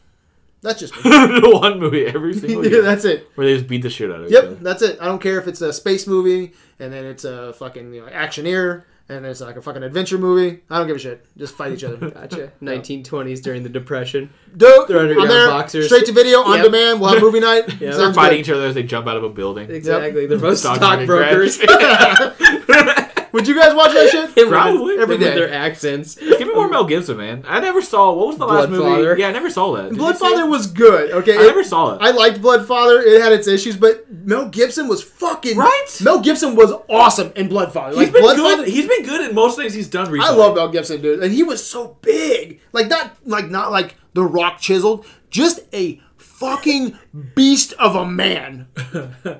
That's just [laughs] me. [laughs] one movie every single Yeah, year that's it. where they just beat the shit out of each Yep, other. that's it. I don't care if it's a space movie and then it's a fucking you know, actioneer and it's like a fucking adventure movie. I don't give a shit. Just fight each other. [laughs] Gotcha. 1920s during the Depression. Dope. They're underground I'm there. boxers. Straight to video on Yep. demand. We'll have movie night. Sounds They're good. fighting each other as they jump out of a building. Exactly. They're both Stockbrokers. stockbrokers. [laughs] Would you guys watch that shit? Probably. every With day. their accents. Give me more Mel Gibson, man. I never saw what was the last movie? Bloodfather. Yeah, I never saw that. Did you see [laughs] Bloodfather was good. Okay, it? I never saw it. I liked Bloodfather. It had its issues, but Mel Gibson was fucking Right? Mel Gibson was awesome in Bloodfather. He's Like been Bloodfather, good. He's been good in most things he's done I recently. love Mel Gibson, dude, and he was so big. Like not like not like The Rock chiseled, just a fucking [laughs] beast of a [laughs] man.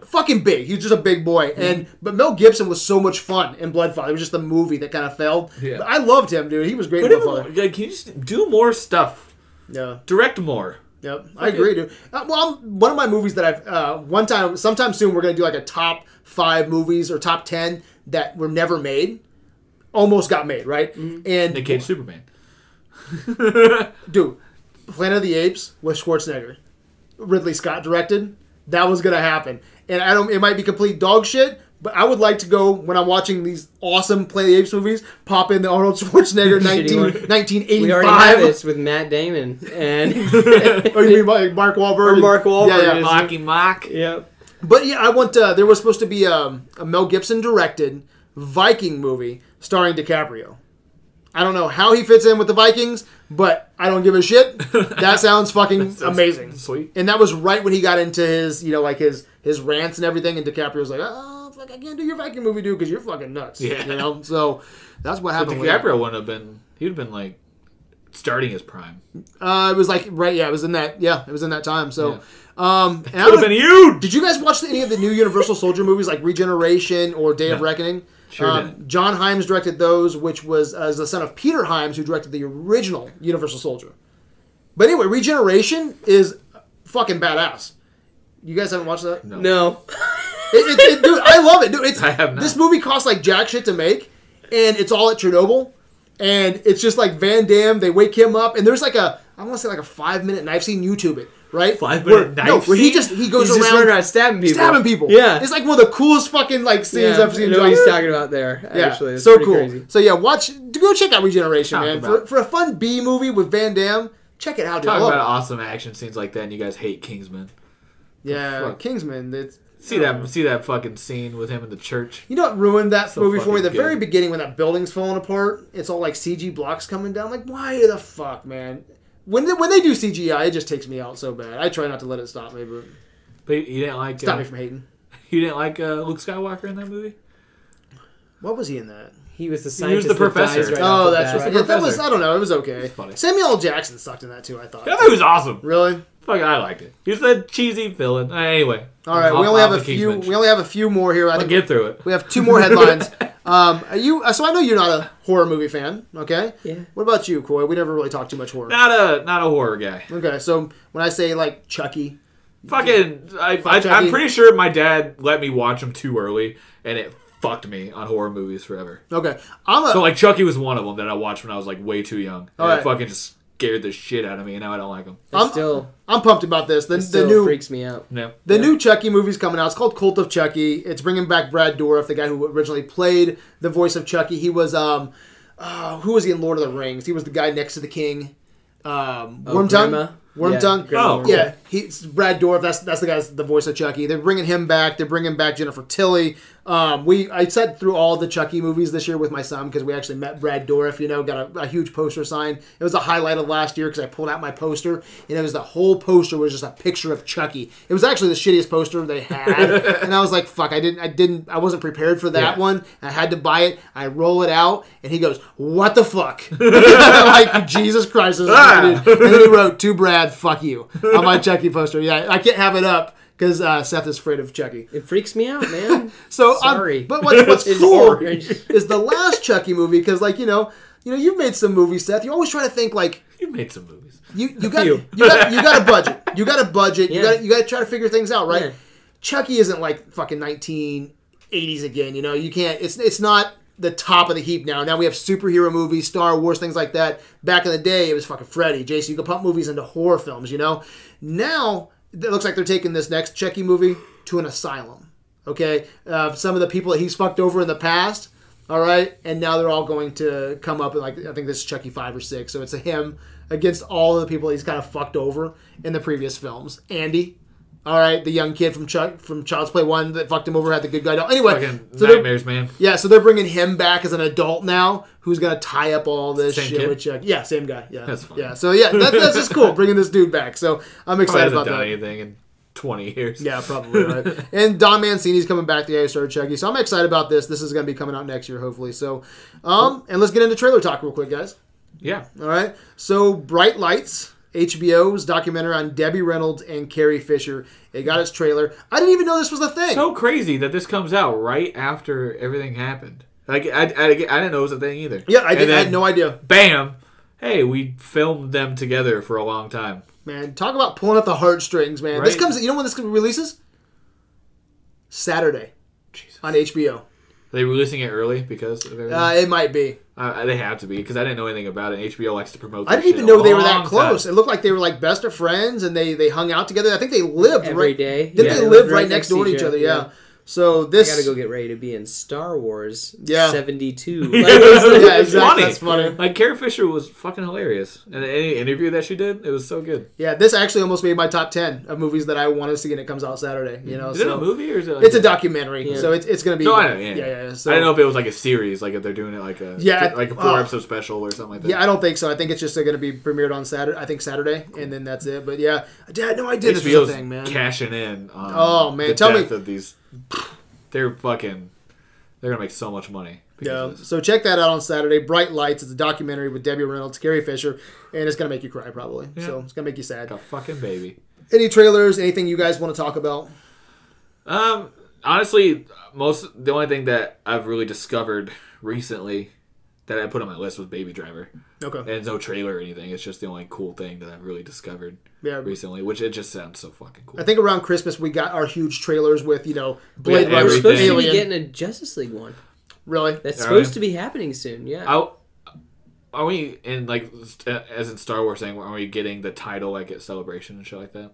fucking big. He was just a big boy, and but Mel Gibson was so much fun in Bloodfather. It was just the movie that kind of failed. Yeah. But I loved him, dude. He was great Put in him in- Bloodfather. like, can you just do more stuff? Yeah. Direct more. Yep, I agree, dude. Uh, well, I'm, one of my movies that I've uh, one time, sometime soon, we're gonna do like a top five movies or top ten that were never made, almost got made, right? Mm-hmm. And Nick Cage Superman. [laughs] dude, Planet of the Apes with Schwarzenegger, Ridley Scott directed. That was gonna happen, and I don't. It might be complete dog shit, but I would like to go when I'm watching these awesome Planet of the Apes movies. Pop in the Arnold [laughs] Schwarzenegger 19, one. We already had 1985. this with Matt Damon and [laughs] Oh, you [laughs] mean like Mark Wahlberg? Or Mark Wahlberg Yeah, yeah. is- Mocky mock. yep. But yeah, I want. Uh, there was supposed to be um, a Mel Gibson directed Viking movie starring DiCaprio. I don't know how he fits in with the Vikings, but I don't give a shit. That sounds fucking amazing. Sweet. And that was right when he got into his, you know, like his his rants and everything. And DiCaprio's like, "Oh, fuck, I can't do your Viking movie, dude, because you're fucking nuts." Yeah. You know, so that's what happened. with it. DiCaprio wouldn't have been. He'd have been like starting his prime. Uh, it was like right, yeah, it was in that, yeah, it was in that time. So, um, and I Would have don't- been huge. Did you guys watch any of the new Universal Soldier movies like Regeneration or Day of No. Reckoning? Sure Um, didn't. John Himes directed those, which was uh, is the son of Peter Himes, who directed the original Universal Soldier. But anyway, Regeneration is fucking badass. You guys haven't watched that? No. No. It, it, it- dude, I love it, dude. It's, [laughs] I have not. This movie costs like jack shit to make, and it's all at Chernobyl, and it's just like Van Damme. They wake him up, and there's like a I want to say like a five minute knife scene. YouTube it, right? Five Where- minute knife No, where he scene? just he goes He's just around running around stabbing people. stabbing people. Yeah. it's like one of the coolest fucking like scenes yeah, I've seen. I know what he's Like, talking about there. yeah, Actually, It's so pretty cool. crazy. So yeah, watch go check out Regeneration, Talk man. about For, for a fun B movie with Van Damme, check it out. Dude. Oh, I Talk love about it. awesome action scenes like that, and you guys hate Kingsman. Yeah, Fuck. Kingsman. It's, See that? See that fucking scene with him in the church. You know what ruined that So movie for me? fucking The good. very beginning when that building's falling apart, it's all like CG blocks coming down. Like, why the fuck, man? When they, when they do CGI, it just takes me out so bad. I try not to let it stop me, but But you didn't like. stop Uh, me from hating. you didn't like uh, Luke Skywalker in that movie. What was he in that? He was the He was scientist. the that dies professor. Right oh, that's right. the Yeah, that was professor. I don't know. It was okay. funny. Samuel L. Jackson sucked in that too. I thought. That movie was awesome. Really? Fuck, I liked it. He's a cheesy villain. Uh, Anyway. All right, I'll- we only I'll have a the few. Kingsman. We only have a few more here. I I'll think get through it. we have two [laughs] more headlines. um, are you? uh, So I know you're not a horror movie fan. Okay. Yeah. What about you, Coy? We never really talk too much horror. Not a not a horror guy. Okay. So when I say like Chucky, Fucking, I, I, Chucky. I'm pretty sure my dad let me watch him too early, and it fucked me on horror movies forever. okay, I'm a. So like Chucky was one of them that I watched when I was like way too young. And Alright. It fucking just scared the shit out of me, and now I don't like him. I'm, still, I'm pumped about this. The, the still new freaks me out. No. The new Chucky movie's coming out. It's called Cult of Chucky. It's bringing back Brad Dourif, the guy who originally played the voice of Chucky. He was um, uh, who was he in Lord of the Rings? He was the guy next to the king. Um, Oh, Grandma? Wormtongue. Wormtongue. Grandma Oh, Wormtongue. Yeah, he's Brad Dorff. That's that's the guy, that's the voice of Chucky. They're bringing him back. They're bringing back Jennifer Tilly. Um, we I sat through all the Chucky movies this year with my son because we actually met Brad Dorff. You know, got a, a huge poster signed. It was a highlight of last year because I pulled out my poster and it was the whole poster was just a picture of Chucky. It was actually the shittiest poster they had, [laughs] and I was like, "Fuck!" I didn't, I didn't, I wasn't prepared for that Yeah. one. I had to buy it. I roll it out, and he goes, "What the [laughs] fuck?" [laughs] like Jesus Christ, this is Ah. what I did. And then he wrote to Brad, "Fuck you" on my Chucky poster. Yeah, I can't have it up because uh, Seth is afraid of Chucky. It freaks me out, man. [laughs] So, um, Sorry. but what's [laughs] what's It's cool orange. is the last Chucky movie because, like, you know, you know, you've made some movies, Seth. You always try to think like You made [laughs] some movies. you you got, few. you got you [laughs] got a budget. You got a budget. You Yeah. got you got to try to figure things out, right? Yeah. Chucky isn't like fucking 1980s again. You know, you can't. It's it's not the top of the heap now. Now we have superhero movies, Star Wars, things like that. Back in the day, it was fucking Freddy, Jason. You could pump movies into horror films. You know, now it looks like they're taking this next Chucky movie to an asylum. Okay, uh, some of the people that he's fucked over in the past. All right, and now they're all going to come up and like I think this is Chucky five or six, so it's a him against all of the people he's kind of fucked over in the previous films. Andy, all right, the young kid from Chuck from Child's Play One that fucked him over had the good guy doll. Anyway, Fucking so they're- nightmares, man. yeah, so they're bringing him back as an adult now, who's gonna tie up all this Same shit kid? with Chuck. Yeah, same guy. Yeah, That's fine. yeah. So yeah, that, that's just cool bringing this dude back. So I'm Probably excited hasn't about done that. anything in 20 years. Yeah, probably right. and Don Mancini's coming back to the ASR Chucky, so I'm excited about this. This is going to be coming out next year, hopefully. So, um, and let's get into trailer talk real quick, guys. [laughs] Yeah. All right. So, Bright Lights, HBO's documentary on Debbie Reynolds and Carrie Fisher. It got its trailer. I didn't even know this was a thing. So crazy that this comes out right after everything happened. Like I, I, I didn't know it was a thing either. yeah, I, did, And I then, had no idea. Bam. Hey, we filmed them together for a long time. Man, talk about pulling at the heartstrings, man. This Right. comes. You know when this releases? Saturday on HBO. Are they releasing it early because of everything? Uh, it might be. I, I- they have to be because I didn't know anything about it. HBO likes to promote. I that didn't even shit a know they were that long close. [laughs] time. It looked like they were like best of friends, and they they hung out together. I think they lived Every right. day. Didn't Yeah, they live right next door to each other? Yeah. So I this. gotta go get ready to be in Star Wars Yeah. [laughs] 72. yeah, It's exactly. funny. That's funny. Like Carrie Fisher was fucking hilarious, and any interview that she did, it was so good. Yeah, this actually almost made my top ten of movies that I want to see, and it comes out Saturday. You know, Mm-hmm. Is so it a movie or is it? Like it's a documentary, Yeah. so it's, it's gonna be. No, I don't. Yeah, yeah, yeah. So, I don't know if it was like a series, like if they're doing it like a Yeah, I- like a four uh, episode special or something like that. Yeah, I don't think so. I think it's just going to be premiered on Saturday. I think Saturday, and then that's it. But yeah, Dad, no, I did this was HBO's a thing, man. cashing in. On Oh, man, the tell me- death of these. They're fucking. They're gonna make so much money. because of Yeah, this. so check that out on Saturday. Bright Lights. It's a documentary with Debbie Reynolds, Carrie Fisher, and it's gonna make you cry probably. So it's gonna make you sad. Like a fucking baby. Any trailers? Anything you guys want to talk about? Um, honestly, most the only thing that I've really discovered [laughs] recently that I put on my list was Baby Driver. Okay. There's no trailer or anything. It's just the only cool thing that I've really discovered Yeah. recently, which it just sounds so fucking cool. I think around Christmas we got our huge trailers with you know Blade Yeah, Runner, [laughs] We're supposed to be Alien. getting a Justice League one. really? That's Are supposed we? to be happening soon. Yeah. I, are we in like st- uh, as in Star Wars saying? Are we getting the title like at Celebration and shit like that?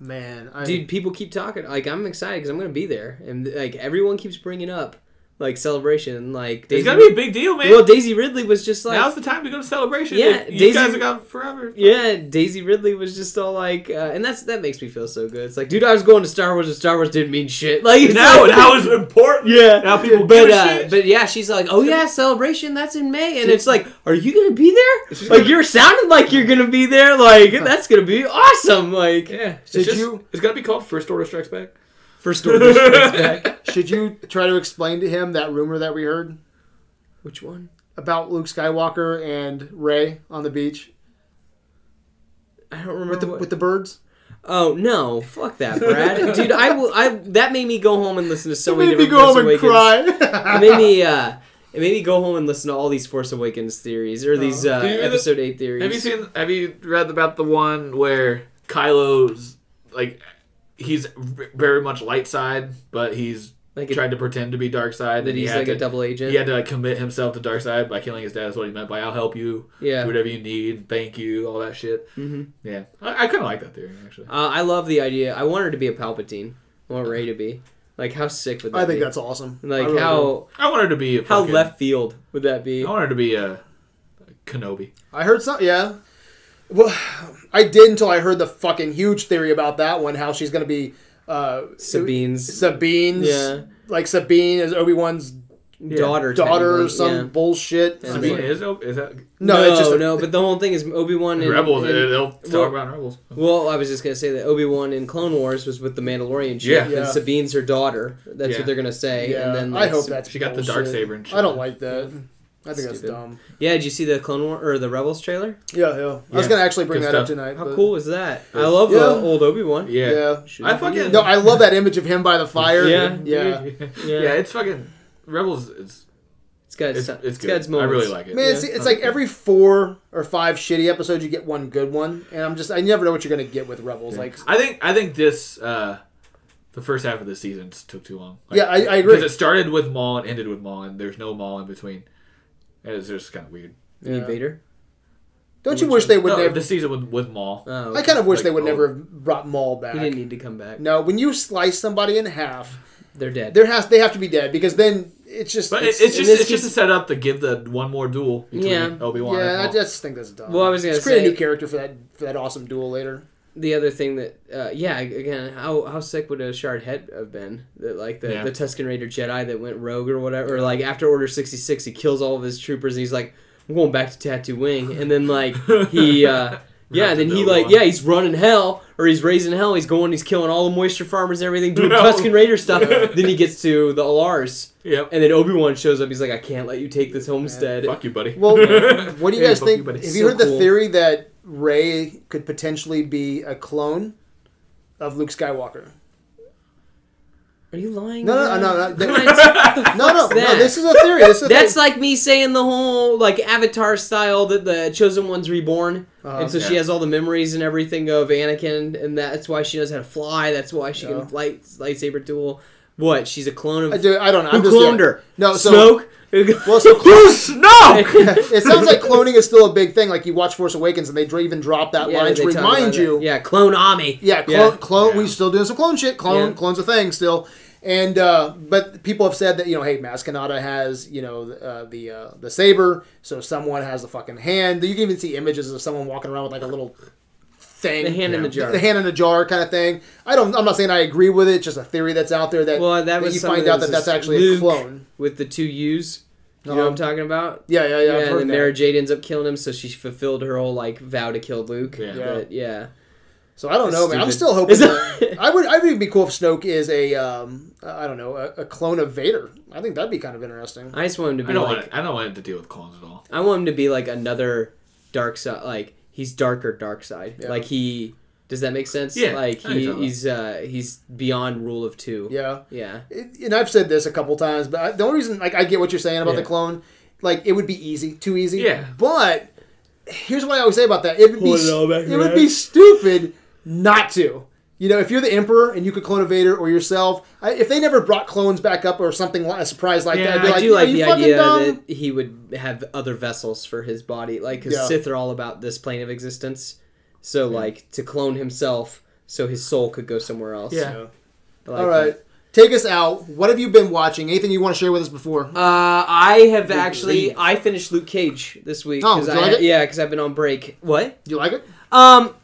Man, I, Dude, people keep talking. Like, I'm excited because I'm gonna be there, and like everyone keeps bringing up like celebration. Like, It's Daisy gonna be a big deal, man. well, Daisy Ridley was just like, Now's the time to go to Celebration. Yeah, you Daisy- guys are gone forever. yeah, Daisy Ridley was just all like, uh, and that's that makes me feel so good. It's like, dude, I was going to Star Wars, and Star Wars didn't mean shit. Like, it's Now, like, [laughs] now is important. yeah. Now people But give a uh, shit. but yeah, she's like, oh yeah, celebration. That's in May, and it's like, are you gonna be there? Like you're sounding like you're gonna be there. Like that's gonna be awesome. Like yeah. It's Did just- you- It's gonna be called First Order Strikes Back. first order. strikes [laughs] back. should you try to explain to him that rumor that we heard Which one? about Luke Skywalker and Ray on the beach I don't remember. with the what- with the birds? Oh no! Fuck [laughs] that, Brad, dude. I will. I that made me go home and listen to so It many made me different go home Force and [laughs] Awakens. cry. It made me. Uh, it made me go home and listen to all these Force Awakens theories or these uh, Do you- episode eight theories. Have you seen? Have you read about the one where Kylo's like he's v- very much light side, but he's Like like a- tried to pretend to be dark side. that and he he's had like to, a double agent? He had to like, commit himself to dark side by killing his dad. Is what he meant by "I'll help you, Yeah. do whatever you need, thank you, all that shit." Mhm. Yeah, I, I kind of like that theory actually. Uh, I love the idea. I want her to be a Palpatine. I want Ray to be. Like how sick would that I think be? that's awesome. I like really do. how I wanted to be a how fucking- left field would that be? I wanted to be a Kenobi. I heard some. Yeah. Well, I did until I heard the fucking huge theory about that one. How she's gonna be uh, Sabine's Sabine's. Yeah. Like Sabine is Obi Wan's daughter, daughter or technically, some yeah. bullshit. Yeah. Sabine is oh, is that No, no, it's just a- no. But the whole thing is Obi Wan and Rebels? and- they'll talk well- about Rebels. well, I was just gonna say that Obi Wan in Clone Wars was with the Mandalorian chief, Yeah. Yeah. and Sabine's her daughter. That's Yeah. what they're gonna say. Yeah, and then I like, hope Sab- that's She got the dark bullshit. saber and shit. I don't like that. I think that's Stupid. dumb. Yeah, did you see the Clone War or the Rebels trailer? Yeah, yeah. I was Yeah. gonna actually bring Good that up stuff. tonight. How but- cool is that? I love Yeah. the old Obi Wan. Yeah. Yeah. I fucking No, I love that image of him by the fire. Yeah. yeah. yeah. Yeah. it's fucking Rebels. It's It's got it's, its, it's, it's good. got its I moments. really like it. Man, it's, Yeah. it's like every four or five shitty episodes, you get one good one, and I'm just I never know what you're gonna get with Rebels. Like, I think I think this uh, the first half of the season s- took too long. Yeah, I- I agree. Because it started with Maul and ended with Maul, and there's no Maul in between. And It's just kind of weird. You mean Vader. don't you wish they would No, never? the season with with Maul. Oh, I kind of wish like, they would oh. never have brought Maul back. He didn't need to come back. No, when you slice somebody in half, They're dead. there has they have to be dead because then it's just. but it's, it's just it's just to set up to give the one more duel between Yeah. Obi Wan. yeah, I and Maul. just think that's dumb. Well, I was gonna just create a say- new character for that for that awesome duel later. the other thing that, uh, yeah, again, how how sick would a shard head have been? That like the Yeah. the Tusken Raider Jedi that went rogue or whatever. Or like after Order sixty six, he kills all of his troopers and he's like, "I'm going back to Tatooine." And then like he, [laughs] uh, yeah, then he Obi-Wan. like yeah, he's running hell or he's raising hell. He's going, he's killing all the moisture farmers and everything, doing [laughs] No. Tusken Raider stuff. then he gets to the Alars, Yep. and then Obi Wan shows up. He's like, "I can't let you take this homestead." Fuck you, buddy. [laughs] [laughs] Well, what do you Hey, guys fuck think? you, buddy. have you So heard the cool. theory that Ray could potentially be a clone of Luke Skywalker? Are you lying? No, no, Brad? no, no. What the fuck's No, no, no. that? This is a theory. This is a That's theory. like me saying the whole like Avatar style that the chosen one's reborn, Uh-huh. and so she Yeah. has all the memories and everything of Anakin, and that's why she knows how to fly. That's why she Yeah. can light lightsaber duel. What? She's a clone of I, do, I don't know. I'm who just cloned her? No, so smoke. [laughs] [laughs] Well, so [laughs] no. it sounds like cloning is still a big thing. Like you watch Force Awakens, and they dr- even drop that Yeah, line to they talk about remind that. you. Yeah, clone Ami. Yeah, clone. clone We still doing some clone shit. Clone, Yeah. clones a thing still. And uh, but people have said that you know, hey, Masconada has you know uh, the uh, the saber, so someone has the fucking hand. You can even see images of someone walking around with like a little thing, the hand in the jar. the hand in a jar kind of thing. I don't. I'm not saying I agree with it. It's just a theory that's out there that Well, that was you something find out that that was that's just actually Luke. a clone. with the two U's. You know Uh-huh. what I'm talking about? Yeah, yeah, yeah. I've and heard then that. Mara Jade ends up killing him, so she fulfilled her whole like vow to kill Luke. Yeah. Yeah. But, yeah. So I don't know, man. I'm Stupid. still hoping. Is That, that- [laughs] I would. I would be cool if Snoke is a, um, I don't know, a, a clone of Vader. I think that'd be kind of interesting. I just want him to I be don't like want. I don't want it to deal with clones at all. I want him to be like another dark side. Like he's darker, dark side. Yeah. Like he does that make sense? Yeah, Like I know what he, you're talking he's uh, he's beyond rule of two. Yeah. Yeah. It- and I've said this a couple times, but I, the only reason, like, I get what you're saying about the Yeah. clone. Like, it would be easy, too easy. Yeah. But here's what I always say about that: it would be, Pull it s- all back it would around. be stupid not to. You know, if you're the emperor and you could clone a Vader or yourself, I, if they never brought clones back up or something, like a surprise like that, Yeah, I'd be I like, do "Are like you the fucking idea dumb?" that he would have other vessels for his body, like because Yeah. Sith are all about this plane of existence. So like to clone himself, so his soul could go somewhere else. Yeah. I like All right, that. take us out. What have you been watching? Anything you want to share with us before? Uh, I have actually I finished Luke Cage this week. Oh, 'cause you I, like it? yeah, because I've been on break. What? Do you like it? Um,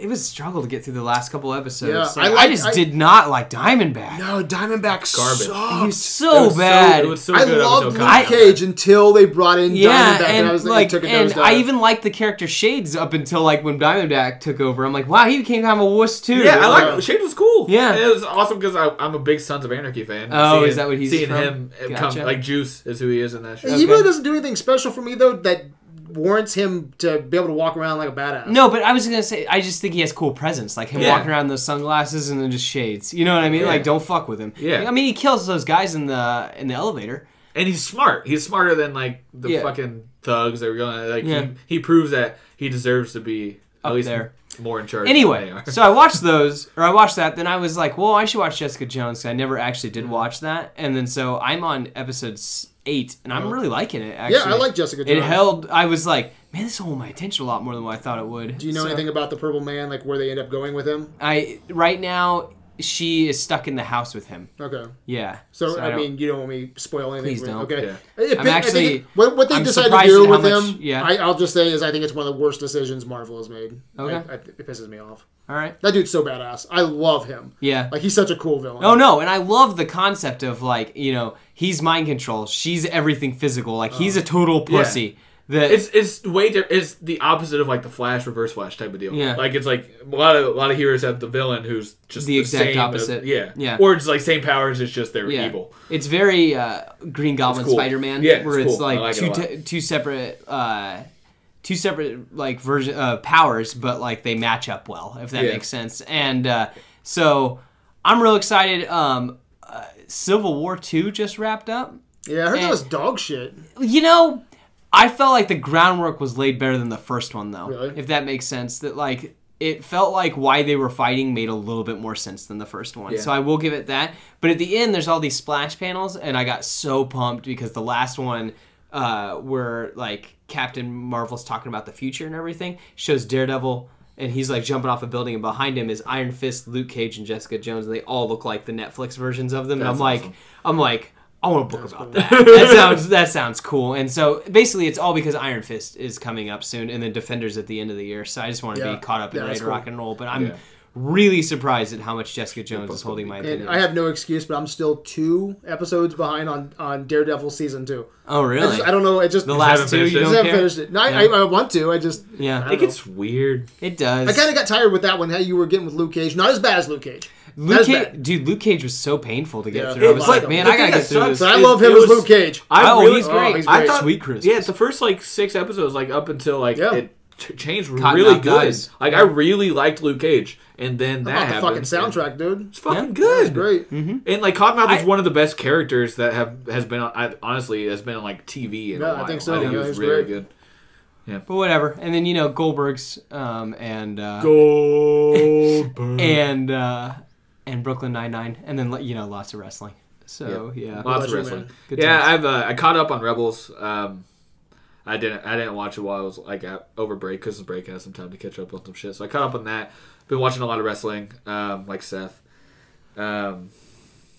it was a struggle to get through the last couple episodes. Yeah, I Like, I, like- just I- did not like Diamondback. No, Diamondback sucks. Garbage. He was Oh, so was so- bad. it was so I good up loved until Luke Kyle. Cage until they brought in yeah, Diamondback, and, and I was like, like, it took a and nosedive. I even liked the character Shades up until like when Diamondback took over. I'm like, wow, he became kind of a wuss too. Yeah, I Yeah. like Shade was cool. Yeah. and it was awesome because I'm a big Sons of Anarchy fan. Oh, is that what he's seeing from? him uh, come Gotcha. like Juice is who he is in that show. he Okay. really doesn't do anything special for me though. That warrants him to be able to walk around like a badass. No, but I was gonna say I just think he has cool presence, like him Yeah. walking around in those sunglasses and then just shades. You know what I mean? Like don't fuck with him. Yeah. I mean he kills those guys in the in the elevator. and he's smart. He's smarter than like the Yeah. fucking thugs that were going. Like Yeah. he, he proves that he deserves to be at Up least there. more in charge. than they Anyway, are. so I watched those, or I watched that. Then I was like, well, I should watch Jessica Jones. 'cause I never actually did watch that, and then so I'm on episode s- eight, and I'm really liking it. Actually, Uh-huh. yeah, I like Jessica. Jones. It held. I was like, man, this hold my attention a lot more than what I thought it would. Do you know anything about the Purple Man? Like where they end up going with him? I right now she is stuck in the house with him. Okay. Yeah. So, I, don't- mean, you don't want me to spoil anything. Please for- don't. Okay. Yeah. It- it- I'm I think actually- it- what, what they I'm decided to surprised do at how with much- him. yeah. I, I'll just say is I think it's one of the worst decisions Marvel has made. Okay. I, I, it pisses me off. all right. That dude's so badass. I love him. Yeah. Like he's such a cool villain. Oh no, and I love the concept of like, you know, he's mind control, she's everything physical, like he's Uh-huh. a total pussy. That It's it's way di- it's the opposite of like the Flash, Reverse Flash type of deal. Yeah. like it's like a lot of a lot of heroes have the villain who's just The exact same, uh, opposite. yeah, Yeah. or it's like same powers. It's just they're yeah. evil. It's very uh, Green Goblin cool. Spider Man Yeah, it's where it's cool. I like, like it two a lot. t- two separate uh Two separate like version uh, powers, but like they match up well, if that Yeah. makes sense. And uh, so I'm real excited. Um, uh, Civil War Two just wrapped up. Yeah, I heard that And- was dog shit. you know, I felt like the groundwork was laid better than the first one, though. Really? If that makes sense, that like it felt like why they were fighting made a little bit more sense than the first one. So I will give it that. But at the end, there's all these splash panels, and I got so pumped because the last one, uh, where like Captain Marvel's talking about the future and everything, shows Daredevil. And he's like jumping off a building, and behind him is Iron Fist, Luke Cage, and Jessica Jones, and they all look like the Netflix versions of them. And I'm like, I'm like, I want a book about that. [laughs] that sounds that sounds cool. And so basically, it's all because Iron Fist is coming up soon, and then Defenders at the end of the year. So I just want to Yeah. be caught up in Yeah, Ready that's to cool. Rock and Roll. But I'm Yeah. really surprised at how much Jessica Jones is holding my And opinion. I have no excuse, but I'm still two episodes behind on, on Daredevil season two. oh I, really? just, I don't know. It just the last haven't two, finished you it. I don't just haven't care? finished it. No, I, Yeah. I, I want to. I just I Yeah. It don't know. gets weird. It does. I kind of got tired with that one. How you were getting with Luke Cage? Not as bad as Luke Cage. Not Luke as Cage, bad. dude, Luke Cage was so painful to get Yeah. through. I It was was like, like- man, the I gotta thing get that through sucks this. But I It- love him it as was- Luke Cage. I Oh, really, he's great. he's I great. thought, Sweet Christmas. Yeah, the first like six episodes, like up until like Yeah. it ch- changed, were Cotton really Mouth good. Dies. Like I really liked Luke Cage, and then that Not the happened. fucking soundtrack, dude. It's fucking That was good. great. Mm-hmm. And like Cottonmouth is I- one of the best characters that have has been on, I, honestly has been on like TV. In Yeah, a I while. think so. I think Yeah, it was he's really great. good. But whatever. And then you know Goldberg's um, and uh, [laughs] Goldberg. and uh, and Brooklyn Nine Nine, and then you know lots of wrestling. So yeah, Lots of Good wrestling. times. Yeah, I've uh, I caught up on Rebels. Um, I didn't I didn't watch it while I was like at, over break because break I had some time to catch up on some shit. So I caught up on that. Been watching a lot of wrestling, um, like Seth. Um,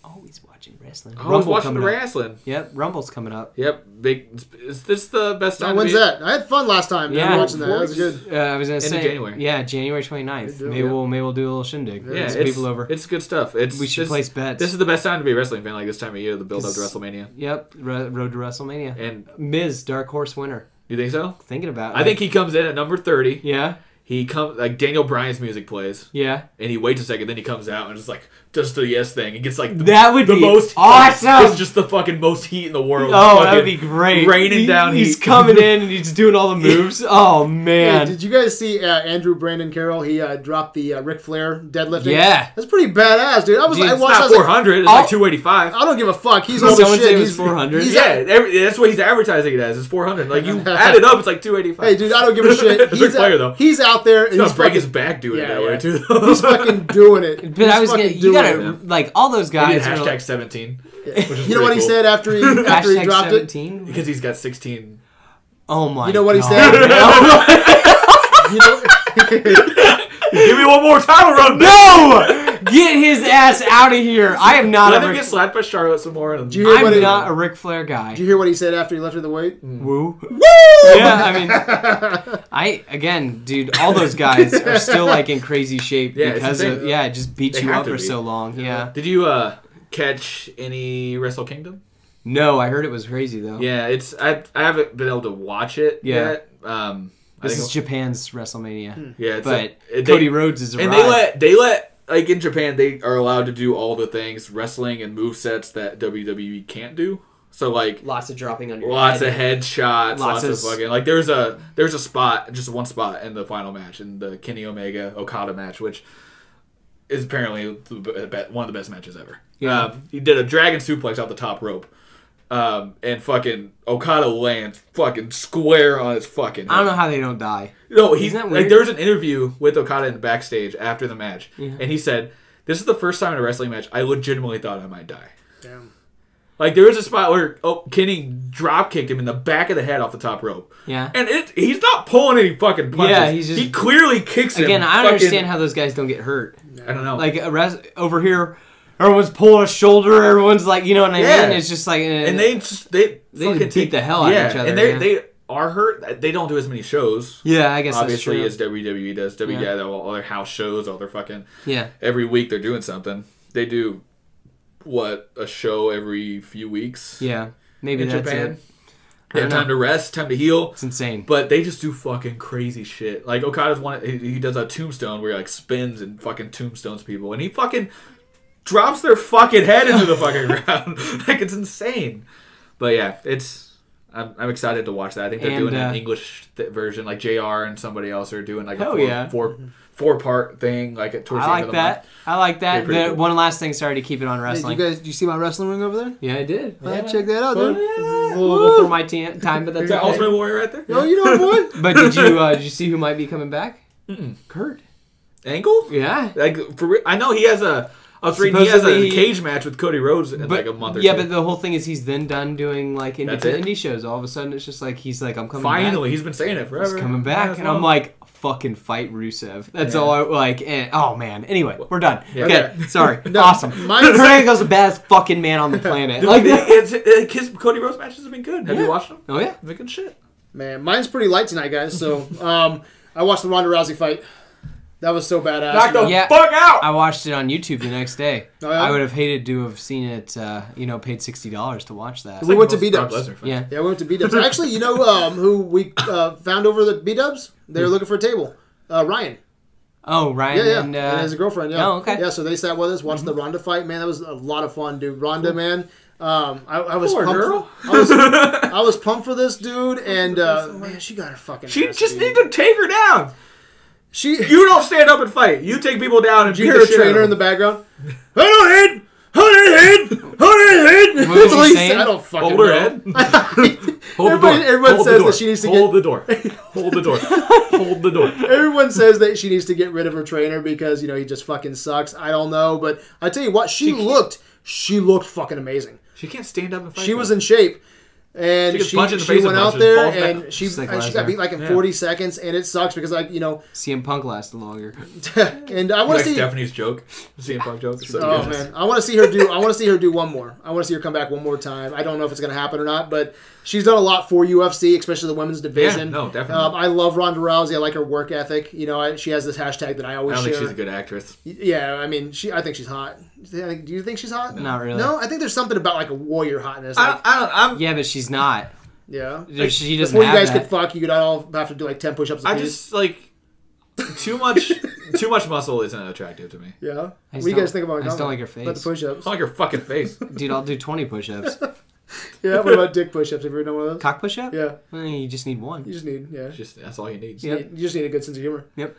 always watching wrestling. I was watching the coming up. wrestling. Yep, Rumble's coming up. Yep, big. Is this the best time? Now, to when's be- that? I had fun last time. Yeah, Yeah. watching that. That was good. Uh, I was gonna say January. Yeah, January 29th. deal, Maybe yeah. we'll maybe we'll do a little shindig. Yeah, Get some it's, people over. it's good stuff. It's We should this- place bets. This is the best time to be a wrestling fan, like this time of year, the build up to 'Cause- WrestleMania. Yep, Ro- Road to WrestleMania. And Miz, Dark Horse winner. you think so? Thinking about. it. I think he comes in at number thirty. Yeah, He comes like Daniel Bryan's music plays. yeah. and he waits a second, then he comes out and just like does the yes thing and gets like the, That would the be most awesome! It's just the fucking most heat in the world. Oh, that would be Fucking great. Raining He- down. He's heat. [laughs] coming in and he's doing all the moves. Oh Hey, man. did you guys see uh, Andrew Brandon Carroll? He uh, dropped the uh, Ric Flair deadlifting. Yeah. that's pretty badass, dude. I was Dude, I it's It's watched. I not was like, four hundred. It's I'll- like two eighty five. I don't give a fuck. He's all the Someone shit. say it was He's- 400? he's- Yeah, every, that's what he's advertising it as. It's four hundred. [laughs] Like you add it up, it's like two eighty five. Hey, dude, I don't [laughs] give a shit. It's He's, a player, out, though. he's out there and he's he's gonna break fucking, his back doing Yeah, it that yeah. way too. he's [laughs] fucking doing it. [laughs] but He's I was gonna. fucking You doing gotta it. like all those He did guys. are hashtag like- seventeen. You know what he said after [laughs] he after he Hashtag dropped it? seventeen. Because he's got sixteen. Oh my! You know what he God. [laughs] said? [laughs] [laughs] You know- Give me one more title run. No! Get his ass out of here! I am not Let a him Ric, get slapped by Charlotte some more. And Do you hear what I'm he, not a Ric Flair do guy. you hear what he said after he lifted the weight? Woo! [laughs] Woo! Yeah, I mean, I again, dude, all those guys are still like in crazy shape Yeah, it's because insane. of yeah, it just beats They you have up to for be. so long. Yeah. Did you uh, catch any Wrestle Kingdom? No, I heard it was crazy though. Yeah, it's I, I haven't been able to watch it Yeah. yet. Um, I This think- is Japan's Hmm. WrestleMania, yeah, it's but a- Cody they, Rhodes is and arrived. they let they let like in Japan they are allowed to do all the things wrestling and move sets that WWE E can't do. So like Lots of dropping on your lots head. of headshots, Lots lots, of- of fucking like there's a there's a spot, just one spot in the final match in the Kenny Omega Okada match, which is apparently the be- be- one of the best matches ever. Yeah. Um, he did a dragon suplex off the top rope. Um, and fucking Okada lands fucking square on his fucking head. I don't know how they don't die. No, he's Isn't that like weird? there was an interview with Okada in the backstage after the match, and he said, "This is the first time in a wrestling match I legitimately thought I might die." Damn. Like there was a spot where oh, Kenny drop kicked him in the back of the head off the top rope, Yeah. and it he's not pulling any fucking punches. Yeah, he's just- he clearly kicks him. Again, I don't fucking- understand how those guys don't get hurt. I don't know. Like a res- over here, everyone's pulling a shoulder. Everyone's like, you know what I Yeah. mean? It's just like, eh. and they just they They just fucking beat the hell out of each other, and they yeah. they are hurt. They don't do as many shows. yeah, I guess Obviously, that's as true. WWE does, WWE does all, all their house shows, all their fucking yeah, every week they're doing something. They do what a show every few weeks yeah, maybe in that's Japan. it. They have don't time to rest, time to heal. It's insane. But they just do fucking crazy shit. Like Okada's one, he he does a tombstone where he like spins and fucking tombstones people, and he fucking drops their fucking head into [laughs] the fucking ground. [laughs] Like it's insane. But yeah, it's I'm, I'm excited to watch that. I think they're And, doing uh, an English th- version, like Jr. and somebody else are doing like a Hell four, yeah. four four part thing, like at towards I the end like of the that. month. I like that. They're pretty The- cool. One last thing. Sorry to keep it Hey, on you wrestling. guys, you see my wrestling ring over there? yeah, I did. Yeah, check that out, dude. It's a little before my t- time, but that's Is that okay. Ultimate Warrior right there? Oh, you know what? boy? [laughs] But did you uh, did you see who might be coming back? Kurt. [laughs] Angle? Yeah. Like for re- I know he has a. I was reading he has Supposedly a he- cage match with Cody Rhodes in But, like a month or yeah, two. but the whole thing is he's then done doing like indie, That's it. indie shows. All of a sudden, it's just like he's like, I'm coming back. Finally, he's been saying it forever. He's coming back, and I'm like, fucking fight Rusev. That's all I like. And, oh man. Anyway, we're done. Yeah. Okay, sorry. awesome. mine's- Kurt Angle's the best fucking man on the planet. like like the, [laughs] that. it's, it, his Cody Rhodes matches have been good. Have Yeah. you watched them? Oh yeah. They're good shit. Man, mine's pretty light tonight, guys. So, um, I watched the Ronda Rousey fight. That was so badass. Knock the man. Yeah. fuck out. I watched it on YouTube the next day. Oh, yeah? I would have hated to have seen it. Uh, you know, paid sixty dollars to watch that. We went to B Brock Dubs. Lesnar fan. Yeah. Yeah, we went to B Dubs. Actually, you know um, who we uh, found over the B Dubs? They were looking for a table. Uh, Ryan. Oh, Ryan Yeah, yeah. and, And, uh, his girlfriend. Yeah. oh, okay. Yeah, so they sat with us, watched the Mm-hmm. Ronda fight. Man, that was a lot of fun, dude. Ronda, man. Um, I, I was Poor pumped. girl. I was, [laughs] I was pumped for this dude, and uh, man, she got her fucking. She ass just beat. need to take her down. She You don't stand up and fight. You take people down and beat you the hear a shit out of trainer in them. the [laughs] background. Hold head, hold head, hold head. What was That's he all he saying? said. I don't fucking Hold her know. [laughs] head. Hold Everybody- the door. everyone says Hold the that door. she needs to Hold the door. [laughs] Hold the door. Hold the door. Everyone says that she needs to get rid of her trainer because you know he just fucking sucks. I don't know, but I tell you what, she, looked, she looked fucking amazing. She can't stand up and fight. She was though. in shape, and she, She gets she, punched in the face went a bunch out and there falls back. and she She's like and she got Lesnar. beat like in Yeah. 40 seconds, and it sucks because like you know, CM Punk lasted longer. and I want Like to see. Stephanie's joke. CM Punk joke. So Oh good. man, I want to see her do. I want to see her do one more. I want to see her come back one more time. I don't know if it's going to happen or not, but she's done a lot for UFC, especially the women's division. no, definitely. Um, I love Ronda Rousey. I like her work ethic. You know, I, she has this hashtag that I I always don't share. think she's a good actress. Yeah, I mean, she. I think she's hot. I think- Do you think she's hot? Not really. No, I think there's something about like a warrior hotness. I Like, don't, I don't, I'm Yeah, but she's not. yeah. she doesn't Before you have guys that. could fuck, you could all have to do like ten push-ups. I apiece. just like too much too much muscle isn't attractive to me. yeah. What just do you guys don't- think about? I just don't like your About face. the push-ups. It's not like your fucking face. Dude, I'll do 20 [laughs] push-ups. yeah. What about dick push-ups? Have you ever done one of those? Cock push-up? Yeah. Eh, you just need You one. just need yeah. Just that's all you need. Yeah. You just need a good sense of humor. [laughs] Yep.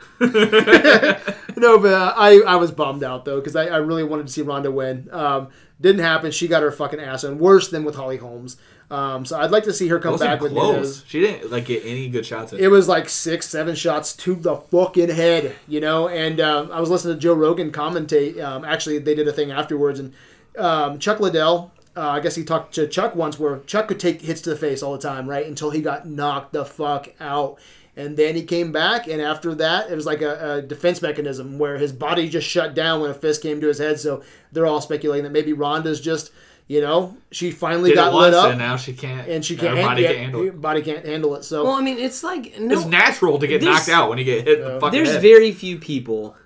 No, but uh, I, I was bummed out though because I, I really wanted to see Ronda win. Um, didn't happen. She got her fucking ass on worse than with Holly Holmes. Um, so I'd like to see her come Wasn't back with close. Nunes. She didn't like get any good shots. At It was like six, seven shots to the fucking head, you know. And uh, I was listening to Joe Rogan commentate. Um, actually, they did a thing afterwards, and um, Chuck Liddell. Uh, I guess he talked to Chuck once where Chuck could take hits to the face all the time, right? Until he got knocked the fuck out. And then he came back, and after that, it was like a, a defense mechanism where his body just shut down when a fist came to his head. So they're all speculating that maybe Ronda's just, you know, she finally Did got it lit once up, and now she can't. and she her can't, body yeah, can't handle it. body can't handle it. So Well, I mean, it's like It's no. natural to get There's- knocked out when you get hit in the fucking There's head. very few people,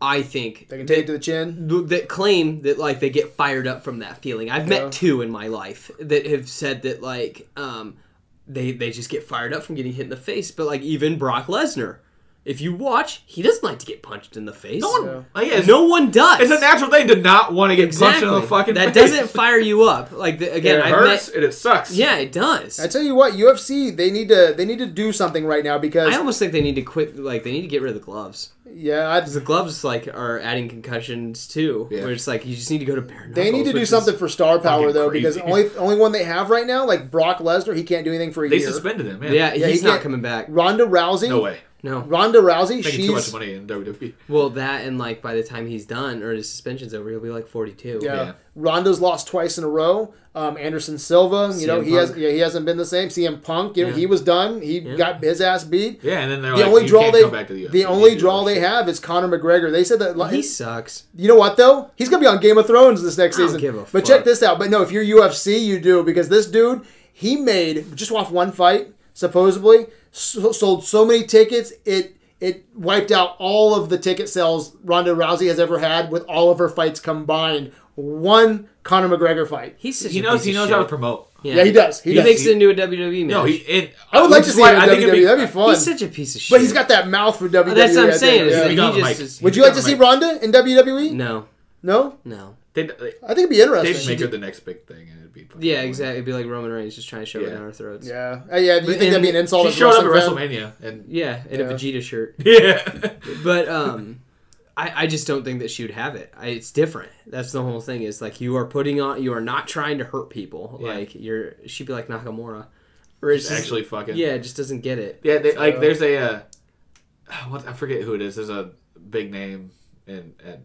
I think, They that, can take it to the chin. that claim that like they get fired up from that feeling. I've Yeah. met two in my life that have said that like um, they they just get fired up from getting hit in the face. But like even Brock Lesnar. If you watch, he doesn't like to get punched in the face. No one- Like, yeah, it's, no one does. it's a natural thing to not want to get Exactly. punched in the fucking that face. doesn't fire you up. Like the, again, it I hurts met. and it sucks. Yeah, it does. I tell you what, UFC they need to they need to do something right now because I almost think they need to quit. Like they need to get rid of the gloves. yeah, I, 'Cause The gloves like are adding concussions too. Yeah. Where it's like you just need to go to bare they need to knuckles, do which something is- for star power fucking though because crazy. only only one they have right now like Brock Lesnar he can't do anything for a They year. suspended him. Yeah. yeah, Yeah, he's he not can't- coming back. Ronda Rousey. No way. No. Ronda Rousey. Making She's too much money in E. WWE. Well, that and like by the time he's done or his suspension's over, he'll be like forty-two. Yeah. Yeah. Ronda's lost twice in a row. Um, Anderson Silva, you know, CM he has Punk. yeah, he hasn't been the same. CM Punk, you know, Yeah. he was done. He got his ass beat. Yeah, and then they're The like, only you draw can't they come back to the, UFC. the only draw they have is Conor McGregor. They said that like, He sucks. you know what though? He's gonna be on Game of Thrones this next I don't season. give a but fuck. check this out. But no, if you're UFC, you do because this dude he made just off one fight supposedly so, sold so many tickets it it wiped out all of the ticket sales Ronda Rousey has ever had with all of her fights combined. One Conor McGregor fight. He's such He a knows. piece He of knows shit. how to promote. Yeah, he does. He He, does. makes he- it into a WWE match. No, he. It, I would like to which is see why him in I think it'd WWE. be- That'd be fun. he's such a piece of shit. Oh, but he's got that mouth for WWE. That's what I I'm think. saying. Is Yeah. that He's got he a mic. just is, Would you like to Yeah, see like- Ronda in WWE? no, No, no. They, they, I think it'd be they interesting. just make her the next big thing, and it'd be. fucking Yeah, annoying. exactly. It'd be like Roman Reigns just trying to shove it Yeah. down our throats. Yeah, Yeah, Uh, yeah. Do you But- think that'd be an and insult? She as a showed up at wrestling fan? WrestleMania, in and Yeah. a Vegeta shirt. [laughs] yeah, But um, I, I just don't think that she would have it. I, it's different. That's the whole thing. Is like you are putting on. You are not trying to hurt people. Yeah. Like you're. She'd be like Nakamura. Or it's just- actually fucking. Yeah, it just doesn't get it. Yeah, they, like there's a uh, [sighs] what I forget who it is. There's a big name in at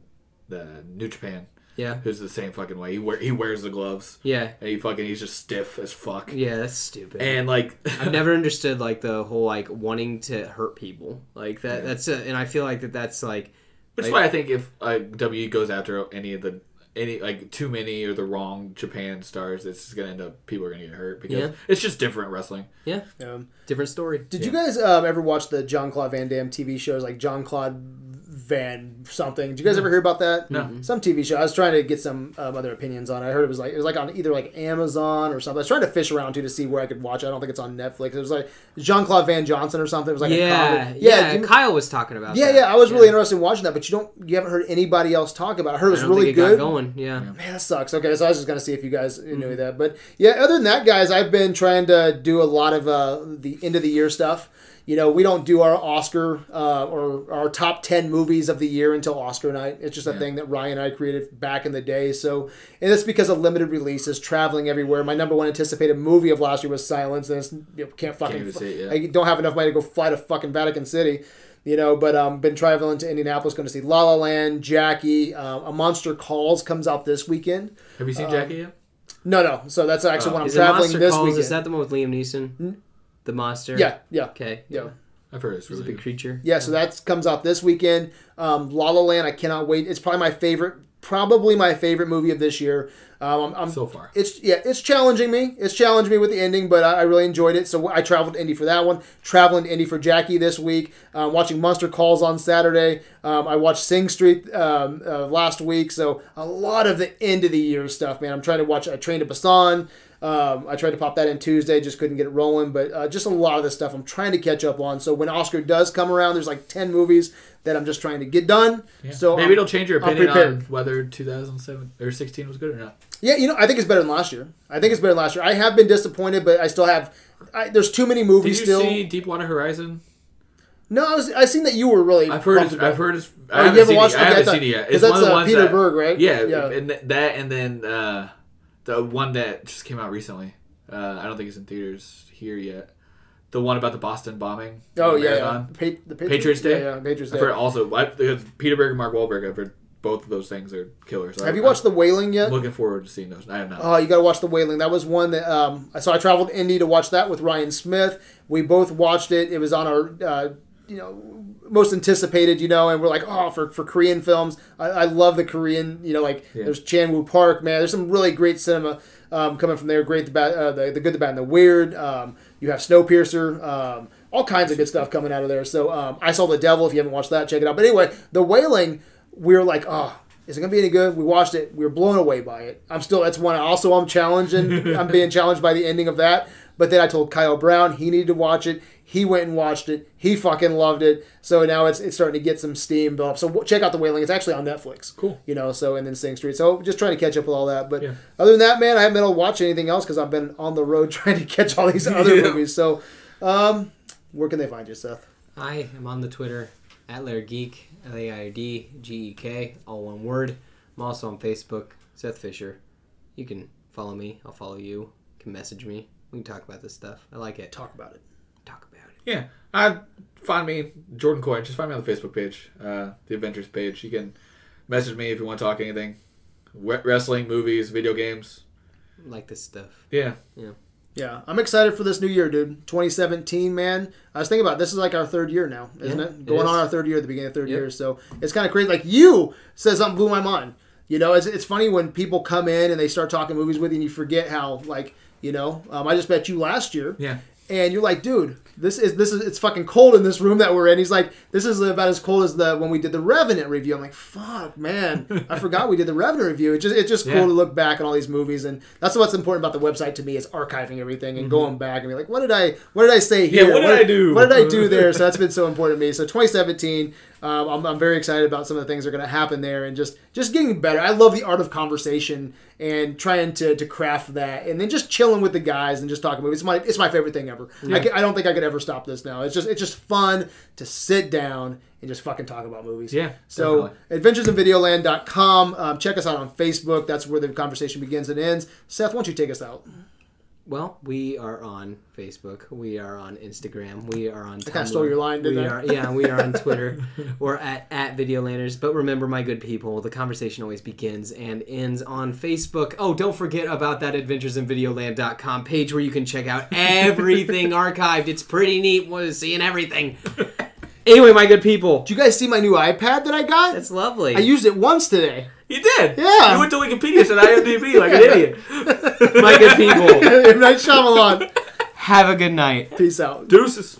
the New Japan Yeah. who's the same fucking way. He wear, he wears the gloves Yeah. and he fucking he's just stiff as fuck. Yeah, that's stupid. And like [laughs] I've never understood like the whole like wanting to hurt people like that. That's a, and I feel like that that's like which is why I think if like W E goes after any of the any like too many or the wrong Japan stars, it's just gonna end up people are gonna get hurt because Yeah. it's just different wrestling. yeah, Um, different story. Did you guys um, ever watch the John Claude Van Damme TV shows like John Claude Van something? Did you guys ever hear about that? No. Some TV show. I was trying to get some um, other opinions on. it. I heard it was like it was like on either like Amazon or something. I was trying to fish around too to see where I could watch. it. I don't think it's on Netflix. It was like Jean Claude Van Johnson or something. It was like a yeah, comedy. yeah, you- Kyle was talking about. yeah, that. yeah. I was really interested in watching that, but you don't you haven't heard anybody else talk about. it. I heard it I was don't really think it good. got going. Yeah, Man, that sucks. Okay, so I was just gonna see if you guys knew that, but yeah. Other than that, guys, I've been trying to do a lot of uh, the end of the year stuff. You know, we don't do our Oscar uh, or our top ten movies of the year until Oscar night. It's just a thing that Ryan and I created back in the day. So, and it's because of limited releases, traveling everywhere. My number one anticipated movie of last year was Silence, and it's, you know, can't fucking. even see it, yeah. I don't have enough money to go fly to fucking Vatican City, you know. But um, been traveling to Indianapolis, going to see La La Land, Jackie, uh, A Monster Calls comes out this weekend. Have you seen Uh, Jackie yet? No, no. So that's actually when I'm is it traveling Monster this Calls? weekend. Is that the one with Liam Neeson? The monster. yeah, yeah, Okay. yeah. I've heard it's He's a really big good. creature. Yeah, so that comes out this weekend. Um, La La Land, I cannot wait. It's probably my favorite, probably my favorite movie of this year. Um, I'm, I'm so far. It's yeah, it's challenging me. It's challenged me with the ending, but I, I really enjoyed it. So I traveled to Indy for that one. Traveling to Indy for Jackie this week. Um, watching Monster Calls on Saturday. Um, I watched Sing Street um, uh, last week. So a lot of the end of the year stuff, man. I'm trying to watch. I trained to Busan. Um, I tried to pop that in Tuesday, just couldn't get it rolling. But uh, just a lot of this stuff I'm trying to catch up on. So when Oscar does come around, there's like ten movies that I'm just trying to get done. So Maybe I'm- it'll change your I'm opinion on prepared. whether 2007 or 16 was good or not. Yeah, you know, I think it's better than last year. I think it's better than last year. I have been disappointed, but I still have. I, there's too many Did you movies still. see Deepwater Horizon? No, I was. I seen that you were really. I've heard. pumped It's, about I've it. heard. It's, Oh, you I haven't haven't seen watched it. it? I Okay, I haven't thought- seen it yet. 'cause It's one of that's, the uh, ones Peter that, Berg, right? Yeah, Yeah. and th- that, and then uh, the one that just came out recently. Uh, I don't think it's in theaters here yet. The one about the Boston bombing. Oh yeah, the yeah. marathon. Pa- the Patriots, Patriots Day? Yeah, yeah, Patriots Day. I've heard also I, because Peter Berg and Mark Wahlberg. I've heard both of those things are killers. Have you watched The Wailing yet? I'm looking forward to seeing those. I have not. Oh, you got to watch The Wailing. That was one that um, so I traveled to Indy to watch that with Ryan Smith. We both watched it. It was on our uh, you know most anticipated, you know, and we're like, oh, for, for Korean films, I, I love the Korean, you know, like there's Chan Woo Park, man. There's some really great cinema um, coming from there. Great, the, bad, uh, the the good, the bad, and the weird. Um, you have Snowpiercer. Um, all kinds of good stuff coming out of there. So um, I saw the Devil. If you haven't watched that, check it out. But anyway, The Wailing, we were like, oh, is it gonna be any good? We watched [laughs] it. We were blown away by it. I'm still. That's one. I Also, I'm challenging. I'm being challenged by the ending of that. But then I told Kyle Brown he needed to watch it. He went and watched it. He fucking loved it. So now it's it's starting to get some steam built up. So w- check out the Wailing. It's actually on Netflix. Cool. You know. So and then Sing Street. So just trying to catch up with all that. But Yeah. other than that, man, I haven't been able to watch anything else because I've been on the road [laughs] trying to catch all these other [laughs] Yeah. movies. So, um, where can they find you, Seth? I am on the Twitter at Lair Geek, L A I R D G E K, all one word. I'm also on Facebook, Seth Fisher. You can follow me. I'll follow you. You can message me. We can talk about this stuff. I like it. Talk, Talk about it. talk about it. Yeah. I find me Jordan Coy. Just find me on the Facebook page, uh, the Adventures page. You can message me if you want to talk anything, Wet wrestling, movies, video games. I like this stuff. Yeah. Yeah, I'm excited for this new year, dude. 2017, man. I was thinking about it, this is like our third year now, isn't Yeah, it? it Going is. on our third year at the beginning of third Yep. year, so it's kind of crazy. Like you said, something blew my mind. You know, it's, it's funny when people come in and they start talking movies with you, and you forget how like you know. Um, I just met you last year, Yeah. and you're like, dude, this is this is it's fucking cold in this room that we're in. He's like, this is about as cold as the when we did the Revenant review. I'm like, fuck, man, I forgot we did the Revenant review. It's just it's just Yeah. cool to look back on all these movies, and that's what's important about the website to me is archiving everything and going back and be like, what did I what did I say Mm-hmm. Yeah, here? what did I do? What did I do there? So that's been so important to me. So 2017, um, I'm, I'm very excited about some of the things that are going to happen there, and just just getting better. I love the art of conversation and trying to, to craft that, and then just chilling with the guys and just talking movies. It's my it's my favorite thing ever. I, ca- I don't think I could ever stop this now. It's just it's just fun to sit down and just fucking talk about movies. Yeah, So definitely. adventuresinvideoland.com. Um, check us out on Facebook. That's where the conversation begins and ends. Seth, why don't you take us out? Well, we are on Facebook. We are on Instagram. We are on. I kinda stole your line, didn't we I? Are, yeah, we are [laughs] on Twitter. We're at at Videolanders. But remember, my good people, the conversation always begins and ends on Facebook. Oh, don't forget about that AdventuresInVideoland.com page where you can check out [laughs] everything archived. It's pretty neat. We're seeing everything. Anyway, my good people, Do you guys see my new iPad that I got? that's lovely. I used it once today. [laughs] You did. Yeah. You went to Wikipedia and IMDb like an idiot. my [laughs] good people, M. Night Shyamalan. have a good night. Peace out. Deuces.